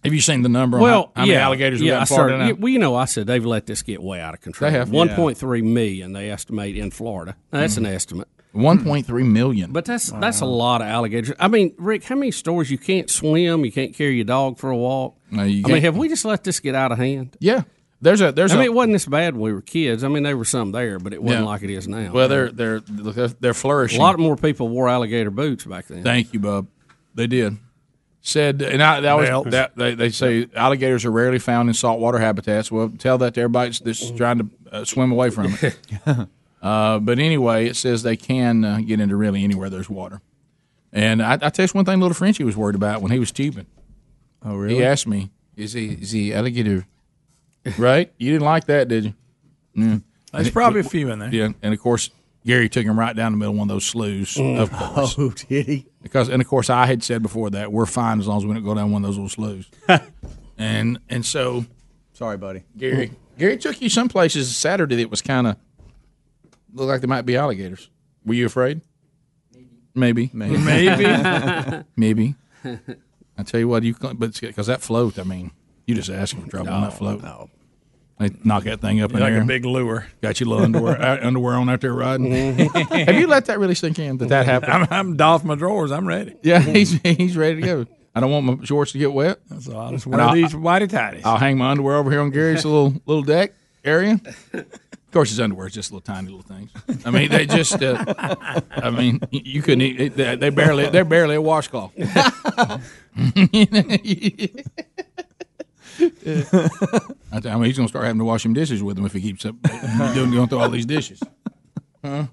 Speaker 2: Have you seen the number? on
Speaker 3: Well,
Speaker 2: how, how
Speaker 3: yeah,
Speaker 2: many alligators we
Speaker 3: yeah,
Speaker 2: got
Speaker 3: I
Speaker 2: in Florida
Speaker 3: started-
Speaker 2: now?
Speaker 3: you- Well, you know, I said they've let this get way out of control.
Speaker 2: They have.
Speaker 3: One point three million they estimate in Florida. Now, that's an
Speaker 2: Mm.
Speaker 3: estimate.
Speaker 2: One point three million.
Speaker 3: But that's that's a lot of alligators. I mean, Rick, how many stories you can't swim, you can't carry your dog for a walk?
Speaker 2: No,
Speaker 3: I
Speaker 2: you
Speaker 3: mean,
Speaker 2: can't.
Speaker 3: have we just let this get out of hand?
Speaker 2: Yeah. There's a there's
Speaker 3: I
Speaker 2: a-
Speaker 3: mean, it wasn't this bad when we were kids. I mean, they were some there, but it wasn't
Speaker 2: Yeah.
Speaker 3: like it is now.
Speaker 2: Well, they're they're they're
Speaker 3: a
Speaker 2: flourishing.
Speaker 3: lot more people wore alligator boots back then.
Speaker 2: Thank you, Bub. They did. Said, and I, that was
Speaker 3: Well-
Speaker 2: that they, they say alligators are rarely found in saltwater habitats. Well, tell that to everybody that's trying to uh, swim away from
Speaker 3: [LAUGHS]
Speaker 2: it. uh, but anyway, it says they can uh, get into really anywhere there's water. And I, I tell you one thing, little Frenchie was worried about when he was tubing.
Speaker 25: Oh,
Speaker 2: He asked me, "Is he is he
Speaker 25: [LAUGHS]
Speaker 2: alligator?" right? You didn't like that, did you? Yeah.
Speaker 4: There's probably a few in there.
Speaker 2: Yeah, and of course Gary took him right down the middle of one of those sloughs. Of course.
Speaker 25: [LAUGHS] Oh, did he?
Speaker 2: Because and of course I had said before that we're fine as long as we don't go down one of those little
Speaker 4: [LAUGHS]
Speaker 2: sloughs. and and so
Speaker 25: sorry, buddy.
Speaker 2: Gary Gary took you some places Saturday that was kind of looked like there might be alligators. Were you afraid? Maybe, maybe, [LAUGHS]
Speaker 26: Maybe.
Speaker 2: maybe. I tell you what, you can't- but because that float, I mean, you just asking for trouble on that float. No, they knock that thing up in
Speaker 4: Like a
Speaker 2: there.
Speaker 4: big lure.
Speaker 2: Got your little underwear
Speaker 4: [LAUGHS]
Speaker 2: uh, underwear on out there riding. [LAUGHS] Have you let that really sink in that
Speaker 4: [LAUGHS]
Speaker 2: that [LAUGHS] happened?
Speaker 4: I'm, I'm doff my drawers. I'm ready.
Speaker 2: Yeah, he's he's ready to go. I don't want my shorts to get wet.
Speaker 4: So I'll just
Speaker 2: And
Speaker 4: wear
Speaker 2: I'll-
Speaker 4: these whitey tighties.
Speaker 2: I'll hang my underwear over here on Gary's little little deck area. Of course, his underwear is just little tiny little things. I mean, they just. Uh, I mean, y- you couldn't. Eat, it- they they barely. They're barely
Speaker 25: [LAUGHS]
Speaker 7: [LAUGHS]
Speaker 2: a [LAUGHS] washcloth. I tell- I mean, he's gonna start having to wash him dishes with him if he keeps up doing going through all these dishes. Huh?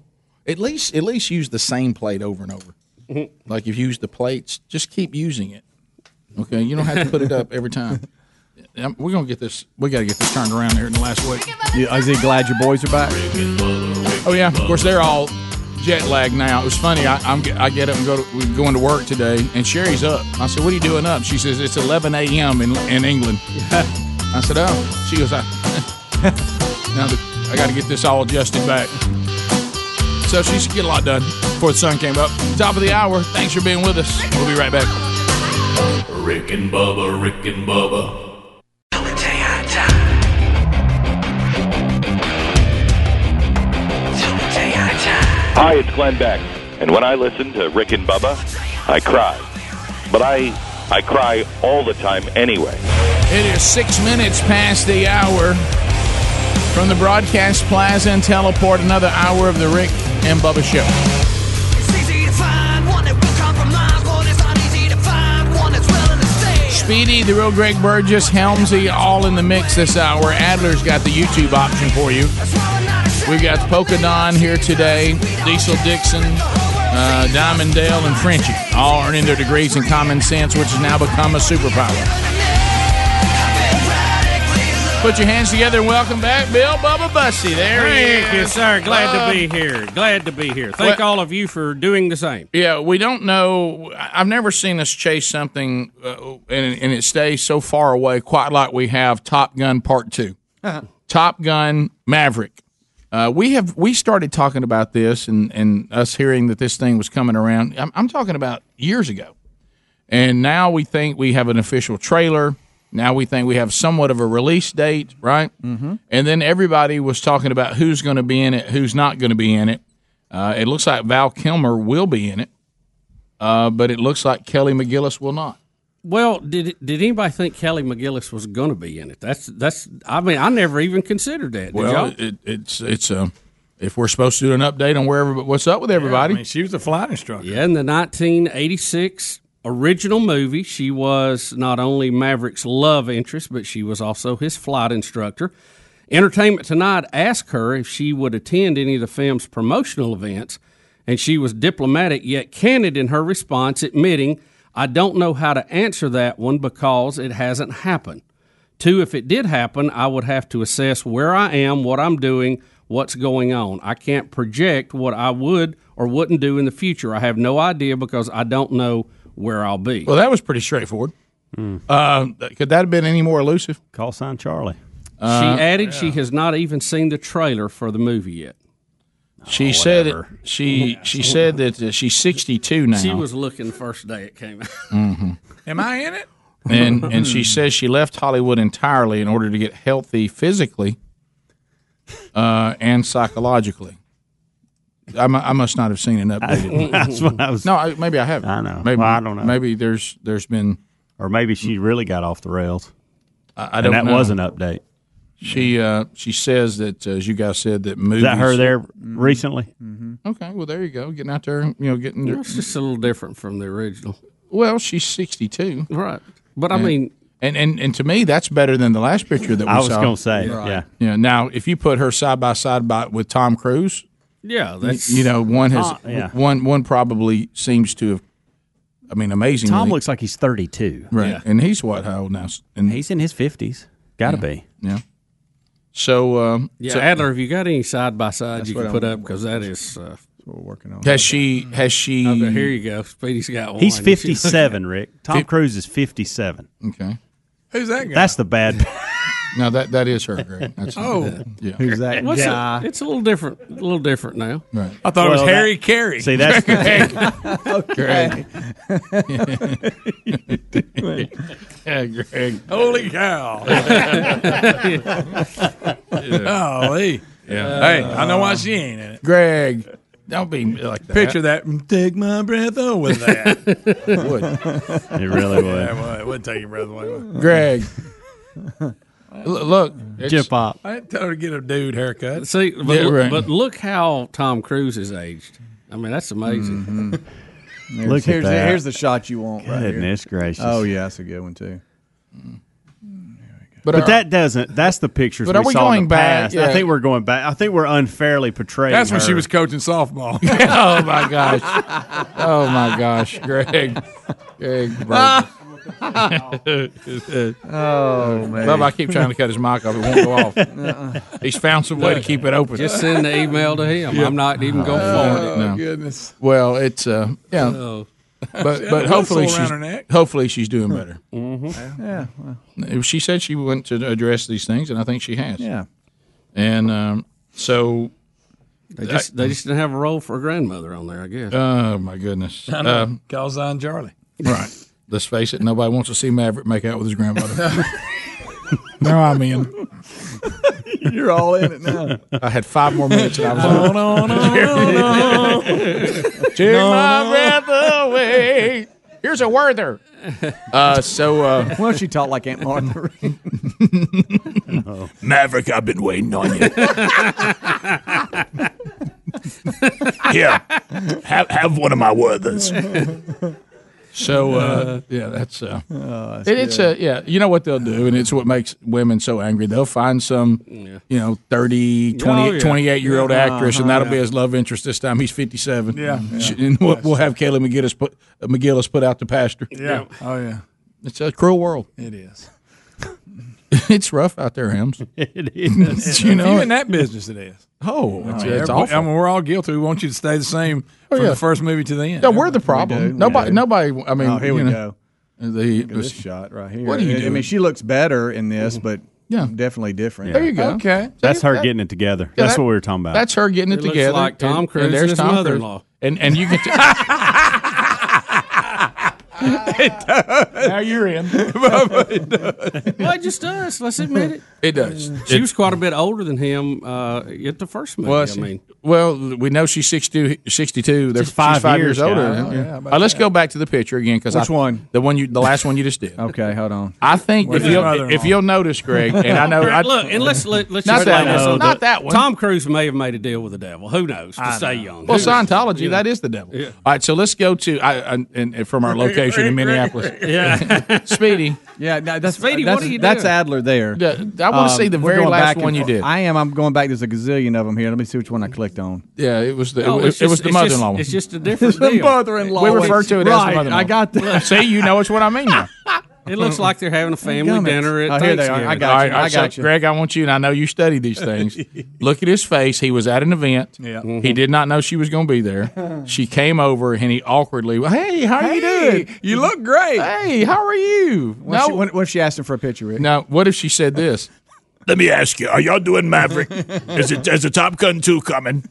Speaker 2: At least, at least use the same plate over and over. Like you've used the plates, just keep using it. Okay, you don't have to put it up every [LAUGHS] time. Um, We're gonna get this. We gotta get this turned around here in the last week.
Speaker 25: Yeah, is he glad your boys are back?
Speaker 2: Oh yeah, of course they're all jet lagged now. It was funny. I, I'm get- I get up and go to, we're going to work today, and Sherry's up. I said, "What are you doing up?" She says, "It's 11 a.m. in in England." I said, "Oh." She goes, "I [LAUGHS] now that I got to get this all adjusted back." So she should get a lot done before the sun came up. Top of the hour. Thanks for being with us. We'll be right back.
Speaker 10: Rick and Bubba, Rick and Bubba,
Speaker 27: Hi, it's Glenn Beck, and when I listen to Rick and Bubba, I cry. But I I cry all the time anyway.
Speaker 2: It is six minutes past the hour from the broadcast plaza and teleport. Another hour of the Rick and Bubba show. Speedy, the real Greg Burgess, Helmsy, all in the mix this hour. Adler's got the YouTube option for you. We've got Polka Don here today, Diesel Dixon, uh, Diamond Dale, and Frenchie, all earning their degrees in common sense, which has now become a superpower. Put your hands together and welcome back, Bill Bubba Bussy. There he
Speaker 3: Thank you,
Speaker 2: is.
Speaker 3: sir. Glad
Speaker 2: Bub.
Speaker 3: to be here. Glad to be here. Thank all of you for doing the same.
Speaker 2: Yeah, we don't know. I- I've never seen us chase something uh, and, and it stays so far away, quite like we have Top Gun Part Two,
Speaker 3: Uh-huh.
Speaker 2: Top Gun Maverick. Uh, we have we started talking about this and and us hearing that this thing was coming around. I'm, I'm talking about years ago, and now we think we have an official trailer. Now we think we have somewhat of a release date, right? Mm-hmm. And then everybody was talking about who's going to be in it, who's not going to be in it. Uh, it looks like Val Kilmer will be in it, uh, but it looks like Kelly McGillis will not.
Speaker 3: Well, did did anybody think Kelly McGillis was going to be in it? That's that's. I mean, I never even considered that. Did
Speaker 2: Well,
Speaker 3: y'all?
Speaker 2: it, it's it's um, if we're supposed to do an update on where everybody, what's up with everybody?
Speaker 3: I
Speaker 2: mean,
Speaker 4: she was a flight instructor.
Speaker 3: Yeah, in the 1986 original movie, she was not only Maverick's love interest, but she was also his flight instructor. Entertainment Tonight asked her if she would attend any of the film's promotional events, and she was diplomatic yet candid in her response, admitting, I don't know how to answer that one because it hasn't happened. Two, if it did happen, I would have to assess where I am, what I'm doing, what's going on. I can't project what I would or wouldn't do in the future. I have no idea because I don't know where I'll be.
Speaker 2: Well, that was pretty straightforward. Uh, could that have been any more elusive?
Speaker 7: Hmm.
Speaker 2: Uh,
Speaker 7: Call sign Charlie.
Speaker 3: she added she has not even seen the trailer for the movie yet.
Speaker 7: Oh,
Speaker 2: She said it, she she said that uh, she's 62 now.
Speaker 3: She was looking the first day it came out.
Speaker 2: Mhm.
Speaker 4: Am I in it?
Speaker 3: [LAUGHS]
Speaker 2: and and she says she left Hollywood entirely in order to get healthy physically uh, and psychologically. I, mu- I must not have seen an
Speaker 7: [LAUGHS]
Speaker 2: updated.
Speaker 7: That's what I was.
Speaker 2: No, I, maybe I have.
Speaker 7: I know.
Speaker 2: Maybe
Speaker 7: Well, I don't know.
Speaker 2: Maybe there's there's been,
Speaker 7: or maybe she really got off the rails.
Speaker 2: I, I don't.
Speaker 7: And that
Speaker 2: know.
Speaker 7: was an update.
Speaker 2: She uh, she says that uh, as you guys said that movies.
Speaker 7: Is that her there
Speaker 5: Mm-hmm.
Speaker 7: recently?
Speaker 2: Okay, well there you go. Getting out there, you know, getting.
Speaker 3: It's just a little different from the original.
Speaker 2: Well, she's sixty two.
Speaker 3: Right. But I
Speaker 2: And-
Speaker 3: mean,
Speaker 2: And, and and to me, that's better than the last picture that we
Speaker 7: I was
Speaker 2: saw.
Speaker 7: gonna say, Yeah. yeah.
Speaker 2: yeah. Now, if you put her side by side by with Tom Cruise,
Speaker 3: yeah,
Speaker 2: y-
Speaker 3: Oh, that's
Speaker 2: you know, one
Speaker 3: Uh,
Speaker 2: has
Speaker 7: Tom- yeah.
Speaker 2: one one probably seems to have. I mean, amazingly,
Speaker 7: Tom looks like he's 32.
Speaker 2: right, and he's what how old now? And
Speaker 7: He's in his 50s. Got to be.
Speaker 2: yeah. So, um,
Speaker 3: Yeah,
Speaker 2: so
Speaker 3: Adler, have you got any side by side you
Speaker 5: what
Speaker 3: can
Speaker 5: I
Speaker 3: put
Speaker 5: want.
Speaker 3: up? Because that is. Uh,
Speaker 5: we're working on.
Speaker 2: has she? Has she?
Speaker 3: okay, here you go. Speedy's got one.
Speaker 7: He's
Speaker 3: [LAUGHS]
Speaker 7: 57, Rick. Tom Cruise is 57.
Speaker 2: Okay.
Speaker 4: Who's that guy?
Speaker 7: That's the bad.
Speaker 2: No, that that is her.
Speaker 3: [LAUGHS]
Speaker 2: Greg. That's
Speaker 4: oh,
Speaker 2: yeah.
Speaker 5: Who's that
Speaker 3: What's
Speaker 5: guy?
Speaker 3: it? It's a little different. A little different now.
Speaker 2: Right.
Speaker 4: I thought it
Speaker 7: Well,
Speaker 4: was
Speaker 7: that-
Speaker 4: Harry Carey.
Speaker 7: See, that's
Speaker 4: [LAUGHS]
Speaker 7: the,
Speaker 2: Greg.
Speaker 7: [LAUGHS]
Speaker 2: [LAUGHS] yeah, [LAUGHS] Greg.
Speaker 4: [LAUGHS]
Speaker 3: Oh,
Speaker 4: Holy
Speaker 2: [LAUGHS]
Speaker 4: cow! Golly.
Speaker 2: Yeah.
Speaker 4: Hey, I know why she ain't in it.
Speaker 2: Greg. Don't be like that.
Speaker 4: Picture that. Take my breath away. With
Speaker 2: [LAUGHS]
Speaker 4: that.
Speaker 2: Wood.
Speaker 7: it really
Speaker 4: [LAUGHS] yeah,
Speaker 7: was.
Speaker 4: well, it would take your breath away.
Speaker 2: Greg. L- Look, it's-
Speaker 7: Jip Pop.
Speaker 4: I didn't tell her to get a dude haircut.
Speaker 3: See, but,
Speaker 2: Yeah, right.
Speaker 3: but look how Tom Cruise has aged. I mean, that's amazing.
Speaker 5: Mm-hmm.
Speaker 2: [LAUGHS]
Speaker 5: There's-
Speaker 7: Look at
Speaker 5: here's The,
Speaker 7: that.
Speaker 5: here's the shot you want right here.
Speaker 7: Goodness gracious.
Speaker 5: Oh yeah, that's a good one too.
Speaker 7: But
Speaker 2: are-
Speaker 7: that doesn't. That's the pictures
Speaker 2: But are we
Speaker 7: saw in
Speaker 2: going
Speaker 7: the
Speaker 2: back?
Speaker 7: past.
Speaker 2: Yeah.
Speaker 7: I think we're going back. I think we're unfairly portraying.
Speaker 4: That's when she
Speaker 7: her.
Speaker 4: was coaching softball.
Speaker 2: oh
Speaker 4: [LAUGHS]
Speaker 2: my gosh. [LAUGHS] Oh my [LAUGHS] gosh, Greg. Greg.
Speaker 5: Oh man,
Speaker 2: Bubba, I keep trying to cut his mic off. It won't go off. He's found some way to keep it open.
Speaker 3: Uh-uh. Just send the email to him. I'm not even going forward.
Speaker 2: No.
Speaker 4: Oh, Goodness.
Speaker 2: Well, it's uh, yeah,
Speaker 3: Oh,
Speaker 2: but
Speaker 4: had
Speaker 2: but
Speaker 4: a
Speaker 2: hopefully
Speaker 4: whistle around
Speaker 2: she's
Speaker 4: her neck. Hmm.
Speaker 2: hopefully she's doing better.
Speaker 5: yeah, well,
Speaker 2: She said she went to address these things, and I think she has.
Speaker 5: yeah.
Speaker 2: And um, so,
Speaker 3: they just they just didn't have a role for a grandmother on there, I guess.
Speaker 2: oh my goodness, um,
Speaker 4: Calls on Charlie.
Speaker 2: Right. Let's face it, nobody wants to see Maverick make out with his [LAUGHS] grandmother. no, I'm in.
Speaker 5: You're all in it now.
Speaker 2: I had five more minutes and I was on. [LAUGHS] Take my breath away. Here's a Werther. Uh, so, uh,
Speaker 5: Why don't you talk like Aunt
Speaker 2: [LAUGHS]
Speaker 5: Martha? Oh.
Speaker 23: Maverick, I've been waiting on
Speaker 2: [LAUGHS]
Speaker 23: you. Here, have, have one of my Werthers.
Speaker 4: [LAUGHS]
Speaker 2: so uh, yeah, that's. Uh, it, it's a yeah. You know what they'll do, and it's what makes women so angry. They'll find some, you know, 30, 20,
Speaker 3: yeah.
Speaker 2: 28 year old actress, and that'll be his love interest this time. He's fifty seven.
Speaker 4: Yeah.
Speaker 2: and we'll, we'll have Kelly McGillis put uh, McGillis put out the pasture.
Speaker 4: Yeah. Oh yeah.
Speaker 2: It's a cruel world.
Speaker 4: It is.
Speaker 2: [LAUGHS] it's rough out there, Hams.
Speaker 7: It is.
Speaker 2: [LAUGHS] you
Speaker 4: You
Speaker 2: know,
Speaker 4: in that business? It is.
Speaker 2: oh, it's, it's
Speaker 4: Everybody-
Speaker 2: awful. Oh,
Speaker 4: I mean, we're all guilty. We want you to stay the same from
Speaker 2: yeah.
Speaker 4: the first movie to the end.
Speaker 2: yeah, we're the problem.
Speaker 5: do, we
Speaker 2: nobody,
Speaker 5: do.
Speaker 2: nobody. uh, I mean,
Speaker 5: oh, here we
Speaker 2: you know,
Speaker 5: go.
Speaker 2: The,
Speaker 5: Look at this shot right here.
Speaker 2: What are you
Speaker 5: I, I
Speaker 2: doing?
Speaker 5: mean, she looks better in this, but
Speaker 2: Yeah.
Speaker 5: definitely different.
Speaker 2: there you go.
Speaker 4: Okay.
Speaker 7: That's
Speaker 2: See,
Speaker 7: her
Speaker 2: that-
Speaker 7: getting it together. That's
Speaker 2: that-
Speaker 7: what we were talking about.
Speaker 2: That's her getting it,
Speaker 3: It looks
Speaker 2: together.
Speaker 3: like Tom Cruise and his mother-in-law.
Speaker 2: And and you can. T- Now you're in. [LAUGHS]
Speaker 3: Well, just us. Let's admit it.
Speaker 2: It does.
Speaker 3: She was quite a bit older than him uh, at the first movie.
Speaker 2: Well,
Speaker 3: I
Speaker 2: she-
Speaker 3: mean,
Speaker 2: well, we know she's 62. 62. They're,
Speaker 7: She's five
Speaker 2: she's five years,
Speaker 7: years,
Speaker 2: older.
Speaker 7: guys.
Speaker 2: than him. All right, let's go back to the picture again because
Speaker 5: Which one?
Speaker 2: The one you, the last one you just did.
Speaker 5: Okay, hold on.
Speaker 2: I think if
Speaker 4: his
Speaker 2: you'll,
Speaker 4: mother-in-law?
Speaker 2: if you'll notice, Greg, and
Speaker 7: [LAUGHS]
Speaker 2: I know
Speaker 3: [LAUGHS]
Speaker 2: I,
Speaker 3: look, and let's let, let's
Speaker 2: Not
Speaker 3: just
Speaker 2: that
Speaker 3: lay this
Speaker 2: one.
Speaker 3: on
Speaker 2: Not
Speaker 3: the-
Speaker 2: that one.
Speaker 3: Tom Cruise may have made a deal with the devil. Who knows? To stay young.
Speaker 2: Well,
Speaker 3: Who
Speaker 2: Scientology, that is the devil. All right, so let's go to I, I and, and from our location in Minneapolis.
Speaker 9: [LAUGHS]
Speaker 2: [LAUGHS]
Speaker 3: knows? Yeah.
Speaker 2: Speedy,
Speaker 5: Yeah, no, that's
Speaker 3: Speedy, what
Speaker 5: that's,
Speaker 2: uh,
Speaker 3: are you
Speaker 5: that's
Speaker 3: doing?
Speaker 5: Adler there. Um,
Speaker 2: yeah, I I want to see the
Speaker 5: we're
Speaker 2: very
Speaker 5: going
Speaker 2: last
Speaker 5: back and
Speaker 2: one you
Speaker 5: forth.
Speaker 2: did.
Speaker 5: I am. I'm going back. There's a gazillion of them here. Let me see which one I clicked on.
Speaker 2: Yeah, it was the
Speaker 5: No,
Speaker 2: it,
Speaker 5: it's
Speaker 2: was- it was
Speaker 5: just-
Speaker 2: the
Speaker 5: it's just-
Speaker 2: mother-in-law. one.
Speaker 5: it's just
Speaker 2: [LAUGHS]
Speaker 5: a different The deal. mother-in-law.
Speaker 2: We refer to it as the
Speaker 5: Right,
Speaker 2: mother-in-law.
Speaker 5: I got that.
Speaker 2: Look, See, you know it's what I mean. now.
Speaker 3: It looks like they're having a family
Speaker 2: Gummits.
Speaker 3: dinner at
Speaker 2: Oh, here they are.
Speaker 3: Thanksgiving.
Speaker 2: I got you. I got you. Greg, I want you, and I know you study these things. Look at his face. He was at an event.
Speaker 3: Yeah. Mm-hmm.
Speaker 23: Mm-hmm.
Speaker 2: He did not know she was going to
Speaker 23: [LAUGHS]
Speaker 2: be there. She came over, and he awkwardly, "Hey, how are you doing?
Speaker 4: You look great.
Speaker 2: Hey, how are you?
Speaker 5: What if she, what, what if she asked him for a picture, Rick?
Speaker 2: Now, what if she said this?
Speaker 23: [LAUGHS] Let me ask you, are y'all doing
Speaker 2: [LAUGHS]
Speaker 23: Maverick? is it is the Top Gun two coming?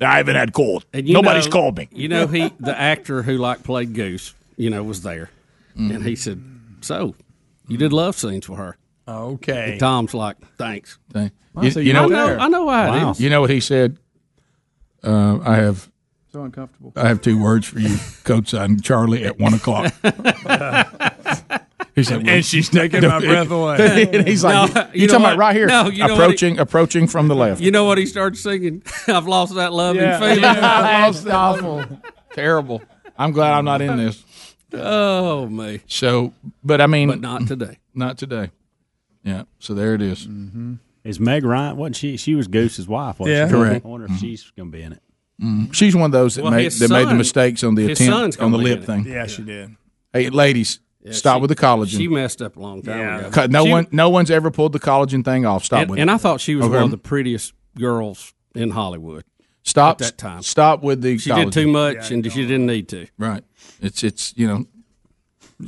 Speaker 23: I haven't had cold.
Speaker 3: And you
Speaker 23: Nobody's
Speaker 3: know-
Speaker 23: called me.
Speaker 3: You know, he the actor who like played Goose, you know, was there, and he said, "So, you did love scenes with her."
Speaker 4: Okay.
Speaker 3: And Tom's like, "Thanks."
Speaker 2: Thank-
Speaker 3: Wow, so you were there. I know- I know why it Wow. is.
Speaker 2: You know what he said? Uh, I have
Speaker 5: So uncomfortable.
Speaker 2: I have two words for you, Coach. I'm Charlie at one o'clock. He said,
Speaker 4: And she's
Speaker 2: [LAUGHS]
Speaker 4: taking my breath away.
Speaker 2: And he's like,
Speaker 3: No,
Speaker 2: you
Speaker 3: you know
Speaker 2: talking about
Speaker 3: what?
Speaker 2: right here?
Speaker 3: No, you know what
Speaker 2: approaching, approaching from the left.
Speaker 3: You know what he started singing? [LAUGHS] I've lost that love
Speaker 2: Yeah.
Speaker 3: and feeling.
Speaker 2: Yeah,
Speaker 3: [LAUGHS]
Speaker 2: I lost the awful. Terrible. I'm glad I'm not in this.
Speaker 3: Oh me.
Speaker 2: So, but I mean,
Speaker 3: But not today.
Speaker 2: Not today. Yeah. So there it is. Mm-hmm.
Speaker 7: Is Meg Ryan? Wasn't she? She was Goose's wife. Wasn't
Speaker 2: Yeah.
Speaker 7: she?
Speaker 2: Correct.
Speaker 7: I wonder if she's going to be in it.
Speaker 2: Mm-hmm. She's one of those that
Speaker 7: Well,
Speaker 2: made
Speaker 7: his
Speaker 2: that made the
Speaker 7: son-
Speaker 2: mistakes on the
Speaker 7: his son's
Speaker 2: attempt
Speaker 7: gonna
Speaker 2: on the
Speaker 7: be
Speaker 2: lip
Speaker 7: in it.
Speaker 2: thing.
Speaker 4: Yeah, she did.
Speaker 2: Hey, ladies,
Speaker 3: Yeah,
Speaker 2: stop
Speaker 3: she-
Speaker 2: with the collagen.
Speaker 3: She messed up a long time ago.
Speaker 2: Cut- no
Speaker 3: She-
Speaker 2: one, no one's ever pulled the collagen thing off. Stop
Speaker 3: and,
Speaker 2: with.
Speaker 3: and
Speaker 2: it.
Speaker 3: I thought she was
Speaker 2: Okay.
Speaker 3: one of the prettiest girls in Hollywood.
Speaker 2: Stop
Speaker 3: at that time.
Speaker 2: Stop with the.
Speaker 3: She
Speaker 2: collagen.
Speaker 3: did too much, and she didn't need to.
Speaker 2: Right. It's it's you know.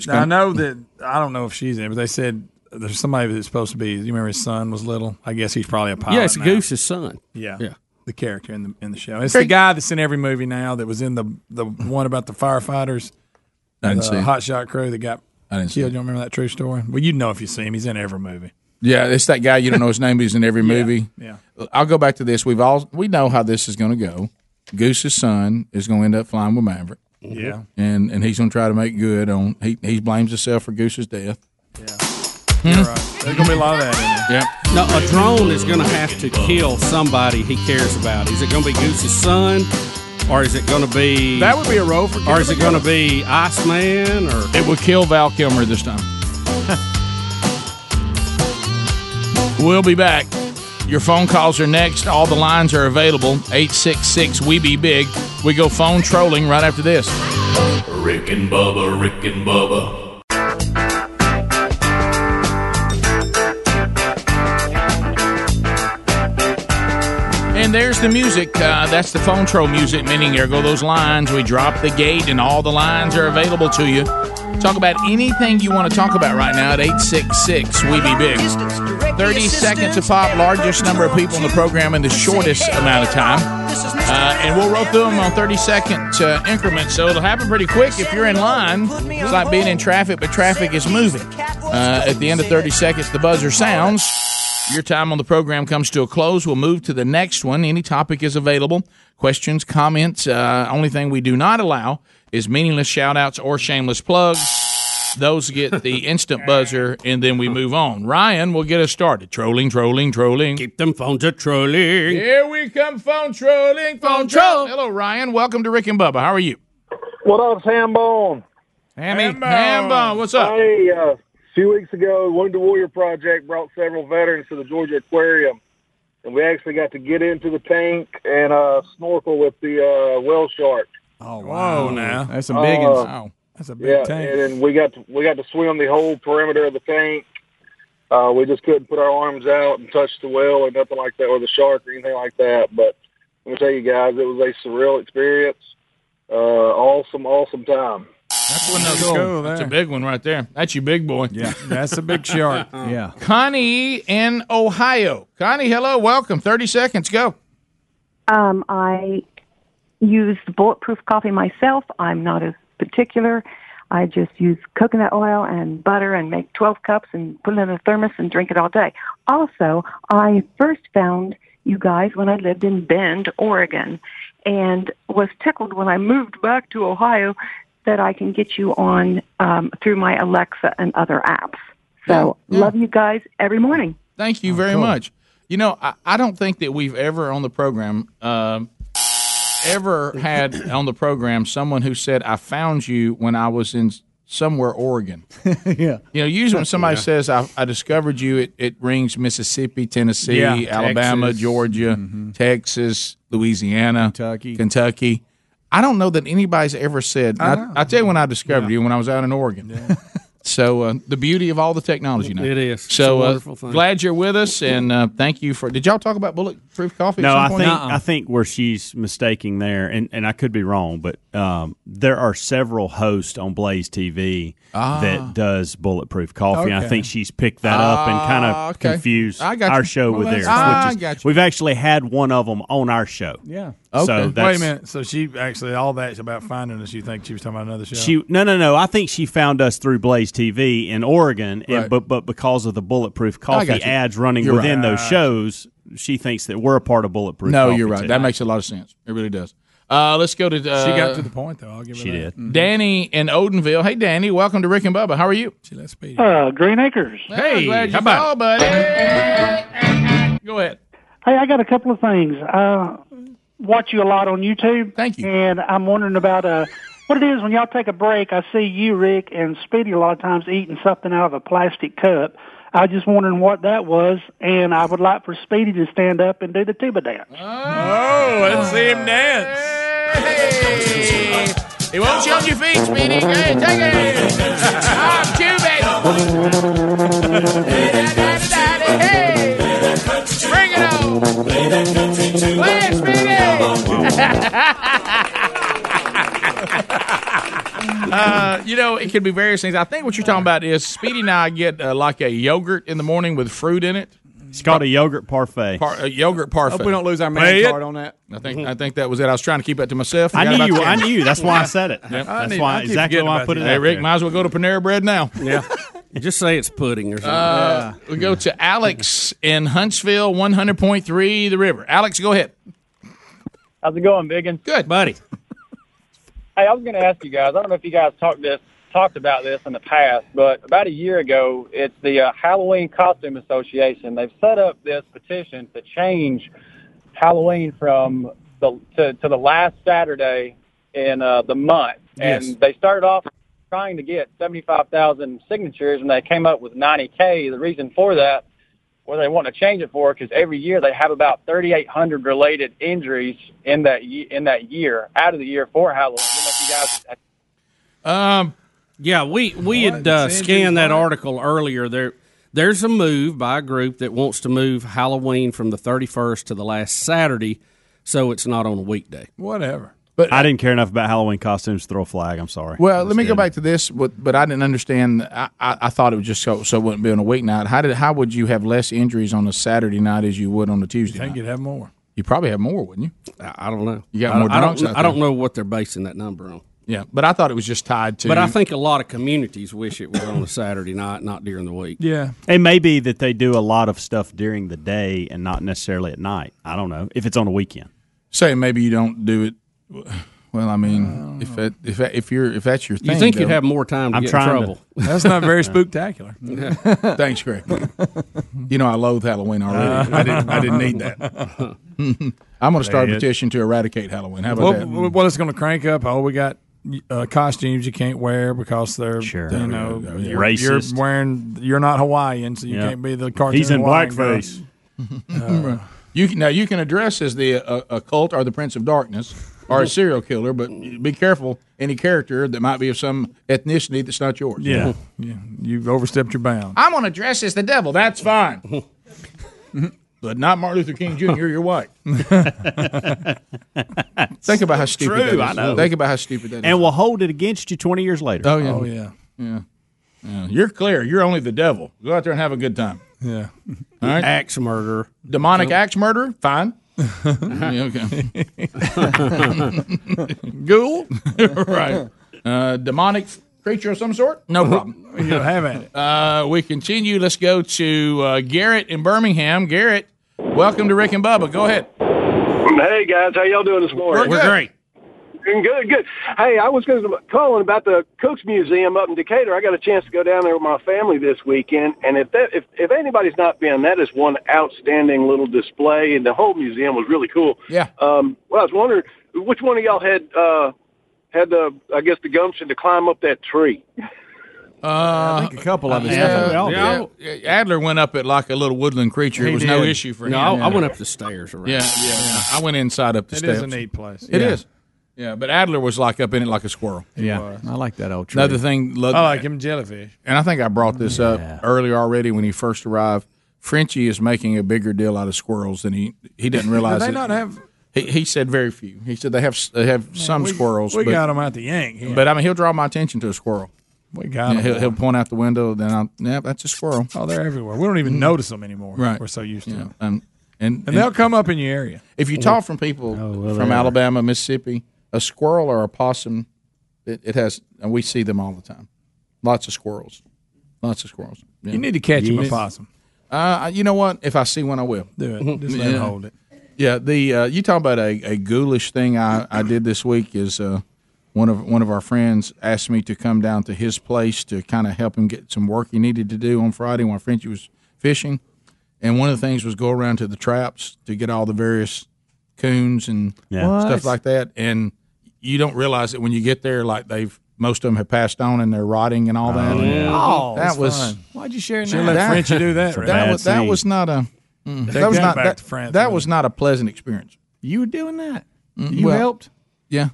Speaker 4: Now, I know that I don't know if she's in it, but they said there's somebody that's supposed to be. You remember his son was little. I guess he's probably a pilot.
Speaker 3: Yeah, it's
Speaker 4: now.
Speaker 3: Goose's son.
Speaker 4: Yeah,
Speaker 3: yeah.
Speaker 4: The character in the in the show. It's the guy that's in every movie now. That was in the the one about the firefighters.
Speaker 2: I didn't
Speaker 4: the
Speaker 2: see it.
Speaker 4: Hot Shot Crew that got
Speaker 2: I didn't see
Speaker 4: killed. You don't remember that true story? Well, you'd know if you see him. He's in every movie.
Speaker 2: Yeah, it's that guy you don't know his name. But he's in every movie.
Speaker 4: [LAUGHS] Yeah.
Speaker 2: I'll go back to this. We've all we know how this is going to go. Goose's son is going to end up flying with Maverick.
Speaker 4: Yeah.
Speaker 2: and and he's going to try to make good on he he blames himself for Goose's death.
Speaker 4: You're right. There's gonna be a lot of that
Speaker 2: in there.
Speaker 3: No, a drone is going to have to kill somebody he cares about. Is it going to be Goose's son, or is it going to be
Speaker 2: That would be a role for
Speaker 3: or is it
Speaker 2: Kilmer.
Speaker 3: going to be Iceman, or
Speaker 2: It will kill Val Kilmer this time. [LAUGHS] we'll be back. Your phone calls are next. All the lines are available. 866 We Be Big. We go phone trolling right after this.
Speaker 10: Rick and Bubba, Rick and Bubba.
Speaker 2: And there's the music. Uh, that's the phone troll music, meaning there go those lines. We drop the gate, and all the lines are available to you. Talk about anything you want to talk about right now at 866 We Be Big. 30 seconds of pop, largest number of people in the program in the shortest amount of time. Uh, and we'll roll through them on 30 second uh, increments, so it'll happen pretty quick if you're in line. It's like being in traffic, but traffic is moving. Uh, at the end of 30 seconds, the buzzer sounds. Your time on the program comes to a close. We'll move to the next one. Any topic is available. Questions, comments. Uh, only thing we do not allow is meaningless shout outs or shameless plugs. Those get the instant buzzer, and then we move on. Ryan will get us started. Trolling, trolling, trolling.
Speaker 3: Keep them phones a trolling.
Speaker 2: Here we come, phone [LAUGHS] trolling, phone troll. Hello, Ryan. Welcome to Rick and Bubba. How are you?
Speaker 6: What up, Hambone?
Speaker 2: Hammy. Hambone, what's up?
Speaker 6: Hey, uh, a few weeks ago, Wounded Warrior Project brought several veterans to the Georgia Aquarium, and we actually got to get into the tank and uh, snorkel with the uh, whale shark.
Speaker 4: Oh wow! Whoa, now
Speaker 5: That's some
Speaker 6: Uh,
Speaker 5: big ones.
Speaker 6: wow.
Speaker 4: That's a big
Speaker 6: Yeah,
Speaker 4: tank.
Speaker 6: and then we got to, we got to swim the whole perimeter of the tank. Uh, we just couldn't put our arms out and touch the whale or nothing like that, or the shark or anything like that. But let me tell you guys, it was a surreal experience. Uh, awesome, awesome time.
Speaker 2: That's, one that's,
Speaker 4: cool
Speaker 2: that's a big one right there. That's your big boy. [LAUGHS]
Speaker 4: Yeah, that's a big shark.
Speaker 5: yeah.
Speaker 2: Connie in Ohio. Connie, hello, welcome. 30 seconds, go.
Speaker 1: Um, I use bulletproof coffee myself. I'm not as particular. I just use coconut oil and butter and make 12 cups and put it in a thermos and drink it all day. Also, I first found you guys when I lived in Bend, Oregon, and was tickled when I moved back to Ohio that I can get you on um, through my Alexa and other apps. So love you guys every morning.
Speaker 2: Thank you very much. You know, I, I don't think that we've ever on the program um, ever had on the program someone who said, "I found you when I was in somewhere Oregon.
Speaker 5: yeah.
Speaker 2: You know, usually when somebody
Speaker 5: Yeah.
Speaker 2: says I, I discovered you, it, it rings Mississippi, Tennessee,
Speaker 5: Yeah,
Speaker 2: Alabama,
Speaker 5: Texas.
Speaker 2: Georgia, Texas, Louisiana,
Speaker 5: Kentucky.
Speaker 2: Kentucky. I don't know that anybody's ever said.
Speaker 5: I
Speaker 2: I,
Speaker 5: know.
Speaker 2: I, tell you when I discovered you when I was out in Oregon. [LAUGHS] So uh, the beauty of all the technology now.
Speaker 3: It is. It's a
Speaker 2: So uh,
Speaker 3: wonderful thing.
Speaker 2: glad you're with us, and uh, thank you for. Did y'all talk about bulletproof coffee? at
Speaker 7: No,
Speaker 2: some
Speaker 7: I
Speaker 2: point?
Speaker 7: think I think where she's mistaking there, and, and I could be wrong, but um, there are several hosts on Blaze TV
Speaker 2: Ah.
Speaker 7: that does bulletproof coffee. And I
Speaker 2: Okay.
Speaker 7: think she's picked that up and kind
Speaker 2: Ah,
Speaker 7: of
Speaker 2: okay.
Speaker 7: confused
Speaker 2: I got
Speaker 7: our
Speaker 2: you.
Speaker 7: show
Speaker 2: Well,
Speaker 7: with
Speaker 2: that's
Speaker 7: theirs.
Speaker 2: fine.
Speaker 7: which
Speaker 2: I got
Speaker 7: We've actually had one of them on our show.
Speaker 5: Yeah.
Speaker 7: So
Speaker 4: Wait
Speaker 7: that's,
Speaker 4: a minute. So she actually all that's about finding us. You think she was talking about another show?
Speaker 7: She no no no. I think she found us through Blaze TV in Oregon, and
Speaker 4: Right.
Speaker 7: but but because of the bulletproof
Speaker 4: I
Speaker 7: coffee
Speaker 4: got you.
Speaker 7: ads running
Speaker 2: You're right.
Speaker 7: within those
Speaker 2: Gotcha.
Speaker 7: shows, she thinks that we're a part of bulletproof.
Speaker 2: No,
Speaker 7: Coffee,
Speaker 2: you're right.
Speaker 7: too.
Speaker 2: That makes a lot of sense. It really does. Uh, let's go to. Uh,
Speaker 4: she got to the point though. I'll give her
Speaker 7: She
Speaker 4: that.
Speaker 7: did.
Speaker 2: Danny in Odenville. Hey, Danny, welcome to Rick and Bubba. How are you?
Speaker 11: Uh, Green Acres.
Speaker 2: Hey, Oh, glad you
Speaker 11: how about-
Speaker 2: called, buddy. Go ahead.
Speaker 11: Hey, I got a couple of things. Uh, I watch you a lot on YouTube.
Speaker 2: Thank you.
Speaker 11: And I'm wondering about uh, what it is when y'all take a break. I see you, Rick, and Speedy a lot of times eating something out of a plastic cup. I was just wondering what that was, and I would like for Speedy to stand up and do the tuba dance.
Speaker 4: Oh, let's see him dance.
Speaker 2: It won't show your feet, Speedy. Go ahead, take it. [LAUGHS] I'm Bring it on. Play that country tune. Uh, you know, it could be various things. I think what you're talking about is Speedy and I get uh, like a yogurt in the morning with fruit in it.
Speaker 7: It's called a yogurt parfait.
Speaker 2: Par- a yogurt parfait.
Speaker 5: Hope we don't lose our man
Speaker 2: Play it.
Speaker 5: card on that.
Speaker 2: I think I think that was it. I was trying to keep that to myself.
Speaker 7: I
Speaker 2: Forgot
Speaker 7: knew
Speaker 2: about
Speaker 7: you.
Speaker 2: the
Speaker 7: I
Speaker 2: camera.
Speaker 7: knew you. That's why I said it.
Speaker 2: Yep.
Speaker 7: That's why exactly why I put it.
Speaker 2: Hey,
Speaker 7: out
Speaker 2: Rick,
Speaker 7: there.
Speaker 2: might as well go to Panera Bread now. [LAUGHS]
Speaker 3: Yeah. Just say it's pudding or something.
Speaker 2: Uh, We go to Alex in Huntsville, 100.3 The River. Alex, go ahead.
Speaker 28: How's it going, Biggin?
Speaker 2: Good,
Speaker 3: buddy.
Speaker 28: Hey, I was going to ask you guys. I don't know if you guys talked this talked about this in the past, but about a year ago, it's the uh, Halloween Costume Association. They've set up this petition to change Halloween from the to, to the last Saturday in uh, the month,
Speaker 29: Yes.
Speaker 28: and they started off trying to get seventy five thousand signatures, and they came up with ninety k. The reason for that what they want to change it for because every year they have about 3,800 related injuries in that ye- in that year out of the year for Halloween. I don't know if you guys-
Speaker 2: Um,
Speaker 3: yeah, we we had uh, scanned that article earlier. There, there's a move by a group that wants to move Halloween from the 31st to the last Saturday, so it's not on a weekday.
Speaker 4: Whatever.
Speaker 7: I didn't care enough about Halloween costumes to throw a flag. I'm sorry.
Speaker 2: Well, let me go back to this, but, but I didn't understand. I, I, I thought it was just so, so it wouldn't be on a weeknight. How did how would you have less injuries on a Saturday night as you would on a Tuesday?
Speaker 4: I think
Speaker 2: night?
Speaker 4: you'd have more.
Speaker 2: You probably have more, wouldn't you?
Speaker 3: I, I don't know.
Speaker 2: You got
Speaker 3: I-
Speaker 2: more
Speaker 3: I,
Speaker 2: drunks
Speaker 3: don't,
Speaker 2: out
Speaker 3: I don't
Speaker 2: there.
Speaker 3: know what they're basing that number on.
Speaker 2: Yeah, but I thought it was just tied to.
Speaker 3: But I think a lot of communities wish it was on a Saturday night, not during the week.
Speaker 7: It may be that they do a lot of stuff during the day and not necessarily at night. I don't know if it's on a weekend.
Speaker 2: say maybe you don't do it. Well, I mean, if that, if that, if you're if that's your
Speaker 3: You
Speaker 2: thing,
Speaker 3: think you'd
Speaker 2: though-
Speaker 3: have more time to I'm get in trying to- [LAUGHS] trouble.
Speaker 4: That's not very
Speaker 3: [LAUGHS]
Speaker 4: spooktacular.
Speaker 2: Yeah. [LAUGHS] Thanks, Greg. You know I loathe Halloween already. I didn't I didn't need that. [LAUGHS] I'm going to start a
Speaker 4: Say it.
Speaker 2: petition to eradicate Halloween. How about
Speaker 4: well,
Speaker 2: that?
Speaker 4: well, well, it's going to crank up. Oh, we got uh, costumes you can't wear because they're you know
Speaker 7: Yeah, yeah.
Speaker 4: you're, you're
Speaker 7: Racist.
Speaker 4: wearing you're not Hawaiian, so you
Speaker 7: Yeah.
Speaker 4: can't be the cartoon.
Speaker 7: He's in
Speaker 4: Hawaiian guy.
Speaker 7: blackface.
Speaker 18: Uh,
Speaker 4: Uh,
Speaker 2: Right. you can, now you can address as the uh, occult or the Prince of Darkness or a serial killer, but be careful any character that might be of some ethnicity that's not yours.
Speaker 4: Yeah. yeah, you've overstepped your bounds.
Speaker 2: [LAUGHS] I'm going to dress as the devil.
Speaker 7: [LAUGHS]
Speaker 2: That's fine. but not Martin Luther King Jr. You're white.
Speaker 7: [LAUGHS]
Speaker 2: Think about how stupid
Speaker 7: True,
Speaker 2: that is.
Speaker 7: I know.
Speaker 2: Think about how stupid that is.
Speaker 7: And we'll hold it against you 20 years later.
Speaker 2: Oh, yeah. Oh, yeah. Yeah. Yeah. You're clear. You're only the devil. Go out there and have a good
Speaker 7: [LAUGHS]
Speaker 2: time.
Speaker 4: Yeah.
Speaker 2: All right.
Speaker 3: Axe murderer.
Speaker 2: Demonic axe murderer?
Speaker 7: [LAUGHS]
Speaker 2: Fine. Yeah, okay. [LAUGHS] Ghoul? [LAUGHS] right. Uh, demonic creature of some sort?
Speaker 4: [LAUGHS]
Speaker 2: No problem.
Speaker 4: You have at it.
Speaker 2: Uh, we continue. Let's go to uh, Garrett in Birmingham. Garrett, welcome to Rick and Bubba. Go ahead.
Speaker 14: Hey guys, how y'all doing this morning?
Speaker 2: We're great.
Speaker 14: Doing Good, good. Hey, I was going to calling about the Cooks Museum up in Decatur. I got a chance to go down there with my family this weekend, and if that if, if anybody's not been, that is one outstanding little display, and the whole museum was really cool.
Speaker 2: Yeah.
Speaker 14: Um, well, I was wondering which one of y'all had uh, had the I guess the gumption to climb up that tree.
Speaker 2: Uh, I think
Speaker 5: a couple of us
Speaker 2: Yeah,
Speaker 5: definitely all
Speaker 2: yeah, yeah. Adler went up it like a little woodland creature. it
Speaker 3: He
Speaker 2: was no
Speaker 3: did.
Speaker 2: issue for
Speaker 3: No,
Speaker 2: him.
Speaker 3: I- I went up the stairs around.
Speaker 2: Yeah, yeah, yeah. I went inside up the
Speaker 4: It
Speaker 2: stairs.
Speaker 4: is a neat place.
Speaker 2: It is.
Speaker 4: Yeah.
Speaker 2: yeah. but Adler was like up in it like a squirrel.
Speaker 5: Yeah, I like that old tree.
Speaker 2: Another thing, look,
Speaker 4: I like him jellyfish.
Speaker 2: and I think I brought this up earlier already when he first arrived. Frenchie is making a bigger deal out of squirrels than he he
Speaker 4: [LAUGHS]
Speaker 2: didn't realize.
Speaker 4: Do they
Speaker 2: it.
Speaker 4: not have-
Speaker 2: He, he said very few. He said they have s- they have some squirrels.
Speaker 4: We
Speaker 2: but,
Speaker 4: got him out the yank. here.
Speaker 2: But I mean, he'll draw my attention to a squirrel.
Speaker 4: We got
Speaker 2: Yeah,
Speaker 4: him.
Speaker 2: he'll, he'll point out the window. Then I'll, yeah, that's a squirrel. Mm-hmm.
Speaker 4: Oh, they're everywhere. We don't even notice them anymore.
Speaker 2: Right.
Speaker 4: We're so used to them.
Speaker 2: Um, and,
Speaker 4: And they'll come up in your area.
Speaker 2: If you talk from people from
Speaker 4: Oh, they are.
Speaker 2: Alabama, Mississippi, a squirrel or a possum, it, it has, and we see them all the time. Lots of squirrels. Lots of squirrels.
Speaker 4: You need to catch him a possum.
Speaker 2: Uh, you know what? If I see one, I will. Mm-hmm.
Speaker 4: Do it. Just let him hold it.
Speaker 2: Yeah, the uh, you talk about a, a ghoulish thing I, I did this week is uh, one of one of our friends asked me to come down to his place to kind of help him get some work he needed to do on Friday when Frenchie was fishing, and one of the things was go around to the traps to get all the various coons and
Speaker 7: Yeah. What?
Speaker 2: stuff like that, and you don't realize that when you get there, like they've most of them have passed on and they're rotting and all that.
Speaker 5: Oh,
Speaker 2: that was
Speaker 5: Why'd you share
Speaker 2: Should've
Speaker 5: that?
Speaker 2: let Frenchie do that, It's a right? bad
Speaker 5: That
Speaker 2: was- that scene. was not a. mm.
Speaker 5: Take
Speaker 2: that was
Speaker 5: that
Speaker 2: not
Speaker 5: back
Speaker 2: that,
Speaker 5: to France,
Speaker 2: that
Speaker 5: man.
Speaker 2: was not a pleasant experience.
Speaker 5: You were doing that.
Speaker 2: Mm,
Speaker 5: You
Speaker 2: well,
Speaker 5: helped.
Speaker 2: Yeah,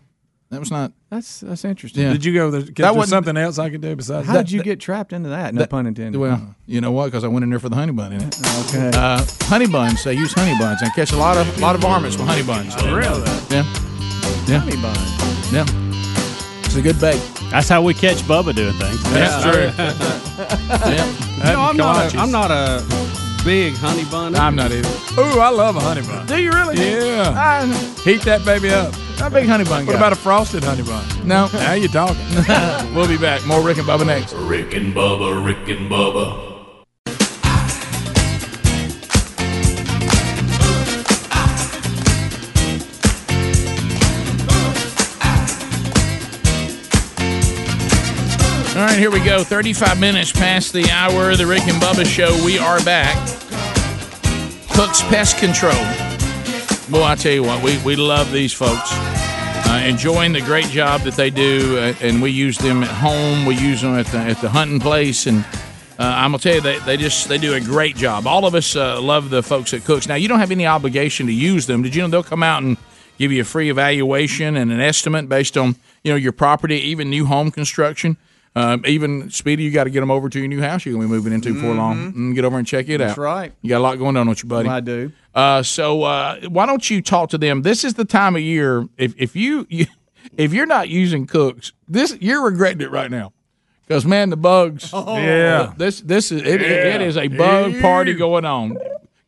Speaker 2: that was not.
Speaker 5: That's that's interesting.
Speaker 2: Yeah.
Speaker 4: Did you go there? That
Speaker 2: That
Speaker 4: there
Speaker 2: wasn't-
Speaker 4: something else I could do besides
Speaker 5: How
Speaker 4: that?
Speaker 5: did you get trapped into that? No
Speaker 2: That-
Speaker 5: pun intended. Uh-huh. Oh,
Speaker 2: Well, you know what? Because I went in there for the honey bun in it.
Speaker 5: Okay.
Speaker 2: Uh, honey buns. They use honey buns. I catch a lot of lot of varmints with honey buns.
Speaker 4: really?
Speaker 2: Yeah. Yeah.
Speaker 5: Oh, Honey bun.
Speaker 2: Yeah. It's a good bait.
Speaker 7: That's how we catch Bubba doing things.
Speaker 2: That's true.
Speaker 7: [LAUGHS]
Speaker 3: You know, I'm not. A, I'm not a big honey bun.
Speaker 2: I'm not either.
Speaker 4: Ooh, I love a honey bun.
Speaker 2: Do you really?
Speaker 4: Yeah.
Speaker 2: I,
Speaker 4: Heat that baby up.
Speaker 2: I'm a big honey bun
Speaker 4: What
Speaker 2: guy.
Speaker 4: about a frosted honey bun?
Speaker 2: No.
Speaker 4: [LAUGHS] Now you're talking.
Speaker 2: we'll be back. [LAUGHS] More Rick and Bubba next.
Speaker 10: Rick and Bubba, Rick and
Speaker 4: [LAUGHS]
Speaker 10: Bubba,
Speaker 2: All right, here we go. 35 minutes past the hour of the Rick and Bubba show. We are back. Cook's Pest Control. Boy, I tell you what, we, we love these folks. Uh, enjoying the great job that they do, uh, and we use them at home. We use them at the, at the hunting place, and uh, I'm gonna tell you they, they just they do a great job. All of us uh, love the folks at Cooks. Now you don't have any obligation to use them. Did you know they'll come out and give you a free evaluation and an estimate based on you know your property, even new home construction. Um, even speedy, you got to get them over to your new house you're gonna be moving into before long. Mm, get over and check it out.
Speaker 5: That's right.
Speaker 2: You got a lot going on with you, buddy.
Speaker 5: Well, I do.
Speaker 2: Uh, so uh, why don't you talk to them? This is the time of year if if you, you [LAUGHS] if you're not using cooks, this you're regretting it right now. Because man, the bugs.
Speaker 5: Oh.
Speaker 4: Yeah.
Speaker 2: This this is it, it is a bug party going on.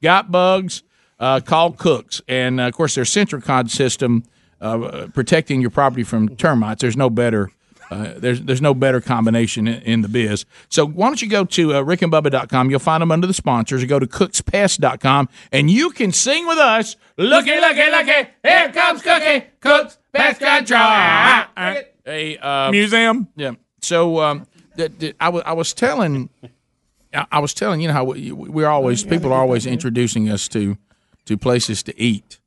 Speaker 2: Got bugs? Uh, call Cooks, and uh, of course their Centricod system uh, protecting your property from termites. There's no better. Uh, there's there's no better combination in, in the biz. So why don't you go to uh, rickandbubba.com? You'll find them under the sponsors. Or go to cookspest.com and you can sing with us. Looky, looky, looky! Here comes Cookie Cooks Pest Control. Hey, uh,
Speaker 4: Museum.
Speaker 2: yeah. So um, th- th- I wa- I was telling, I I was telling you know how we, we're always people are always introducing us to to places to eat,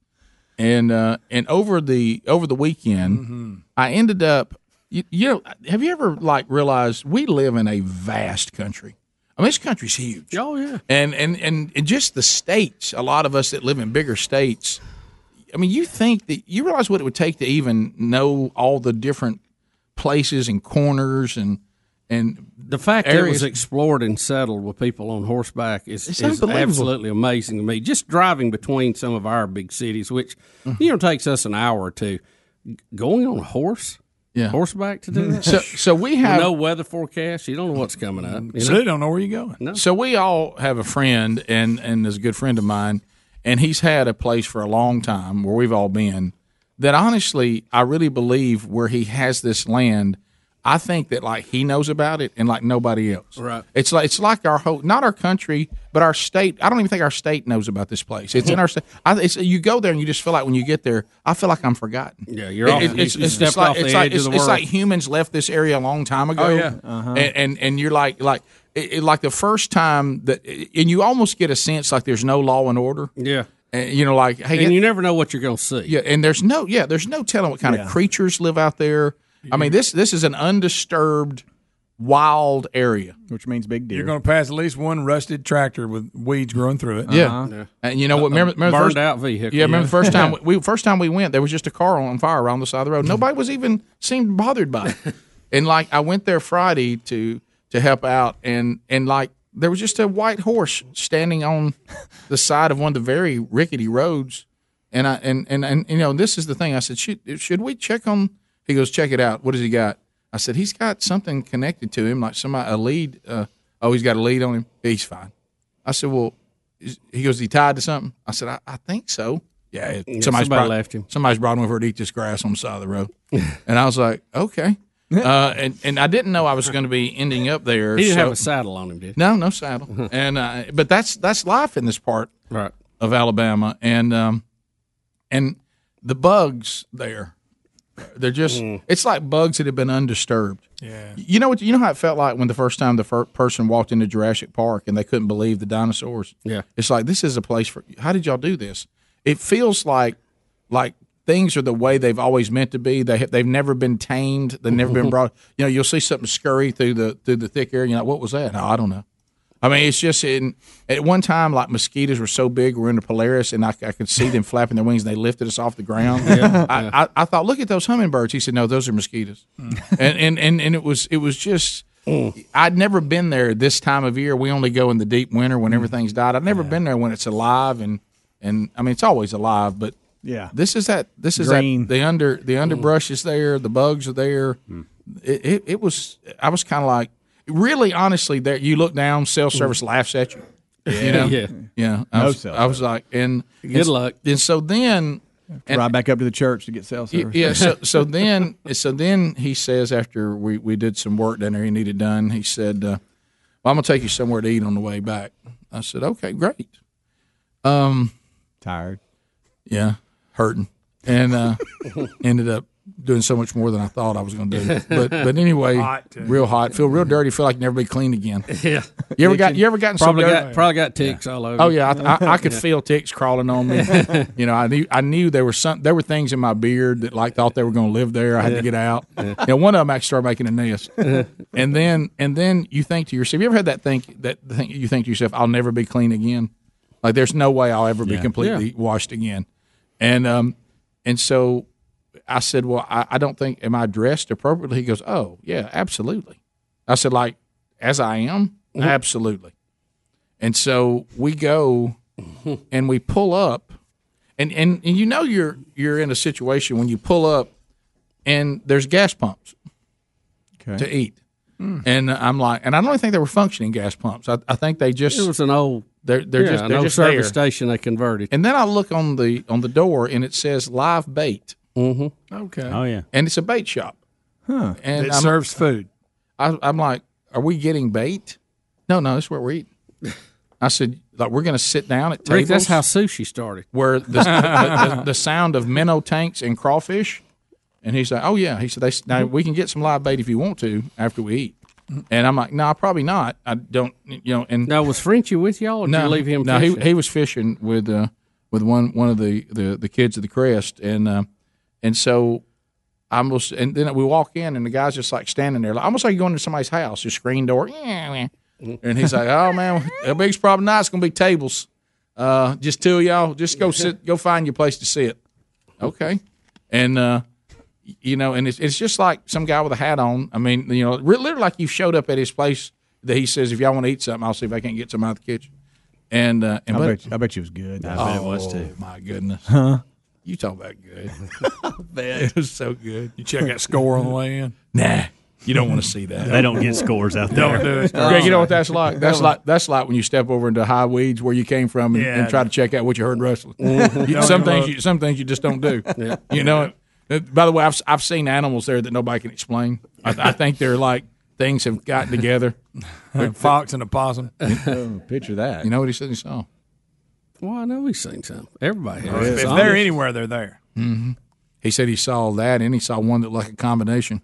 Speaker 2: and uh, and over the over the weekend
Speaker 9: Mm.
Speaker 2: I ended up. You, you know, have you ever like realized we live in a vast country? I mean, this country's huge
Speaker 3: Oh yeah.
Speaker 2: and and and and just the states. A lot of us that live in bigger states. I mean, you think that you realize what it would take to even know all the different places and corners and and
Speaker 3: The fact that it
Speaker 2: Areas-
Speaker 3: was explored and settled with people on horseback is,
Speaker 2: It's
Speaker 3: is
Speaker 2: unbelievable.
Speaker 3: absolutely amazing to me. Just driving between some of our big cities, which
Speaker 2: Mm-hmm.
Speaker 3: you know takes us an hour or two, g- going on a horse,
Speaker 2: Yeah.
Speaker 3: horseback to do that.
Speaker 2: Mm-hmm.
Speaker 3: [LAUGHS]
Speaker 2: so so we
Speaker 3: With
Speaker 2: have
Speaker 3: no weather forecast. You don't know what's coming up. you
Speaker 4: So
Speaker 3: know?
Speaker 4: they don't know where you're going.
Speaker 2: So we all have a friend, and and there's a good friend of mine, and he's had a place for a long time where we've all been. That honestly, I really believe where he has this land, I think that like he knows about it and like nobody else.
Speaker 3: Right.
Speaker 2: It's like it's like our whole not our country, but our state. I don't even think our state knows about this place. It's in our state. I, it's, you go there and you just feel like when you get there, I feel like I'm forgotten.
Speaker 3: Yeah, you're off-
Speaker 2: It-
Speaker 3: you- you stepped off the
Speaker 2: it's
Speaker 3: edge
Speaker 2: like,
Speaker 3: of
Speaker 2: it's,
Speaker 3: the
Speaker 2: it's
Speaker 3: world. Uh-huh.
Speaker 2: like humans left this area a long time ago.
Speaker 4: Oh, yeah.
Speaker 2: and, and and you're like like it, it- like the first time that and you almost get a sense like there's no law and order.
Speaker 3: yeah,
Speaker 2: And, you know, like hey,
Speaker 3: and you never know what you're going to see.
Speaker 2: yeah, and there's no yeah, there's no telling what kind of creatures live out there. I mean, this this is an undisturbed, wild area,
Speaker 5: which means big deer.
Speaker 4: You're going to pass at least one rusted tractor with weeds growing through it.
Speaker 2: Uh-huh. Yeah. and you know what? Remember, remember the
Speaker 4: Uh, Burned
Speaker 2: first,
Speaker 4: out vehicle,
Speaker 2: Yeah, remember
Speaker 4: yeah.
Speaker 2: the first [LAUGHS] time
Speaker 4: [LAUGHS]
Speaker 2: we first time we went, there was just a car on fire around the side of the road. Nobody was even seemed bothered by
Speaker 4: [LAUGHS]
Speaker 2: it. and like I went there Friday to to help out, and and like there was just a white horse standing on the side of one of the very rickety roads. And I and and, and you know this is the thing. I said, should should we check on? He goes, check it out. What does he got? I said, he's got something connected to him, like somebody a lead. Uh, oh, he's got a lead on him. He's fine. I said, well, is- he goes, he tied to something. I said, I, I think so. Yeah, it-
Speaker 9: Yeah,
Speaker 2: somebody's
Speaker 9: somebody
Speaker 2: brought,
Speaker 9: left him.
Speaker 2: Somebody's brought him over to eat this grass on the side of
Speaker 9: [LAUGHS]
Speaker 2: the road, and I was like, okay. Uh, and and I didn't know I was going to be ending up there.
Speaker 3: He didn't
Speaker 2: so-
Speaker 3: have a saddle on him, did he?
Speaker 2: No, no
Speaker 9: Uh-huh.
Speaker 2: saddle. and uh, but that's that's life in this part
Speaker 3: right.
Speaker 2: of Alabama, and um, and the bugs there, they're just
Speaker 9: Mm.
Speaker 2: it's like bugs that have been undisturbed.
Speaker 4: Yeah.
Speaker 2: You know what? You know how it felt like when the first time the first person walked into Jurassic Park and they couldn't believe the dinosaurs.
Speaker 3: Yeah.
Speaker 2: It's like this is a place for. How did y'all do this? It feels like like things are the way they've always meant to be. They have, they've never been tamed. They've never
Speaker 9: [LAUGHS]
Speaker 2: been brought. You know, you'll see something scurry through the through the thick air. You know, what was that? No, I don't know. I mean, it's just in at one time like mosquitoes were so big we're in the Polaris and I, I could see them [LAUGHS] flapping their wings and they lifted us off the ground.
Speaker 9: Yeah,
Speaker 2: I,
Speaker 9: yeah.
Speaker 2: I, I thought, look at those hummingbirds. He said, no, those are mosquitoes, and, and and and it was it was just. I'd never been there this time of year. We only go in the deep winter
Speaker 5: Mm.
Speaker 2: when everything's died. I've never been there when it's alive and and I mean it's always alive, but
Speaker 5: Yeah.
Speaker 2: this is that this is
Speaker 5: Green. Mm.
Speaker 2: that the under the underbrush is there, the bugs are there. It, it it was I was kind of like really honestly there you look down, cell service laughs at you. You know?
Speaker 5: Mm. Yeah.
Speaker 2: [LAUGHS] yeah. I
Speaker 5: No
Speaker 2: was,
Speaker 5: cell
Speaker 2: I was like, and
Speaker 5: Good
Speaker 2: and-
Speaker 5: luck.
Speaker 2: And so then, and-
Speaker 5: Ride back up to the church to get cell service. [LAUGHS]
Speaker 2: yeah. So, so then, so then he says after we, we did some work down there, he needed done. He said, uh, "Well, I'm gonna take you somewhere to eat on the way back." I said, "Okay, great." Um,
Speaker 5: tired.
Speaker 2: Yeah, hurting, and uh, [LAUGHS] ended up doing so much more than I thought I was gonna do. But but anyway,
Speaker 3: Hot, too.
Speaker 2: real hot. Feel real dirty. Feel like never be clean again.
Speaker 3: [LAUGHS] Yeah.
Speaker 2: You ever got you ever gotten
Speaker 3: probably
Speaker 2: so dirty?
Speaker 3: got probably got ticks all over.
Speaker 2: Oh
Speaker 3: you.
Speaker 2: yeah, I, I,
Speaker 3: [LAUGHS]
Speaker 2: I could feel ticks crawling on me. you know, I knew I knew there were some there were things in my beard that like thought they were going to live there. I had
Speaker 9: Yeah.
Speaker 2: to get out.
Speaker 9: Yeah.
Speaker 2: You know, one of them actually started making
Speaker 9: [LAUGHS]
Speaker 2: a nest. and then and then you think to yourself, you ever had that think that thing, you think to yourself, I'll never be clean again. Like there's no way I'll ever be
Speaker 9: Yeah.
Speaker 2: completely washed again. And um and so I said, well, I, I don't think am I dressed appropriately? He goes, oh yeah, absolutely. I said, like as I am,
Speaker 9: Mm-hmm.
Speaker 2: absolutely. And so
Speaker 9: [LAUGHS]
Speaker 2: we go and we pull up and, and and you know you're you're in a situation when you pull up and there's gas pumps to eat. And I'm like, and I don't even think they were functioning gas pumps. I, I think they just
Speaker 3: It was an old.
Speaker 2: they're they're
Speaker 3: yeah,
Speaker 2: just
Speaker 3: an
Speaker 2: they're
Speaker 3: old
Speaker 2: just
Speaker 3: service
Speaker 2: there.
Speaker 3: station they converted.
Speaker 2: And then I look on the on the door and it says live bait. Mm-hmm.
Speaker 4: Okay.
Speaker 7: Oh, yeah.
Speaker 2: And it's a bait shop.
Speaker 5: Huh.
Speaker 2: And
Speaker 4: it
Speaker 2: I'm-
Speaker 4: [LAUGHS] serves food.
Speaker 2: I, I'm like, are we getting bait? No, no, that's what
Speaker 3: [LAUGHS]
Speaker 2: we're eating. I said, like we're going to sit down at tables.
Speaker 3: Rick, that's how sushi started.
Speaker 2: where the, the, the, the sound of minnow tanks and crawfish. And he's like, "Oh yeah," he said. They, s- now we can get some live bait if you want to after we eat. And I'm like, "No, probably not. I don't, you know." And
Speaker 3: now was Frenchie with y'all, or did you leave him?
Speaker 2: No,
Speaker 3: fishing?
Speaker 2: he he was fishing with uh, with one one of the, the, the kids of the crest, and uh, and so I almost and then we walk in, and the guy's just like standing there, like, almost like you're going to somebody's house, your screen door, and he's like, "Oh man, the biggest problem now is going to be tables. Uh, just two of y'all, just go sit, go find your place to sit." Okay, and uh, y- you know, and it's it's just like some guy with a hat on. I mean, you know, re- literally like you showed up at his place that he says, "If y'all want to eat something, I'll see if I can't get some out of the kitchen." And uh, and
Speaker 5: I
Speaker 2: but-
Speaker 5: bet, I bet you it was good.
Speaker 2: I bet it was, too. my goodness.
Speaker 5: Huh?
Speaker 2: You talk about good.
Speaker 5: [LAUGHS]
Speaker 2: It was so good.
Speaker 4: You check that score on the way in.
Speaker 2: [LAUGHS] Nah, you don't want to see that.
Speaker 4: They don't get scores out there.
Speaker 2: [LAUGHS] Don't do it.
Speaker 4: Oh.
Speaker 2: Greg, you know what that's like? That's like that's like when you step over into high weeds where you came from and,
Speaker 4: Yeah,
Speaker 2: and
Speaker 4: I
Speaker 2: try to check out what you heard wrestling. [LAUGHS]
Speaker 4: Mhm.
Speaker 2: You-
Speaker 4: Don't
Speaker 2: some
Speaker 4: even
Speaker 2: things
Speaker 4: look.
Speaker 2: you some things you just don't [LAUGHS] do. You know. uh, By the way, I've I've seen animals there that nobody can explain. I, I think they're like things have gotten [LAUGHS] together.
Speaker 4: A fox and
Speaker 2: [LAUGHS]
Speaker 4: a possum.
Speaker 5: Picture that.
Speaker 2: You know what he said he saw?
Speaker 3: Well, I know we've seen some. Everybody
Speaker 4: Oh, If-
Speaker 3: has.
Speaker 4: if they're anywhere, they're there.
Speaker 2: hmm He said he saw that, and he saw one that like a combination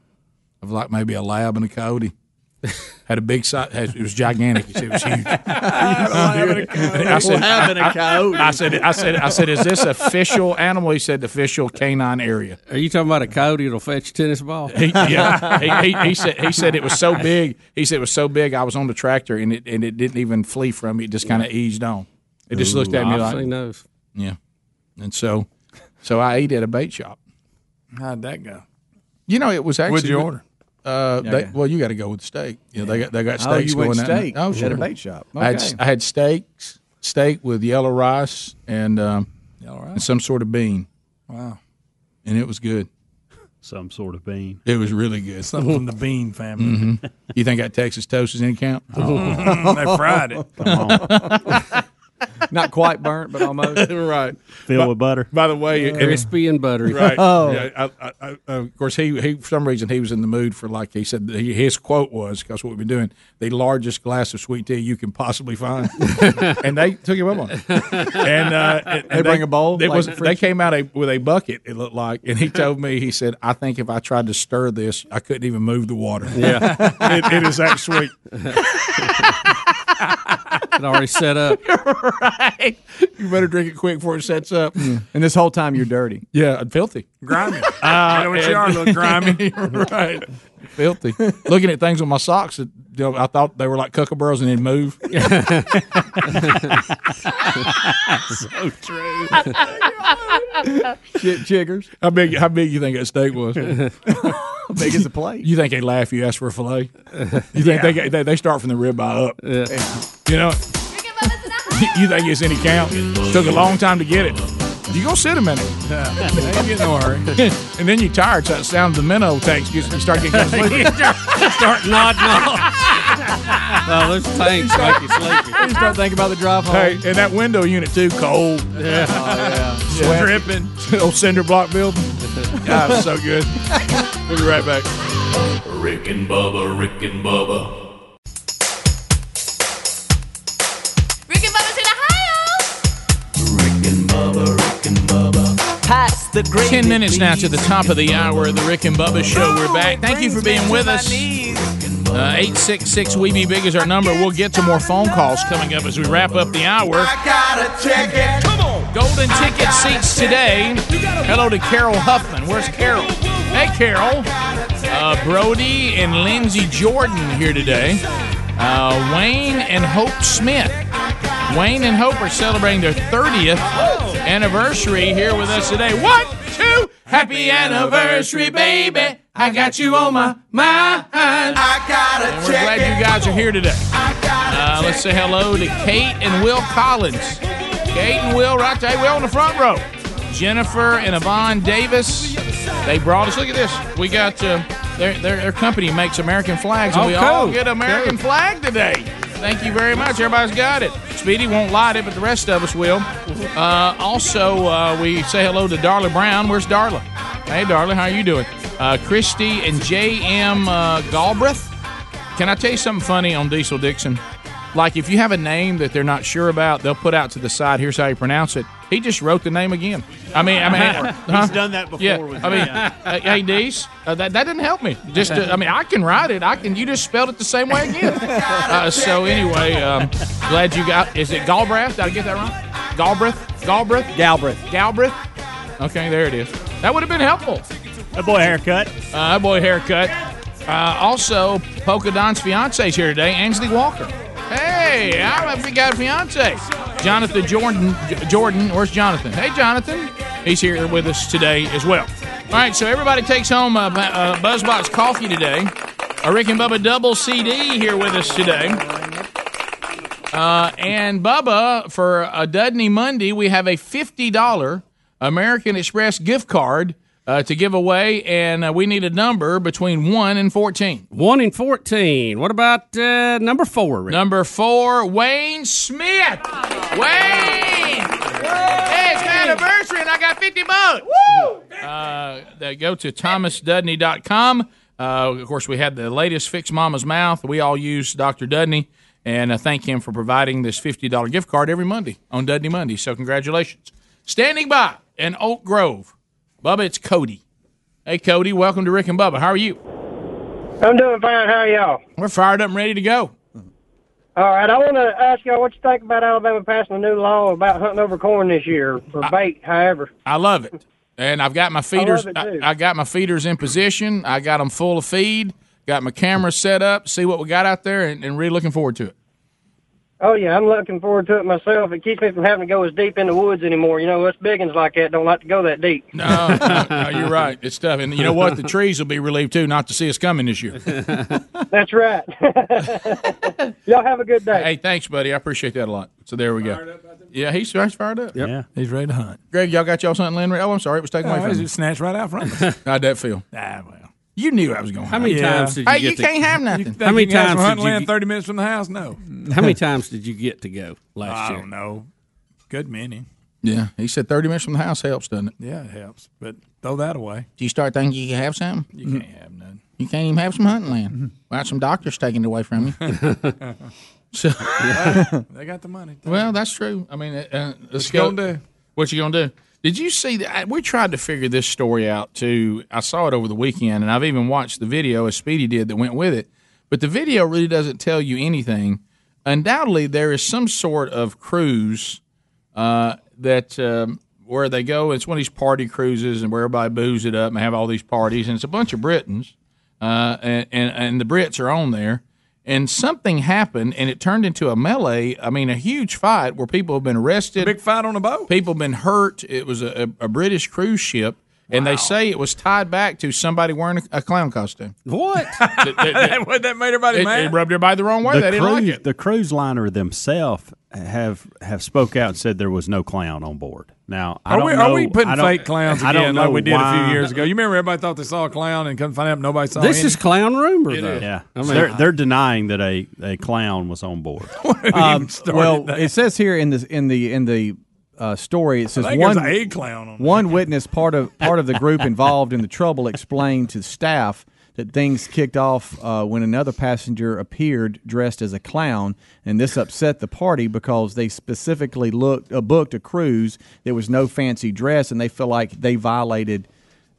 Speaker 2: of like maybe a lab and a coyote.
Speaker 4: Had a big size. It was gigantic. It was
Speaker 3: [LAUGHS]
Speaker 4: huge.
Speaker 2: I said, I- I, I said, I said, I said, is this official animal? He said, official canine area.
Speaker 3: Are you talking about a coyote that'll fetch a tennis ball?
Speaker 2: He, yeah, he, he, he said he said it was so big. He said it was so big. I was on the tractor and it and it didn't even flee from me. It just kind of eased on. It just looked at me
Speaker 3: Obviously
Speaker 2: like
Speaker 3: knows.
Speaker 2: yeah. And so, so I ate at a bait shop.
Speaker 4: How'd that go?
Speaker 2: You know, it was actually.
Speaker 4: What'd you order?
Speaker 2: Uh,
Speaker 4: Yeah,
Speaker 2: they,
Speaker 4: yeah.
Speaker 2: well, you got to go with steak. You know, they got they got
Speaker 4: Oh,
Speaker 2: steaks
Speaker 4: you went
Speaker 2: going down there.
Speaker 4: steak
Speaker 2: Oh,
Speaker 4: at
Speaker 2: sure.
Speaker 4: a bait shop.
Speaker 2: I had,
Speaker 4: Okay.
Speaker 2: I had steaks, steak with yellow rice and um,
Speaker 4: yellow
Speaker 2: rice and some sort of bean,
Speaker 4: Wow.
Speaker 2: and it was good.
Speaker 7: Some sort of bean.
Speaker 2: It was really good.
Speaker 4: Something from the bean family.
Speaker 2: Mhm. You think that Texas toast is in count?
Speaker 4: Mm, [LAUGHS] they fried it.
Speaker 5: [LAUGHS]
Speaker 4: [LAUGHS]
Speaker 5: Not quite burnt, but almost.
Speaker 2: [LAUGHS] right.
Speaker 7: Filled with butter.
Speaker 2: By the way, it-
Speaker 3: Crispy and buttery.
Speaker 5: [LAUGHS]
Speaker 2: Right.
Speaker 3: Oh.
Speaker 2: Yeah, I, I, I, of course, he, he for some reason he was in the mood for like he said he, his quote was because what we've been doing the largest glass of sweet tea you can
Speaker 3: [LAUGHS]
Speaker 2: possibly find, and they took him up on it. And, uh, and- and
Speaker 5: They bring a bowl,
Speaker 2: It
Speaker 5: like
Speaker 2: was
Speaker 5: the
Speaker 2: they
Speaker 5: fridge?
Speaker 2: came out a, with a bucket. It looked like, and he told me he said I think if I tried to stir this I couldn't even move the water.
Speaker 3: Yeah.
Speaker 2: [LAUGHS] it, it is that sweet.
Speaker 3: It already set up.
Speaker 2: [LAUGHS] right. You better drink it quick before it sets up.
Speaker 5: [LAUGHS] And this whole time you're dirty.
Speaker 2: Yeah, and filthy.
Speaker 4: Grimy.
Speaker 2: Uh,
Speaker 4: you know what you are, little grimy.
Speaker 2: right. Filthy. Looking at things with my socks, that, you know, I thought they were like kookaburras and they'd move. [LAUGHS]
Speaker 30: so true.
Speaker 4: [LAUGHS]
Speaker 5: Chip chiggers.
Speaker 2: How big? How big you think that steak
Speaker 5: [LAUGHS]
Speaker 2: was?
Speaker 5: big as a plate.
Speaker 2: You think they laugh? You ask for a fillet. You think they, they they start from the ribeye up? You know. You think it's any count? Took a long time to get it. You go sit a minute,
Speaker 4: Ain't getting no hurry.
Speaker 2: [LAUGHS] and then you tired. So that sound of the minnow tanks gets you start getting [LAUGHS] kind of
Speaker 4: [LAUGHS]
Speaker 2: sleepy.
Speaker 3: start nodding off. Oh, those tanks make you sleepy.
Speaker 5: You start thinking about the drive home.
Speaker 2: Hey, and that window unit too cold.
Speaker 3: Yeah.
Speaker 5: Oh,
Speaker 2: Sweat.
Speaker 4: Dripping.
Speaker 2: [LAUGHS] Old cinder block building. God, it's so good. We'll be right back.
Speaker 10: Rick and Bubba, Rick and Bubba,
Speaker 30: Rick and Bubba's in Ohio.
Speaker 2: Pass the Ten minutes now to the top of the hour of the Rick and Bubba Show. We're back. Thank you for being with us. Uh, Eight six six we be big is our number. We'll get to more phone calls coming up as we wrap up the hour.
Speaker 30: gotta check it. Come on.
Speaker 2: Golden ticket seats today. Hello to Carol Huffman. Where's Carol? Hey, Carol. Uh, Brody and Lindsey Jordan here today. Uh, Wayne and Hope Smith. Wayne and Hope are celebrating their 30th anniversary here with us today. One, two, happy anniversary, baby. I got you on my mind. I
Speaker 30: gotta
Speaker 2: and we're glad you guys are here today. Uh, let's say hello to Kate and Will Collins. Kate and Will, right there. Hey, Will in the front row. Jennifer and Yvonne Davis. They brought us. Look at this. We got uh, their, their their company makes American flags, and
Speaker 9: Oh,
Speaker 2: we all
Speaker 9: cool.
Speaker 2: get an American flag today. Thank you very much. Everybody's got it. Speedy won't light it, but the rest of us will. Uh, also, uh, we say hello to Darla Brown. Where's Darla? Hey, Darla, how are you doing? Uh, Christy and J.M. Uh, Galbraith. Can I tell you something funny on Diesel Dixon? Like, if you have a name that they're not sure about, they'll put out to the side, here's how you pronounce it. He just wrote the name again. I mean, I mean,
Speaker 13: [LAUGHS] He's
Speaker 2: huh?
Speaker 13: done that before
Speaker 2: Yeah,
Speaker 13: with
Speaker 2: I
Speaker 13: me,
Speaker 2: mean,
Speaker 13: yeah.
Speaker 2: uh, [LAUGHS] hey, Dees, uh, that, that didn't help me. Just, uh, I mean, I can write it. I can. You just spelled it the same way again.
Speaker 13: [LAUGHS]
Speaker 2: Uh, so anyway, um, glad you got. Is it Galbraith? Did I get that wrong? Galbraith, Galbraith,
Speaker 13: Galbraith,
Speaker 2: Galbraith. Okay, there it is. That would have been helpful.
Speaker 13: That boy haircut.
Speaker 2: Uh, that boy haircut. Uh, also, Polka Don's fiance is here today, Ansley Walker. Hey, I don't know if you got a fiance. Jonathan Jordan. J- Jordan, where's Jonathan? Hey, Jonathan. He's here with us today as well. All right, so everybody takes home a, bu- a Buzzbox coffee today. A Rick and Bubba double CD here with us today. Uh, and Bubba, for a Dudney Monday, we have a $50 American Express gift card uh, to give away, and uh, we need a number between 1 and 14.
Speaker 3: 1 in 14. What about uh, number four, Rick?
Speaker 2: Number four, Wayne Smith. Wayne! Hey, it's my anniversary, and I got 50 bucks. Woo! Uh, they go to thomasdudney.com. Uh, of course, we had the latest Fix Mama's Mouth. We all use Dr. Dudney, and uh, thank him for providing this $50 gift card every Monday on Dudney Monday. So, congratulations. Standing by in Oak Grove, Bubba, it's Cody. Hey, Cody, welcome to Rick and Bubba. How are you?
Speaker 13: I'm doing fine. How are y'all?
Speaker 2: We're fired up and ready to go.
Speaker 13: All right. I want to ask y'all what you think about Alabama passing a new law about hunting over corn this year for bait, however.
Speaker 2: I love it, and I've got my feeders.
Speaker 13: it,
Speaker 2: I,
Speaker 13: too.
Speaker 2: I got my feeders in position. I got them full of feed. Got my camera set up. See what we got out there, and, and really looking forward to it.
Speaker 13: Oh, yeah. I'm looking forward to it myself. It keeps me from having to go as deep in the woods anymore. You know, us biggins like that don't like to go that deep.
Speaker 2: No, no, no, you're right. It's tough, and you know
Speaker 4: [LAUGHS]
Speaker 2: what? The trees will be relieved too, not to see us coming this year.
Speaker 13: That's right. [LAUGHS] y'all have a good day.
Speaker 2: hey, thanks, buddy. I appreciate that a lot. So there we go. Yeah, he's, he's fired up.
Speaker 4: Yeah, he's ready to hunt.
Speaker 2: Greg, y'all got y'all something, Landry? Oh, I'm sorry, it was taken
Speaker 4: Oh,
Speaker 2: away
Speaker 4: it
Speaker 2: from you.
Speaker 4: was snatched right out from [LAUGHS]
Speaker 2: us. How'd that feel?
Speaker 4: Ah, well,
Speaker 2: [LAUGHS] you knew I was going.
Speaker 3: How many times did you
Speaker 2: Hey,
Speaker 3: get
Speaker 2: you
Speaker 3: to-
Speaker 2: can't have nothing.
Speaker 3: How many times did
Speaker 4: hunting
Speaker 3: you
Speaker 4: land
Speaker 3: get-
Speaker 4: thirty minutes from the house? No.
Speaker 3: How
Speaker 4: [LAUGHS]
Speaker 3: many times did you get to go last
Speaker 4: I
Speaker 3: year?
Speaker 4: don't know. Good many.
Speaker 2: Yeah, he said 30 minutes from the house helps, doesn't it?
Speaker 4: Yeah, it helps. But throw that away.
Speaker 2: Do you start thinking you can have something?
Speaker 4: You can't have none.
Speaker 2: You can't even have some hunting land. Without some doctors taking it away from you. so,
Speaker 4: Well, [LAUGHS] they got the money.
Speaker 2: Well, that's true. I mean, uh,
Speaker 4: What you gonna do?
Speaker 2: What you gonna do? Did you see that? I- We tried to figure this story out too. I saw it over the weekend, and I've even watched the video as Speedy did that went with it. But the video really doesn't tell you anything. Undoubtedly, there is some sort of cruise uh, that um, where they go. It's one of these party cruises, and where everybody booze it up and have all these parties, and it's a bunch of Britons, uh, and, and and the Brits are on there and something happened and it turned into a melee i mean a huge fight where people have been arrested big
Speaker 4: fight on a boat
Speaker 2: people have been hurt it was a, a, a british cruise ship and they say it was tied back to somebody wearing a, a clown costume
Speaker 3: what
Speaker 4: [LAUGHS] that, that made everybody
Speaker 2: it,
Speaker 4: mad.
Speaker 2: it rubbed everybody the wrong way they didn't like it
Speaker 7: The cruise liner themselves have have spoke out and said there was no clown on board. Now, I
Speaker 4: Are
Speaker 7: don't
Speaker 4: we,
Speaker 7: know.
Speaker 4: are we
Speaker 7: I
Speaker 4: putting
Speaker 7: don't-
Speaker 4: fake clowns
Speaker 7: I
Speaker 4: again
Speaker 7: don't know
Speaker 4: like we did a
Speaker 7: why.
Speaker 4: few years ago? You remember everybody thought they saw a clown and couldn't find out nobody saw
Speaker 3: This
Speaker 4: any?
Speaker 3: is clown rumor,
Speaker 4: It
Speaker 3: though.
Speaker 4: is.
Speaker 7: Yeah,
Speaker 3: I
Speaker 7: So
Speaker 3: mean-
Speaker 7: they're they're denying that a, a clown was on
Speaker 4: [LAUGHS]
Speaker 7: board.
Speaker 5: Um, well, it says here in the in the in the uh, story it says
Speaker 4: think
Speaker 5: one
Speaker 4: there's a clown on
Speaker 5: one witness part of part of the group involved in the trouble explained to staff that things kicked off uh, when another passenger appeared dressed as a clown, and this upset the party because they specifically looked uh, booked a cruise. There was no fancy dress, and they feel like they violated.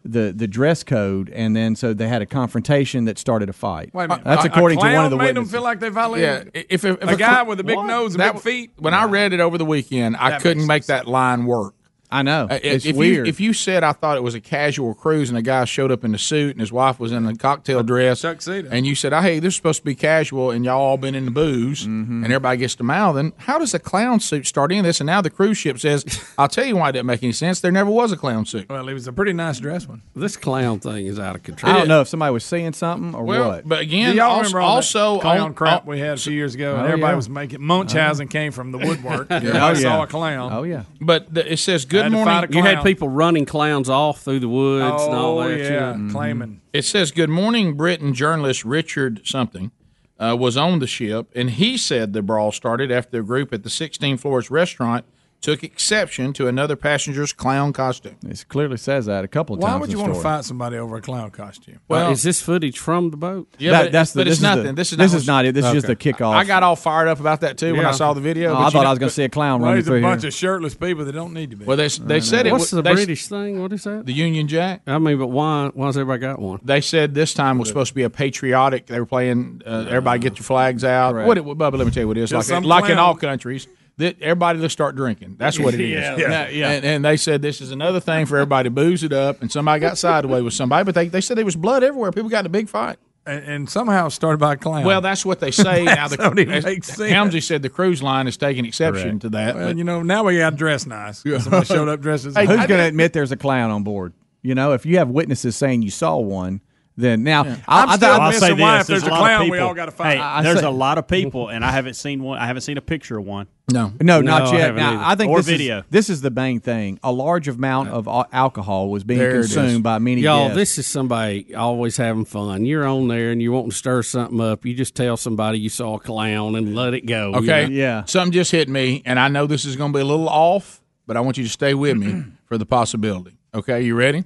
Speaker 5: The, the dress code, and then so they had a confrontation that started a fight.
Speaker 4: Wait a minute.
Speaker 5: Uh, That's
Speaker 4: A- a
Speaker 5: according to one
Speaker 4: clown
Speaker 5: of the
Speaker 4: made 'em
Speaker 5: witnesses.
Speaker 4: feel like they violated.
Speaker 2: Yeah, if, if, if
Speaker 4: a guy with a big
Speaker 2: What?
Speaker 4: nose and
Speaker 2: That
Speaker 4: big
Speaker 2: w-
Speaker 4: feet.
Speaker 2: When I read it over the weekend, I
Speaker 4: That
Speaker 2: couldn't
Speaker 4: makes
Speaker 2: make that line work. Uh,
Speaker 5: I know. it's
Speaker 2: if
Speaker 5: weird.
Speaker 2: You, if you said I thought it was a casual cruise and a guy showed up in a suit and his wife was in a cocktail dress, and you said, oh, "Hey, this is supposed to be casual," and y'all all been in the booze,
Speaker 4: Mm-hmm.
Speaker 2: and everybody gets to mouthing, how does a clown suit start in this? And now the cruise
Speaker 5: [LAUGHS]
Speaker 2: ship says, "I'll tell you why it didn't make any sense. There never was a clown suit."
Speaker 4: Well, it was a pretty nice dress one.
Speaker 3: This clown thing is out of control.
Speaker 5: I don't know if somebody was seeing something or
Speaker 2: Well,
Speaker 5: what.
Speaker 2: but again,
Speaker 4: Do y'all
Speaker 2: also,
Speaker 4: remember all
Speaker 2: also
Speaker 4: that clown
Speaker 2: on-
Speaker 4: crap
Speaker 2: on-
Speaker 4: we had a few years ago? and
Speaker 2: Oh,
Speaker 4: everybody
Speaker 2: yeah.
Speaker 4: was making Munchausen came from
Speaker 5: [LAUGHS]
Speaker 4: the woodwork.
Speaker 2: Yeah.
Speaker 4: Everybody
Speaker 2: Oh, yeah.
Speaker 4: saw a clown.
Speaker 5: Oh yeah.
Speaker 2: But the, it says,
Speaker 4: I
Speaker 2: "Good
Speaker 4: had to
Speaker 2: morning."
Speaker 4: fight a
Speaker 3: You had people running clowns off through the woods and all
Speaker 4: Oh,
Speaker 3: that.
Speaker 4: yeah,
Speaker 3: Mhm.
Speaker 4: claiming.
Speaker 2: Mm-hmm. It says, "Good morning, Britain." Journalist Richard something uh, was on the ship, and he said the brawl started after a group at the 16 floors restaurant took exception to another passenger's clown costume.
Speaker 5: It clearly says that a couple of
Speaker 4: Why
Speaker 5: times.
Speaker 4: would
Speaker 5: in
Speaker 4: you
Speaker 5: the
Speaker 4: want to
Speaker 5: story.
Speaker 4: fight somebody over a clown costume?
Speaker 2: Well-
Speaker 3: is this footage from the boat?
Speaker 2: Yeah,
Speaker 5: That-
Speaker 2: but,
Speaker 5: that's the-
Speaker 2: but
Speaker 5: this
Speaker 2: it's
Speaker 5: is the-
Speaker 2: nothing. this is
Speaker 5: this
Speaker 2: not
Speaker 5: is not it. This is just
Speaker 2: Okay.
Speaker 5: the kickoff.
Speaker 2: I got all fired up about that too when I
Speaker 5: Yeah.
Speaker 2: saw the video.
Speaker 5: Oh,
Speaker 2: but
Speaker 5: I
Speaker 2: you
Speaker 5: thought
Speaker 2: know-
Speaker 5: I was going to see a clown
Speaker 4: Well,
Speaker 5: running
Speaker 4: there's
Speaker 5: through
Speaker 4: a bunch
Speaker 5: here.
Speaker 4: of shirtless people that don't need to be.
Speaker 2: Well, they they said it.
Speaker 3: What's
Speaker 2: wa-
Speaker 3: the
Speaker 2: they s-
Speaker 3: British thing? What is that?
Speaker 2: The Union Jack.
Speaker 3: I mean, but why? Why's everybody got one?
Speaker 2: They said this time was supposed to be a patriotic. They were playing. Uh, everybody get your flags out.
Speaker 5: Correct.
Speaker 2: What it, Bubba? Let me tell you what it is.
Speaker 4: Just
Speaker 2: Like,
Speaker 4: some
Speaker 2: like in
Speaker 4: clown.
Speaker 2: all countries, that everybody will start drinking. That's what
Speaker 4: [LAUGHS]
Speaker 2: it is.
Speaker 4: Yeah, yeah.
Speaker 2: [LAUGHS] yeah. And, and they said this is another thing for everybody to booze it up. And somebody got sideways with somebody, but they, they said there was blood everywhere. People got in a big fight.
Speaker 4: and, and somehow it started by a clown.
Speaker 2: Well, that's what they [LAUGHS] say now. The,
Speaker 4: That don't even
Speaker 2: as-
Speaker 4: make sense.
Speaker 2: Helmsy said the cruise line is taking exception to that.
Speaker 4: Well,
Speaker 2: but-
Speaker 4: you know, now we got to
Speaker 2: [LAUGHS]
Speaker 4: dress nice. Somebody showed up dressed as. a
Speaker 5: Who's
Speaker 4: clown.
Speaker 5: going to admit there's a clown on board? You know, if you have witnesses saying you saw one, then now I,
Speaker 4: I'm
Speaker 5: I,
Speaker 4: still
Speaker 5: thought-
Speaker 4: missing
Speaker 7: say
Speaker 4: why
Speaker 7: this,
Speaker 4: if there's, a
Speaker 7: lot of
Speaker 4: clown, we
Speaker 7: people-
Speaker 4: all got to fight.
Speaker 7: Hey,
Speaker 5: I- I
Speaker 7: there's
Speaker 5: say-
Speaker 7: a lot of people, and I haven't seen one. I haven't seen a picture of one.
Speaker 2: no.
Speaker 5: no,
Speaker 7: No,
Speaker 5: not
Speaker 7: I
Speaker 5: yet.
Speaker 7: haven't
Speaker 5: Now,
Speaker 7: either.
Speaker 5: I think
Speaker 7: Or
Speaker 5: this
Speaker 7: video.
Speaker 5: Is, this is the main thing. A large amount of al- alcohol was being
Speaker 2: There it is.
Speaker 5: consumed by many
Speaker 3: Y'all,
Speaker 5: guests.
Speaker 3: this is somebody always having fun. You're on there and you want to stir something up. You just tell somebody you saw a clown and let it go. you
Speaker 2: Okay.
Speaker 3: know?
Speaker 5: Yeah.
Speaker 2: Something just hit me, and I know this is going to be a little off, but I want you to stay with
Speaker 4: [CLEARS THROAT]
Speaker 2: me for the possibility. Okay. You ready?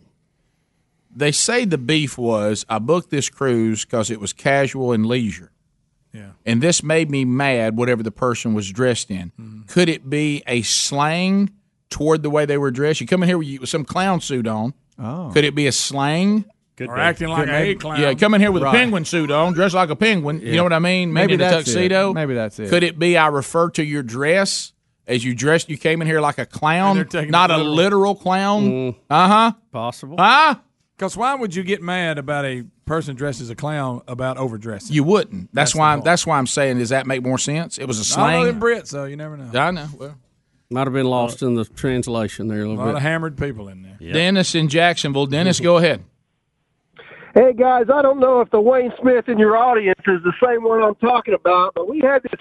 Speaker 2: They say the beef was I booked this cruise because it was casual and leisure.
Speaker 4: Yeah.
Speaker 2: And this made me mad, whatever the person was dressed in.
Speaker 4: Mm-hmm.
Speaker 2: Could it be a slang toward the way they were dressed? You come in here with, you, with some clown suit on.
Speaker 5: oh.
Speaker 2: Could it be a slang Could
Speaker 4: Or be. acting like a hate clown.
Speaker 2: Yeah, come in here with
Speaker 4: Right.
Speaker 2: a penguin suit on, dressed like a penguin. You
Speaker 4: Yeah.
Speaker 2: know what I mean? Maybe,
Speaker 4: Maybe
Speaker 2: in a
Speaker 4: that's it.
Speaker 2: tuxedo.
Speaker 4: Maybe that's it.
Speaker 2: Could it be I refer to your dress as you dressed? You came in here like a clown, not a literal, clown. Uh huh.
Speaker 3: Possible.
Speaker 2: Huh?
Speaker 4: Because why would you get mad about a person dressed as a clown about overdressing?
Speaker 2: You wouldn't. That's,
Speaker 4: That's the
Speaker 2: why. I'm, that's why I'm saying. Does that make more sense? It was a
Speaker 4: I don't know
Speaker 2: slang.
Speaker 4: them Brits, so you never know.
Speaker 2: I know. Well, [LAUGHS]
Speaker 3: Might have been lost in the translation there a
Speaker 4: A
Speaker 3: little
Speaker 4: lot
Speaker 3: bit.
Speaker 4: of hammered people in there.
Speaker 2: Dennis in Jacksonville.
Speaker 4: Mm-hmm.
Speaker 2: Dennis, go ahead.
Speaker 14: Hey guys, I don't know if the Wayne Smith in your audience is the same one I'm talking about, but we had this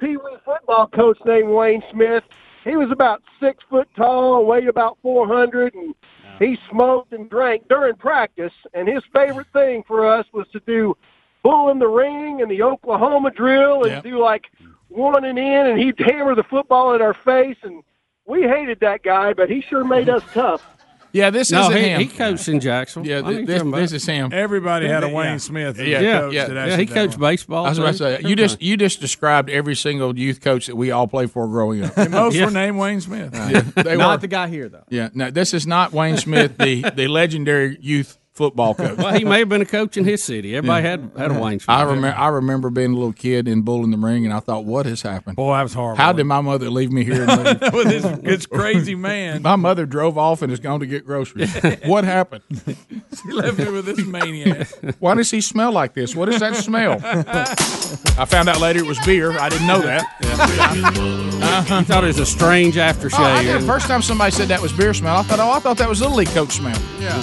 Speaker 14: Pee Wee football coach named Wayne Smith. He was about six foot tall, weighed about 400, and he smoked and drank during practice. And his favorite thing for us was to do bull in the ring and the Oklahoma drill and
Speaker 18: Yep.
Speaker 14: do like one and in, and he'd hammer the football in our face. And we hated that guy, but he sure made us tough.
Speaker 2: Yeah, this
Speaker 3: no,
Speaker 2: isn't
Speaker 3: he,
Speaker 2: him.
Speaker 3: He coached in Jacksonville.
Speaker 2: Yeah,
Speaker 3: I know
Speaker 2: thi-
Speaker 3: you're
Speaker 2: this-
Speaker 3: talking about.
Speaker 2: this is him.
Speaker 4: Everybody had a
Speaker 2: Yeah.
Speaker 4: Wayne Smith. as
Speaker 2: Yeah,
Speaker 4: a
Speaker 2: yeah,
Speaker 4: coach
Speaker 2: yeah.
Speaker 4: that
Speaker 2: Yeah,
Speaker 4: actually
Speaker 2: he
Speaker 4: did
Speaker 2: coached
Speaker 4: one.
Speaker 3: baseball.
Speaker 2: I was about to say
Speaker 4: Sure
Speaker 2: you just you just described every single youth coach that we all played for growing
Speaker 4: [LAUGHS]
Speaker 2: up.
Speaker 4: And most were named Wayne Smith.
Speaker 2: Yeah, they
Speaker 4: Not
Speaker 2: were.
Speaker 4: the
Speaker 5: guy here though.
Speaker 2: Yeah, no, this is not Wayne Smith, the the legendary youth football coach.
Speaker 3: well, he may have been a coach in his city. Everybody had had a Wayne Smith.
Speaker 2: I remember. I remember being a little kid in Bull in the Ring, and I thought, "What has happened?"
Speaker 4: Boy, that was horrible.
Speaker 2: How did my mother leave me here?
Speaker 4: [LAUGHS]
Speaker 2: And leave?
Speaker 4: with this, this crazy man.
Speaker 2: my mother drove off and is gone to get
Speaker 3: [LAUGHS]
Speaker 2: groceries. what happened?
Speaker 4: [LAUGHS] She left me with this maniac.
Speaker 2: [LAUGHS] Why does he smell like this? What is that smell? I found out later it was beer. [LAUGHS] I didn't know that.
Speaker 3: You thought it was a strange aftershave.
Speaker 2: Oh, I did. The First time somebody said that was beer smell, I thought, oh, I thought that was Little League coach smell.
Speaker 4: Yeah.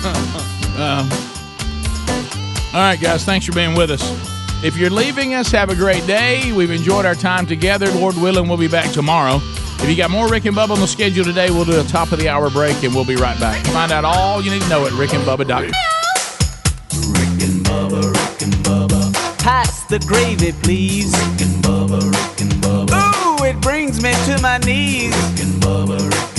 Speaker 2: [LAUGHS] Um, all right, guys, thanks for being with us. If you're leaving us, have a great day. We've enjoyed our time together. Lord willing, we'll be back tomorrow. If you got more Rick and Bubba on the schedule today, we'll do a top of the hour break and we'll be right back. Find out all you need to know at rickandbubba.com.
Speaker 12: Pass the gravy, please. Rick and Bubba, Rick and Bubba. Ooh, it brings me to my knees. Rick and Bubba, Rick